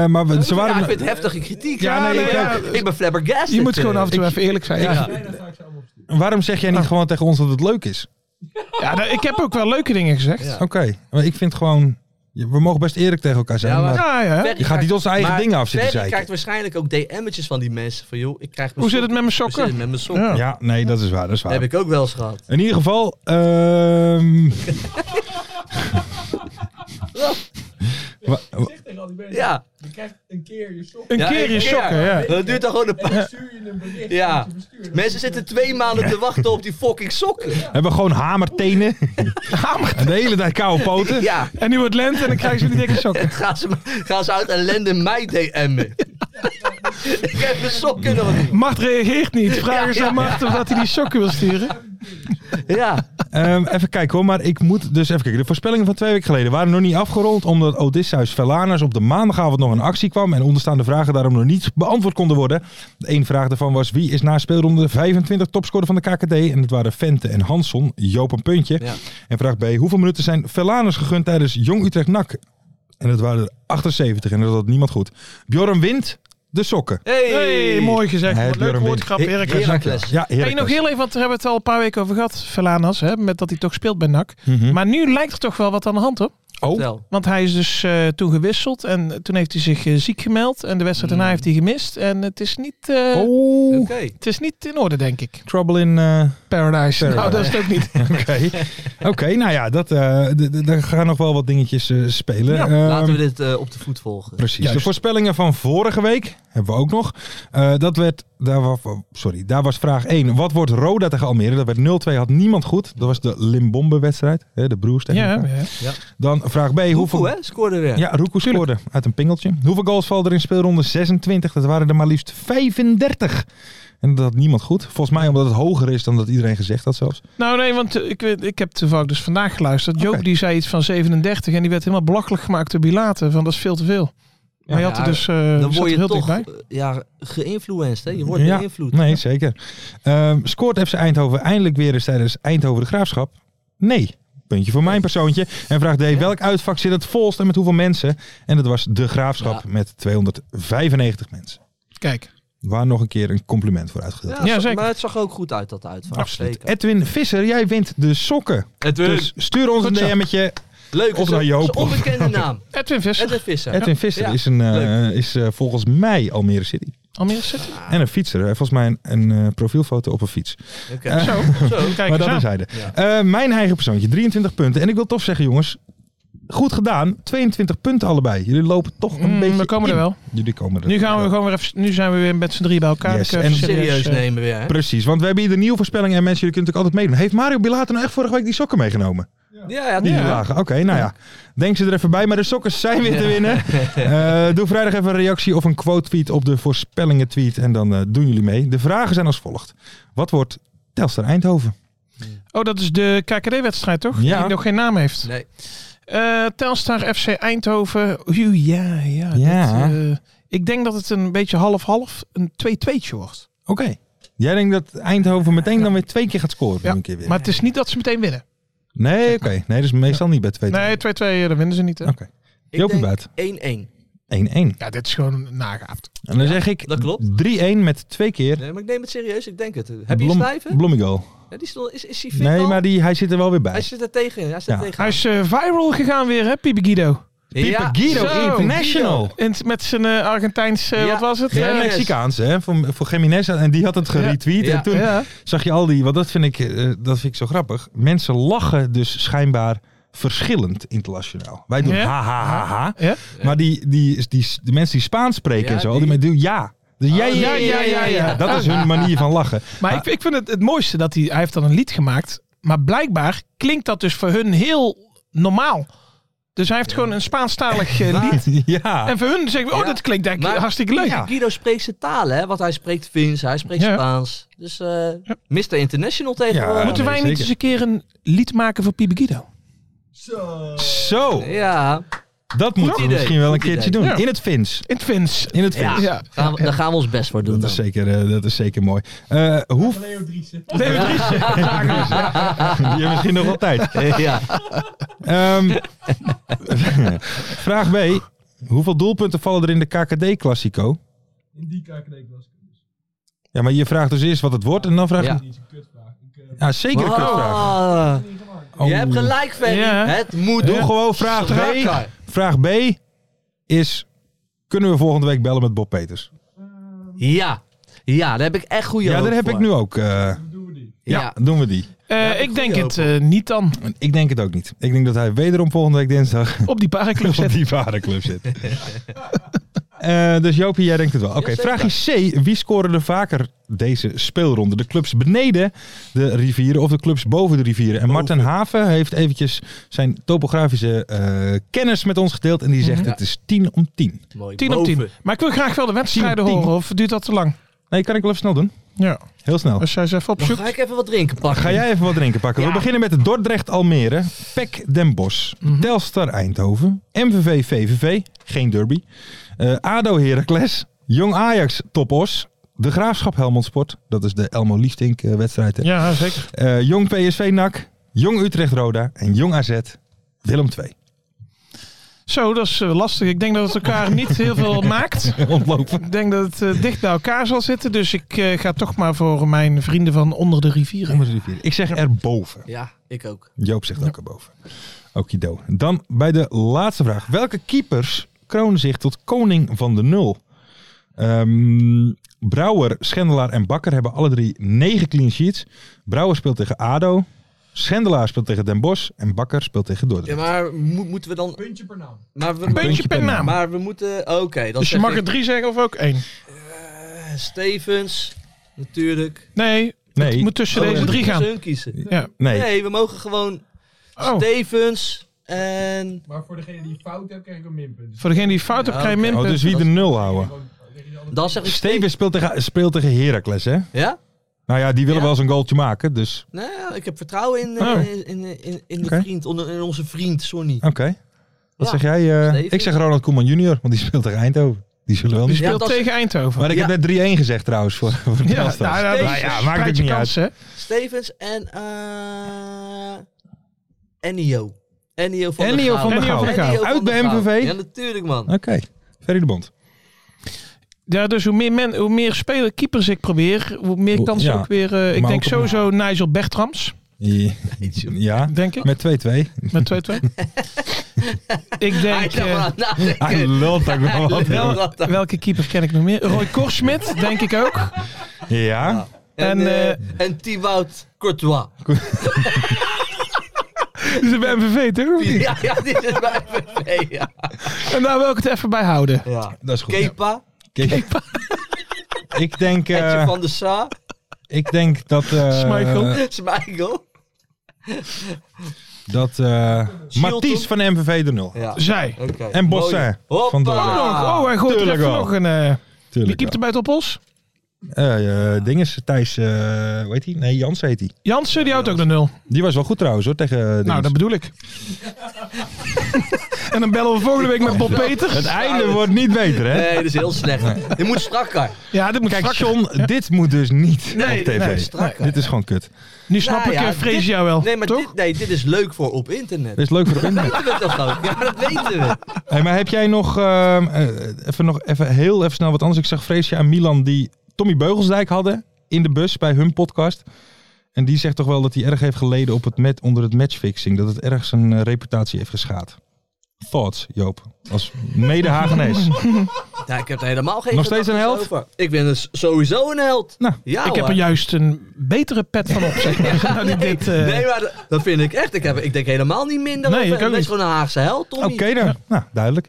[SPEAKER 6] maar we, ze waren...
[SPEAKER 7] Ja, ik vind het heftige kritiek.
[SPEAKER 6] Ja, nee, ik
[SPEAKER 7] ik ben flabbergasted.
[SPEAKER 8] Je moet gewoon
[SPEAKER 7] eh.
[SPEAKER 8] af en toe even eerlijk zijn. Ja.
[SPEAKER 6] Waarom zeg jij niet gewoon tegen ons dat het leuk is?
[SPEAKER 8] Ja, nou, ik heb ook wel leuke dingen gezegd.
[SPEAKER 7] Ja.
[SPEAKER 8] Ja,
[SPEAKER 6] Oké, maar ik vind gewoon... je- We mogen best eerlijk tegen elkaar zijn,
[SPEAKER 7] Ja, maar-
[SPEAKER 6] maar...
[SPEAKER 8] ja.
[SPEAKER 7] Ferry
[SPEAKER 6] Je gaat niet onze eigen
[SPEAKER 7] maar
[SPEAKER 6] dingen af zitten
[SPEAKER 7] Ferry
[SPEAKER 6] zeiken.
[SPEAKER 7] krijgt waarschijnlijk ook DM'tjes van die mensen. Van joh, ik krijg mijn
[SPEAKER 8] Hoe zit het met mijn
[SPEAKER 7] Hoe zit het
[SPEAKER 8] sokken?
[SPEAKER 7] met mijn sokken?
[SPEAKER 8] Ja.
[SPEAKER 6] Ja, nee, dat is waar, dat is
[SPEAKER 7] Dat
[SPEAKER 6] waar.
[SPEAKER 7] heb ik ook wel eens gehad.
[SPEAKER 6] In ieder geval, ehm (laughs) wa- wa-
[SPEAKER 7] Ja.
[SPEAKER 8] Een
[SPEAKER 7] Ja,
[SPEAKER 8] keer
[SPEAKER 7] een
[SPEAKER 8] je
[SPEAKER 7] keer.
[SPEAKER 8] sokken, ja.
[SPEAKER 7] Dat duurt dan gewoon een paar... Ja. Mensen zitten twee maanden te wachten op die fucking sokken.
[SPEAKER 6] hebben we gewoon hamertenen. En de hele tijd koude poten.
[SPEAKER 7] Ja.
[SPEAKER 8] En nu wordt lente en dan krijg je die dikke sokken.
[SPEAKER 7] Gaan ze, gaan ze uit ellende mij DM'en. (laughs) ik heb mijn sokken nog niet.
[SPEAKER 8] Macht reageert niet. Vraag eens
[SPEAKER 7] Ja, ja.
[SPEAKER 8] aan Macht of dat hij die sokken wil sturen.
[SPEAKER 7] Ja.
[SPEAKER 6] Ehm, even kijken hoor, maar ik moet dus even kijken. De voorspellingen van twee weken geleden waren nog niet afgerond... omdat Odysseus Velanus op de maandagavond nog een actie kwam... en onderstaande vragen daarom nog niet beantwoord konden worden. Eén vraag daarvan was wie is na speelronde 25 topscorer van de KKD? En dat waren Vente en Hansson, Joop een puntje.
[SPEAKER 7] Ja.
[SPEAKER 6] En vraag B, hoeveel minuten zijn Velanus gegund tijdens Jong Utrecht-NAC? En dat waren er 78 en dat had niemand goed. Bjorn wint de sokken.
[SPEAKER 7] Hey.
[SPEAKER 8] Hey, mooi gezegd.
[SPEAKER 6] Hey,
[SPEAKER 8] Wat Leuk
[SPEAKER 6] Björn wint.
[SPEAKER 8] woordgrap,
[SPEAKER 6] Hey,
[SPEAKER 8] Erik.
[SPEAKER 7] Heracles.
[SPEAKER 6] Ja,
[SPEAKER 8] Hey, nog heel even, want daar hebben we het al een paar weken over gehad, Velanas, hè, met dat hij toch speelt bij NAC.
[SPEAKER 6] Mhm.
[SPEAKER 8] Maar nu lijkt er toch wel wat aan de hand op.
[SPEAKER 6] Oh,
[SPEAKER 7] Vertel.
[SPEAKER 8] Want hij is dus eh, toen gewisseld en toen heeft hij zich eh, ziek gemeld. En de wedstrijd daarna heeft hij gemist. En het is niet, eh,
[SPEAKER 6] oh.
[SPEAKER 7] Oké.
[SPEAKER 8] het is niet in orde, denk ik.
[SPEAKER 6] trouble in... eh,
[SPEAKER 8] Paradise. Nou, dat is het ook niet.
[SPEAKER 7] (laughs)
[SPEAKER 6] Oké, Oké, nou ja, dat, eh, d- d- daar gaan nog wel wat dingetjes eh, spelen.
[SPEAKER 7] Ja,
[SPEAKER 6] Ehm,
[SPEAKER 7] laten we dit eh, op de voet volgen.
[SPEAKER 6] Precies. De voorspellingen van vorige week hebben we ook nog. Eh, dat werd, daar was, sorry, daar was vraag 1. Wat wordt Roda tegen Almere? Dat werd 0-2, had niemand goed. Dat was de Limbombe-wedstrijd, hè, de broers tegen
[SPEAKER 8] Ja,
[SPEAKER 6] elkaar.
[SPEAKER 8] ja.
[SPEAKER 6] Dan vraag B. hoeveel,
[SPEAKER 7] Hoeveel, hè? Scoorde weer.
[SPEAKER 6] Ja, Roekoe scoorde uit een pingeltje. Hoeveel goals valt er in speelronde 26? Dat waren er maar liefst 35. En dat had niemand goed. Volgens mij omdat het hoger is dan dat iedereen gezegd had zelfs.
[SPEAKER 8] Nou nee, want eh, ik, weet- ik heb toevallig dus vandaag geluisterd. Joop
[SPEAKER 6] Oké.
[SPEAKER 8] die zei iets van 37 en die werd helemaal belachelijk gemaakt door Bilater. Van dat is veel te veel. maar je had er
[SPEAKER 7] ja,
[SPEAKER 8] dus eh,
[SPEAKER 7] Dan
[SPEAKER 8] zat
[SPEAKER 7] word
[SPEAKER 8] er
[SPEAKER 7] je
[SPEAKER 8] heel
[SPEAKER 7] toch
[SPEAKER 8] dichtbij.
[SPEAKER 7] eh, ja, geïnfluenced, hè? Je wordt
[SPEAKER 6] Ja,
[SPEAKER 7] beïnvloed.
[SPEAKER 6] Nee, zeker. Ehm, scoort FC Eindhoven eindelijk weer eens tijdens Eindhoven de Graafschap? Nee. Puntje voor mijn persoontje. En vraag D. Welk uitvak zit het volst en met hoeveel mensen? En dat was de Graafschap
[SPEAKER 7] Ja.
[SPEAKER 6] met 295 mensen.
[SPEAKER 8] Kijk,
[SPEAKER 6] Waar nog een keer een compliment voor uitgedeeld.
[SPEAKER 8] Ja,
[SPEAKER 7] zo-
[SPEAKER 8] zeker.
[SPEAKER 7] Maar het zag er ook goed uit, dat uitvaart.
[SPEAKER 6] Absoluut.
[SPEAKER 7] Zeker.
[SPEAKER 6] Edwin Visser, jij wint de sokken. Dus stuur ons een
[SPEAKER 8] Goed zo.
[SPEAKER 6] DM'tje.
[SPEAKER 7] Leuk.
[SPEAKER 6] of
[SPEAKER 7] zo'n-
[SPEAKER 6] naar Joop
[SPEAKER 7] zo'n
[SPEAKER 6] of-
[SPEAKER 7] onbekende naam.
[SPEAKER 8] Edwin Visser.
[SPEAKER 7] Edwin Visser.
[SPEAKER 6] Edwin Visser
[SPEAKER 7] Ja.
[SPEAKER 6] is, een, eh, is eh, volgens mij Almere City.
[SPEAKER 8] Almere
[SPEAKER 6] (laughs)
[SPEAKER 8] City.
[SPEAKER 7] Ah.
[SPEAKER 6] En een fietser. Hij heeft volgens mij een, een eh, profielfoto op een fiets.
[SPEAKER 7] Oké.
[SPEAKER 6] Eh,
[SPEAKER 8] Zo,
[SPEAKER 7] Zo.
[SPEAKER 8] kijk
[SPEAKER 6] maar
[SPEAKER 8] eens
[SPEAKER 6] dat
[SPEAKER 8] aan.
[SPEAKER 6] is hij Eh, mijn eigen persoontje, 23 punten. En ik wil toch zeggen, jongens, goed gedaan. 22 punten allebei. Jullie lopen toch een
[SPEAKER 8] Mm,
[SPEAKER 6] beetje.
[SPEAKER 8] we komen er
[SPEAKER 6] in.
[SPEAKER 8] wel.
[SPEAKER 6] Jullie komen er.
[SPEAKER 8] Nu gaan we
[SPEAKER 6] wel.
[SPEAKER 8] gewoon weer even, nu zijn we weer met z'n drie bij elkaar.
[SPEAKER 6] Yes,
[SPEAKER 8] Ik, eh,
[SPEAKER 6] en-
[SPEAKER 7] Serieus
[SPEAKER 8] eh,
[SPEAKER 7] nemen weer, hè?
[SPEAKER 6] Precies, want we hebben hier de nieuwe voorspellingen en mensen, jullie kunnen natuurlijk altijd meedoen. Heeft Mario Bilater nou echt vorige week die sokken meegenomen?
[SPEAKER 7] Ja, ja,
[SPEAKER 6] Die
[SPEAKER 7] tuurlijk.
[SPEAKER 6] vragen. Oké, nou ja. Denk ze er even bij. Maar de sokkers zijn weer te
[SPEAKER 8] (laughs)
[SPEAKER 6] winnen. Eh, doe vrijdag even een reactie of een quote tweet op de voorspellingen tweet. En dan eh, doen jullie mee. De vragen zijn als volgt. Wat wordt Telstar Eindhoven?
[SPEAKER 8] Oh, dat is de KKD-wedstrijd, toch?
[SPEAKER 6] Ja.
[SPEAKER 8] Die nog geen naam heeft.
[SPEAKER 7] Nee.
[SPEAKER 8] Eh, Telstar FC Eindhoven. Oeh, ja, ja.
[SPEAKER 6] Ja.
[SPEAKER 8] dit, eh, ik denk dat het een beetje half-half een 2-2'tje wordt.
[SPEAKER 6] Oké. Jij denkt dat Eindhoven meteen dan weer twee keer gaat scoren. Een keer weer.
[SPEAKER 8] Maar het is niet dat ze meteen winnen.
[SPEAKER 6] Nee, oké. Nee, dat is meestal niet bij twee.
[SPEAKER 8] Nee, 2-2, eh, dan winnen ze niet. Hè?
[SPEAKER 6] Oké. Jopie Buit.
[SPEAKER 7] 1-1.
[SPEAKER 6] 1-1.
[SPEAKER 8] Ja, dit is gewoon nagaapt.
[SPEAKER 6] En dan zeg ik
[SPEAKER 7] dat klopt.
[SPEAKER 6] 3-1 met twee keer.
[SPEAKER 7] Nee, maar ik neem het serieus, ik denk het. Heb je
[SPEAKER 6] Blom-
[SPEAKER 7] snijven?
[SPEAKER 6] Bloemigo.
[SPEAKER 7] Ja, die stond, is, is hij fit
[SPEAKER 6] Nee,
[SPEAKER 7] al?
[SPEAKER 6] maar die, hij zit er wel weer
[SPEAKER 7] Hij
[SPEAKER 6] bij.
[SPEAKER 7] zit er tegenin. Hij zit
[SPEAKER 6] Ja.
[SPEAKER 7] er tegenin.
[SPEAKER 8] Hij is eh, viral gegaan weer, hè, Pipe Guido.
[SPEAKER 6] Pieper Guido
[SPEAKER 8] zo.
[SPEAKER 6] International.
[SPEAKER 8] In, met zijn eh, Argentijns, eh,
[SPEAKER 7] Ja.
[SPEAKER 8] wat was het?
[SPEAKER 6] Ja,
[SPEAKER 8] Eh,
[SPEAKER 6] Mexicaans, hè? Voor, voor Jiménez. En die had het geretweet.
[SPEAKER 7] Ja.
[SPEAKER 6] En toen
[SPEAKER 8] ja.
[SPEAKER 6] zag je al die... Want dat vind, ik, eh, dat vind ik zo grappig. Mensen lachen dus schijnbaar verschillend internationaal. Wij doen
[SPEAKER 8] Ja.
[SPEAKER 6] ha, ha, ha, ha.
[SPEAKER 8] Ja.
[SPEAKER 6] Maar die, die, die, de mensen die Spaans spreken
[SPEAKER 7] Ja,
[SPEAKER 6] en zo... Die,
[SPEAKER 7] die-
[SPEAKER 6] doen ja. Dus ja,
[SPEAKER 8] Oh,
[SPEAKER 6] ja, ja, ja, ja. Dat is hun manier van lachen.
[SPEAKER 8] Maar ik, ik vind het het mooiste dat hij, hij heeft dan een lied gemaakt. Maar blijkbaar klinkt dat dus voor hun heel normaal. Dus hij heeft gewoon een Spaanstalig eh, lied.
[SPEAKER 6] Ja.
[SPEAKER 8] En voor hun zeggen we, oh,
[SPEAKER 7] Ja.
[SPEAKER 8] dat klinkt denk ik
[SPEAKER 7] Maar-
[SPEAKER 8] hartstikke leuk.
[SPEAKER 7] Guido- Guido spreekt zijn talen, hè? Want hij spreekt Fins, hij spreekt
[SPEAKER 8] Ja.
[SPEAKER 7] Spaans. Dus eh Mr. International
[SPEAKER 6] Ja. eh,
[SPEAKER 7] tegenwoordig.
[SPEAKER 8] Moeten wij
[SPEAKER 6] nee,
[SPEAKER 8] niet eens een keer een lied maken voor Pibe Guido?
[SPEAKER 6] Zo.
[SPEAKER 7] Ja,
[SPEAKER 6] Dat moeten we
[SPEAKER 7] idee.
[SPEAKER 6] misschien wel een
[SPEAKER 7] Goed
[SPEAKER 6] keertje
[SPEAKER 7] idee.
[SPEAKER 6] doen.
[SPEAKER 8] Ja.
[SPEAKER 6] In het Fins.
[SPEAKER 8] In het Fins.
[SPEAKER 6] In het
[SPEAKER 7] Ja.
[SPEAKER 6] Fins.
[SPEAKER 7] Gaan we- daar gaan we ons best voor doen.
[SPEAKER 6] Dat
[SPEAKER 7] dan.
[SPEAKER 6] is zeker, eh, dat is zeker mooi. Eh hoe... Leo Die hebben misschien nog wel tijd.
[SPEAKER 7] ja.
[SPEAKER 6] Ehm, (laughs) vraag B. Hoeveel doelpunten vallen er in de KKD-klassico? In die KKD-klassico. dus. Ja, maar je vraagt dus eerst wat het wordt en dan vraag je... (laughs)
[SPEAKER 7] Ja.
[SPEAKER 6] Ja, zeker een
[SPEAKER 7] Ah.
[SPEAKER 6] kutvraag. Oh.
[SPEAKER 7] Je hebt gelijk, Ferry.
[SPEAKER 8] Ja.
[SPEAKER 7] Het moet
[SPEAKER 6] Doe
[SPEAKER 7] doen.
[SPEAKER 6] gewoon vraag B.
[SPEAKER 7] Strakker.
[SPEAKER 6] Vraag B is... Kunnen we volgende week bellen met Bob Peters?
[SPEAKER 7] Ja. Ja, daar heb ik echt goede
[SPEAKER 6] ja,
[SPEAKER 7] hoop
[SPEAKER 6] daar heb ik
[SPEAKER 7] voor.
[SPEAKER 6] nu ook. eh, ja,
[SPEAKER 7] Ja.
[SPEAKER 6] doen we die.
[SPEAKER 8] Eh, ik denk het eh, niet dan.
[SPEAKER 6] Ik denk het ook niet. Ik denk dat hij wederom volgende week dinsdag
[SPEAKER 8] Op die paraclub
[SPEAKER 6] op (laughs)
[SPEAKER 8] zetten.
[SPEAKER 6] die varenclub zit. Eh, dus Jopie, jij denkt het wel. Oké,
[SPEAKER 7] Jazeker.
[SPEAKER 6] vraagje C. Wie scoren er vaker deze speelronde? De clubs beneden de rivieren of de clubs boven de rivieren? En Martin Haven heeft eventjes zijn topografische eh, kennis met ons gedeeld. En die zegt het is 10 om 10.
[SPEAKER 7] Mooi
[SPEAKER 8] 10 op 10.
[SPEAKER 7] boven.
[SPEAKER 8] Maar ik wil graag wel de wedstrijden
[SPEAKER 6] 10.
[SPEAKER 8] horen. Of duurt dat te lang?
[SPEAKER 6] Nee, kan ik wel even snel doen.
[SPEAKER 8] Ja.
[SPEAKER 6] Heel snel.
[SPEAKER 8] Als jij eens even
[SPEAKER 7] Dan
[SPEAKER 8] opzoekt.
[SPEAKER 7] ga ik even wat drinken pakken.
[SPEAKER 6] Ga jij even wat drinken pakken? We beginnen met Dordrecht Almere, PEC Den Bosch, Telstar Eindhoven, MVV VVV, geen derby, eh, ADO Heracles, Jong Ajax Topos, De Graafschap Helmond Sport, dat is de Elmo Liefdink eh, wedstrijd, hè.
[SPEAKER 8] Ja, zeker.
[SPEAKER 6] Eh, Jong PSV NAC, Jong Utrecht Roda en Jong AZ Willem II.
[SPEAKER 8] Zo, dat is eh, lastig. Ik denk dat het (laughs) elkaar niet heel veel maakt.
[SPEAKER 6] Ontlopen.
[SPEAKER 8] Ik denk dat het eh, dicht bij elkaar zal zitten. Dus ik eh, ga toch maar voor mijn vrienden van onder de rivieren.
[SPEAKER 6] Onder de rivier. Ik zeg erboven.
[SPEAKER 7] Ja, ik ook.
[SPEAKER 6] Joop zegt ook erboven. Okido. Dan bij de laatste vraag. Welke keepers kronen zich tot koning van de nul? Ehm, Brouwer, Schendelaar en Bakker hebben alle drie negen clean sheets. Brouwer speelt tegen ADO. Schendelaar speelt tegen Den Bosch. En Bakker speelt tegen
[SPEAKER 7] Ja,
[SPEAKER 6] Dordrecht.
[SPEAKER 7] maar mo- moeten we dan... Puntje per naam. Maar we,
[SPEAKER 8] Puntje per naam.
[SPEAKER 7] Maar we moeten... Oké, dan
[SPEAKER 8] Dus je
[SPEAKER 7] zeg
[SPEAKER 8] mag
[SPEAKER 7] ik,
[SPEAKER 8] er drie zeggen of ook één?
[SPEAKER 7] eh, Stevens, natuurlijk.
[SPEAKER 8] Nee,
[SPEAKER 6] nee,
[SPEAKER 8] het moet tussen
[SPEAKER 7] Oh,
[SPEAKER 8] deze
[SPEAKER 7] we
[SPEAKER 8] drie
[SPEAKER 7] moeten
[SPEAKER 8] gaan.
[SPEAKER 7] Zeun kiezen.
[SPEAKER 8] Ja.
[SPEAKER 6] nee.
[SPEAKER 7] Nee. we mogen gewoon
[SPEAKER 8] Oh,
[SPEAKER 7] Stevens en...
[SPEAKER 8] voor degene die fout heeft,
[SPEAKER 7] Ja,
[SPEAKER 8] krijg je
[SPEAKER 7] oké.
[SPEAKER 6] Oh,
[SPEAKER 8] minpunten.
[SPEAKER 6] dus wie de nul houden?
[SPEAKER 7] Dan zeg ik
[SPEAKER 6] Steven speelt tegen, speelt tegen Heracles, hè?
[SPEAKER 7] Ja?
[SPEAKER 6] Nou ja, die willen
[SPEAKER 7] Ja.
[SPEAKER 6] wel eens een goaltje maken, dus...
[SPEAKER 7] Nou, ja, ik heb vertrouwen in, eh,
[SPEAKER 6] Oh.
[SPEAKER 7] in, in, in, in de
[SPEAKER 6] Oké.
[SPEAKER 7] vriend, onder- in onze vriend Sonny.
[SPEAKER 8] Oh,
[SPEAKER 6] Oké. Wat
[SPEAKER 7] Ja.
[SPEAKER 6] zeg jij? eh?
[SPEAKER 7] Steven.
[SPEAKER 6] ik zeg Ronald Koeman junior, want die speelt tegen Eindhoven. Die zullen wel
[SPEAKER 8] Die
[SPEAKER 6] niet
[SPEAKER 8] speelt
[SPEAKER 7] dat is-
[SPEAKER 8] tegen Eindhoven.
[SPEAKER 6] Maar ik
[SPEAKER 7] Ja.
[SPEAKER 6] heb net 3-1 gezegd trouwens voor, voor
[SPEAKER 8] ja, nou,
[SPEAKER 6] Telstar.
[SPEAKER 8] nou,
[SPEAKER 7] Nou
[SPEAKER 8] dat
[SPEAKER 7] ja,
[SPEAKER 8] is-
[SPEAKER 6] maakt
[SPEAKER 8] spreidt
[SPEAKER 6] het
[SPEAKER 8] je
[SPEAKER 6] niet
[SPEAKER 8] kansen, hè?
[SPEAKER 7] Stevens en eh Ennio. Ennio van der
[SPEAKER 6] Ennio
[SPEAKER 7] Gaal.
[SPEAKER 6] van der Gaal.
[SPEAKER 7] Ennio van der
[SPEAKER 6] Uit bij
[SPEAKER 7] Gaal.
[SPEAKER 6] MVV.
[SPEAKER 7] Ja, natuurlijk man.
[SPEAKER 6] Oké, Ferry de Bond.
[SPEAKER 8] Ja, dus hoe meer, men, hoe meer speler, keepers ik probeer, hoe meer
[SPEAKER 6] Hoe-
[SPEAKER 8] kansen
[SPEAKER 6] ja.
[SPEAKER 8] ook weer. eh, ik
[SPEAKER 6] Maar
[SPEAKER 8] denk
[SPEAKER 6] ook op-
[SPEAKER 8] sowieso Nigel Bertrams,
[SPEAKER 6] Ja,
[SPEAKER 8] denk ik,
[SPEAKER 6] met 2-2.
[SPEAKER 8] met
[SPEAKER 7] (laughs)
[SPEAKER 8] 2-2. ik denk,
[SPEAKER 7] Hij
[SPEAKER 8] eh,
[SPEAKER 7] dacht maar, nou,
[SPEAKER 6] Hij lult ook wel wat.
[SPEAKER 7] Hij lult
[SPEAKER 6] hoor.
[SPEAKER 7] wat.
[SPEAKER 8] welke keeper ken ik nog meer? Roy Korsmit, denk ik
[SPEAKER 7] (laughs)
[SPEAKER 8] ook.
[SPEAKER 6] Ja,
[SPEAKER 7] En,
[SPEAKER 8] En, eh,
[SPEAKER 7] eh en Thibaut Courtois.
[SPEAKER 8] Die is bij MVV, toch? of niet?
[SPEAKER 7] Ja, ja, die is bij MVV, ja.
[SPEAKER 8] En daar wil ik het even bij houden.
[SPEAKER 7] ja.
[SPEAKER 6] dat is goed.
[SPEAKER 7] Kepa,
[SPEAKER 6] Kepa. (laughs) ik, denk, eh,
[SPEAKER 7] Etje van der Sa,
[SPEAKER 6] ik denk dat... eh,
[SPEAKER 8] Schmeichel.
[SPEAKER 7] Smeichel.
[SPEAKER 6] dat eh Mathies van MVV de 0.
[SPEAKER 7] Ja.
[SPEAKER 8] Zij.
[SPEAKER 7] Oké.
[SPEAKER 6] En Bossin
[SPEAKER 7] Mooi.
[SPEAKER 6] van
[SPEAKER 7] Hoppa.
[SPEAKER 6] Dordrecht.
[SPEAKER 8] Oh, nog. Oh, hij gooit er
[SPEAKER 6] Tuurlijk
[SPEAKER 8] even
[SPEAKER 6] wel.
[SPEAKER 8] nog een... eh wie
[SPEAKER 6] Tuurlijk.
[SPEAKER 8] keept er bij het Oppos?
[SPEAKER 6] Eh, eh, dinges, Thijs, eh hoe heet hij? Nee, Jans heet hij.
[SPEAKER 8] Jansen, die houdt ook de nul.
[SPEAKER 6] Die was wel goed trouwens hoor, tegen eh,
[SPEAKER 8] Nou,
[SPEAKER 6] dinges.
[SPEAKER 8] dat bedoel
[SPEAKER 7] (laughs)
[SPEAKER 8] ik. en dan bellen we volgende week met Bob
[SPEAKER 6] Het
[SPEAKER 8] Peters.
[SPEAKER 6] einde wordt niet beter hè?
[SPEAKER 7] Nee, dat is heel slecht. Je moet strakker.
[SPEAKER 8] Ja, dit moet
[SPEAKER 6] Kijk,
[SPEAKER 8] straks.
[SPEAKER 6] John, dit moet dus niet
[SPEAKER 8] Nee,
[SPEAKER 6] op tv.
[SPEAKER 8] nee,
[SPEAKER 7] strakker.
[SPEAKER 6] dit is gewoon kut.
[SPEAKER 8] Nu snap
[SPEAKER 7] Nou
[SPEAKER 8] ik
[SPEAKER 7] ja,
[SPEAKER 8] eh, vrees
[SPEAKER 7] dit-
[SPEAKER 8] jou wel,
[SPEAKER 7] Nee, maar
[SPEAKER 8] toch?
[SPEAKER 7] dit, nee, dit is leuk voor op internet.
[SPEAKER 6] Dit is
[SPEAKER 8] (laughs)
[SPEAKER 6] leuk voor de internet.
[SPEAKER 7] Dat weten we toch ook? Ja, dat weten we.
[SPEAKER 6] Hey, maar heb jij nog, ehm, eh, even nog even heel even snel wat anders? Ik zag Freesje aan Milan die Tommy Beugelsdijk hadden in de bus bij hun podcast. En die zegt toch wel dat hij erg heeft geleden op het met, onder het matchfixing. Dat het erg zijn eh, reputatie heeft geschaad. Thoughts, Joop. Als mede
[SPEAKER 8] (laughs)
[SPEAKER 6] Hagenees.
[SPEAKER 8] Nou,
[SPEAKER 7] Ja, ik heb er helemaal geen
[SPEAKER 6] Nog steeds een
[SPEAKER 7] gedachten
[SPEAKER 6] held?
[SPEAKER 7] over. Ik ben dus sowieso een held.
[SPEAKER 6] Nou,
[SPEAKER 7] ja,
[SPEAKER 8] ik heb
[SPEAKER 7] hoor.
[SPEAKER 8] er juist een betere pet van op, zeg maar.
[SPEAKER 7] (laughs)
[SPEAKER 8] (laughs) Nou, die dit, eh,
[SPEAKER 7] Nee, maar dat- dat vind ik echt. Ik, heb, ik denk helemaal niet minder.
[SPEAKER 8] Nee,
[SPEAKER 7] over-
[SPEAKER 8] ik ook
[SPEAKER 7] Dat is
[SPEAKER 8] niet.
[SPEAKER 7] gewoon een Haagse held, Tommy.
[SPEAKER 6] Oké dan. Nou, duidelijk.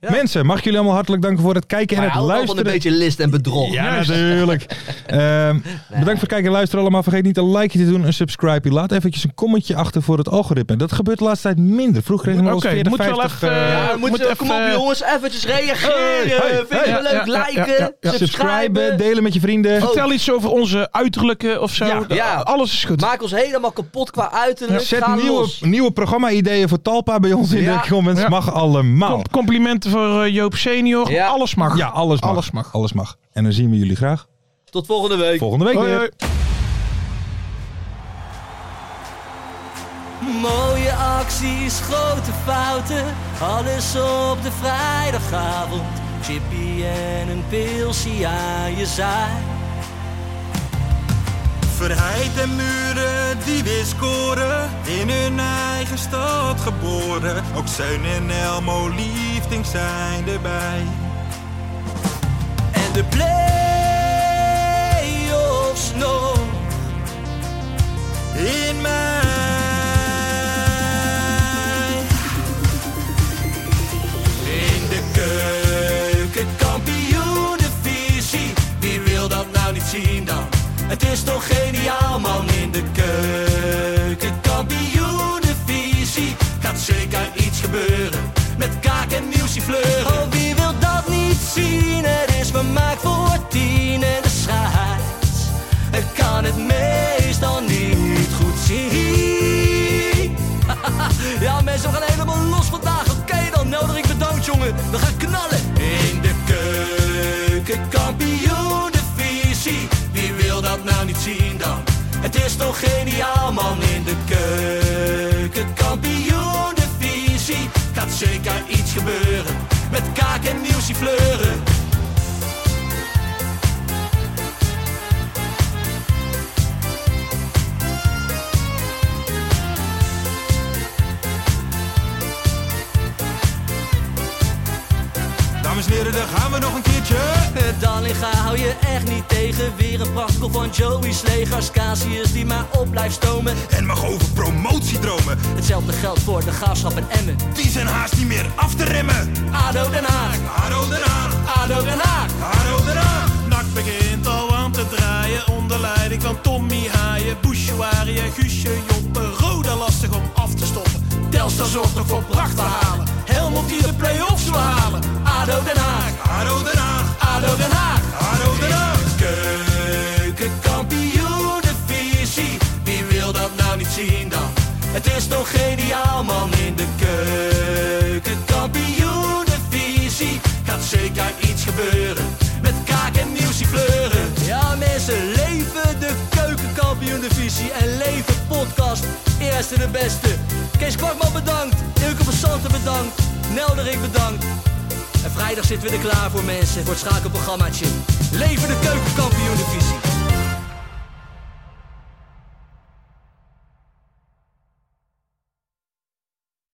[SPEAKER 7] Ja.
[SPEAKER 6] Mensen, mag ik jullie allemaal hartelijk danken voor het kijken en
[SPEAKER 7] Maar
[SPEAKER 6] het
[SPEAKER 7] hou ook wel
[SPEAKER 6] luisteren.
[SPEAKER 7] een beetje list en bedrog.
[SPEAKER 6] Ja, natuurlijk. Ehm, Bedankt voor het kijken en luisteren allemaal. Vergeet niet een likeje te doen, een subscribe. Laat eventjes een commentje achter voor het algoritme. Dat gebeurt de laatste tijd minder. Vroeger kregen we
[SPEAKER 8] Oké,
[SPEAKER 6] wel eens 40,
[SPEAKER 8] moet wel
[SPEAKER 6] 50...
[SPEAKER 8] even,
[SPEAKER 6] eh,
[SPEAKER 8] eh,
[SPEAKER 7] Ja, we moeten-
[SPEAKER 8] Moet even-
[SPEAKER 7] kom op jongens, eventjes reageren.
[SPEAKER 6] Hey, hey,
[SPEAKER 7] Vind je
[SPEAKER 8] hey.
[SPEAKER 7] het leuk?
[SPEAKER 8] Ja, ja, ja,
[SPEAKER 7] liken,
[SPEAKER 8] ja, ja.
[SPEAKER 6] subscriben,
[SPEAKER 7] subscriben.
[SPEAKER 6] delen met je vrienden.
[SPEAKER 7] Oh.
[SPEAKER 8] Vertel iets over onze uiterlijke of zo.
[SPEAKER 6] Ja,
[SPEAKER 7] ja.
[SPEAKER 8] Alles is goed.
[SPEAKER 7] Maak ons helemaal kapot qua uiterlijk.
[SPEAKER 6] Zet
[SPEAKER 7] Ga
[SPEAKER 6] nieuwe,
[SPEAKER 7] los.
[SPEAKER 6] nieuwe programma-ideeën voor Talpa bij ons in
[SPEAKER 7] Ja.
[SPEAKER 6] de comments.
[SPEAKER 8] Ja.
[SPEAKER 6] Mag allemaal.
[SPEAKER 8] Com- complimenten voor eh, Joop Senior.
[SPEAKER 7] Ja.
[SPEAKER 8] Alles mag.
[SPEAKER 6] Ja, alles mag.
[SPEAKER 8] Alles mag.
[SPEAKER 6] Alles mag. En dan zien we jullie graag
[SPEAKER 7] Tot volgende week.
[SPEAKER 6] volgende week
[SPEAKER 8] Hoi,
[SPEAKER 6] weer.
[SPEAKER 8] hoi.
[SPEAKER 4] Mooie acties, grote fouten, alles op de vrijdagavond. Chippy en een pilsie aan je zaai.
[SPEAKER 5] Verheid en muren die weer scoren, in hun eigen stad geboren. Ook Zijn en Elmo liefding zijn erbij.
[SPEAKER 4] En de play-offs nog.
[SPEAKER 5] In mij.
[SPEAKER 4] In de keuken, kampioenenvisie. Wie wil dat nou niet zien dan? Het is toch geniaal man in de keuken, kampioenenvisie. Gaat zeker iets gebeuren met kaak en nieuwsie fleuren. Oh, wie wil dat niet zien? Het is vermaakt voor tien en de scheids. Ik kan het meestal niet goed zien. Ja, mensen, we gaan helemaal los vandaag. Oké, dan nodig ik bedankt, jongen. We gaan knallen. In de keuken, kampioen, de visie. Wie wil dat nou niet zien dan? Het is toch geniaal, man. In de keuken, kampioen, de visie. Gaat zeker iets gebeuren. Met kaak en nieuwsie fleuren.
[SPEAKER 5] Dames en heren, daar gaan we nog een keertje.
[SPEAKER 4] Dallinga hou je echt niet tegen. Weer een prachtkel van Joey's legers. Casius die maar op blijft stomen.
[SPEAKER 5] En mag over promotiedromen,
[SPEAKER 4] Hetzelfde geldt voor de gaafschap en Emmen.
[SPEAKER 5] die zijn haast niet meer af te remmen.
[SPEAKER 4] ADO Den Haag,
[SPEAKER 5] Haro eraan,
[SPEAKER 4] ADO Den Haag.
[SPEAKER 5] haro eraan.
[SPEAKER 4] Nak begint al aan te draaien onder leiding van Tommy Haaien, Bouchouari en Guusje Joppen. Roda lastig om af te stoppen. Telstar zorgt nog voor pracht te halen. Helmond die de play-offs wil halen. ADO Den Haag, ADO Den Haag, ADO Den Haag, ADO Den Haag. Keukenkampioenenvisie, wie wil dat nou niet zien dan? Het is toch geniaal man in de keukenkampioenenvisie. Gaat zeker iets gebeuren met kaak en nieuwsie fleuren. Ja mensen, leven de keukenkampioenenvisie en leven podcast. Eerste de beste. Kees Kwakman bedankt, Ilke van Santen bedankt, Nelderik bedankt. En vrijdag zitten we er klaar voor mensen, voor het schakelprogrammaatje. Leven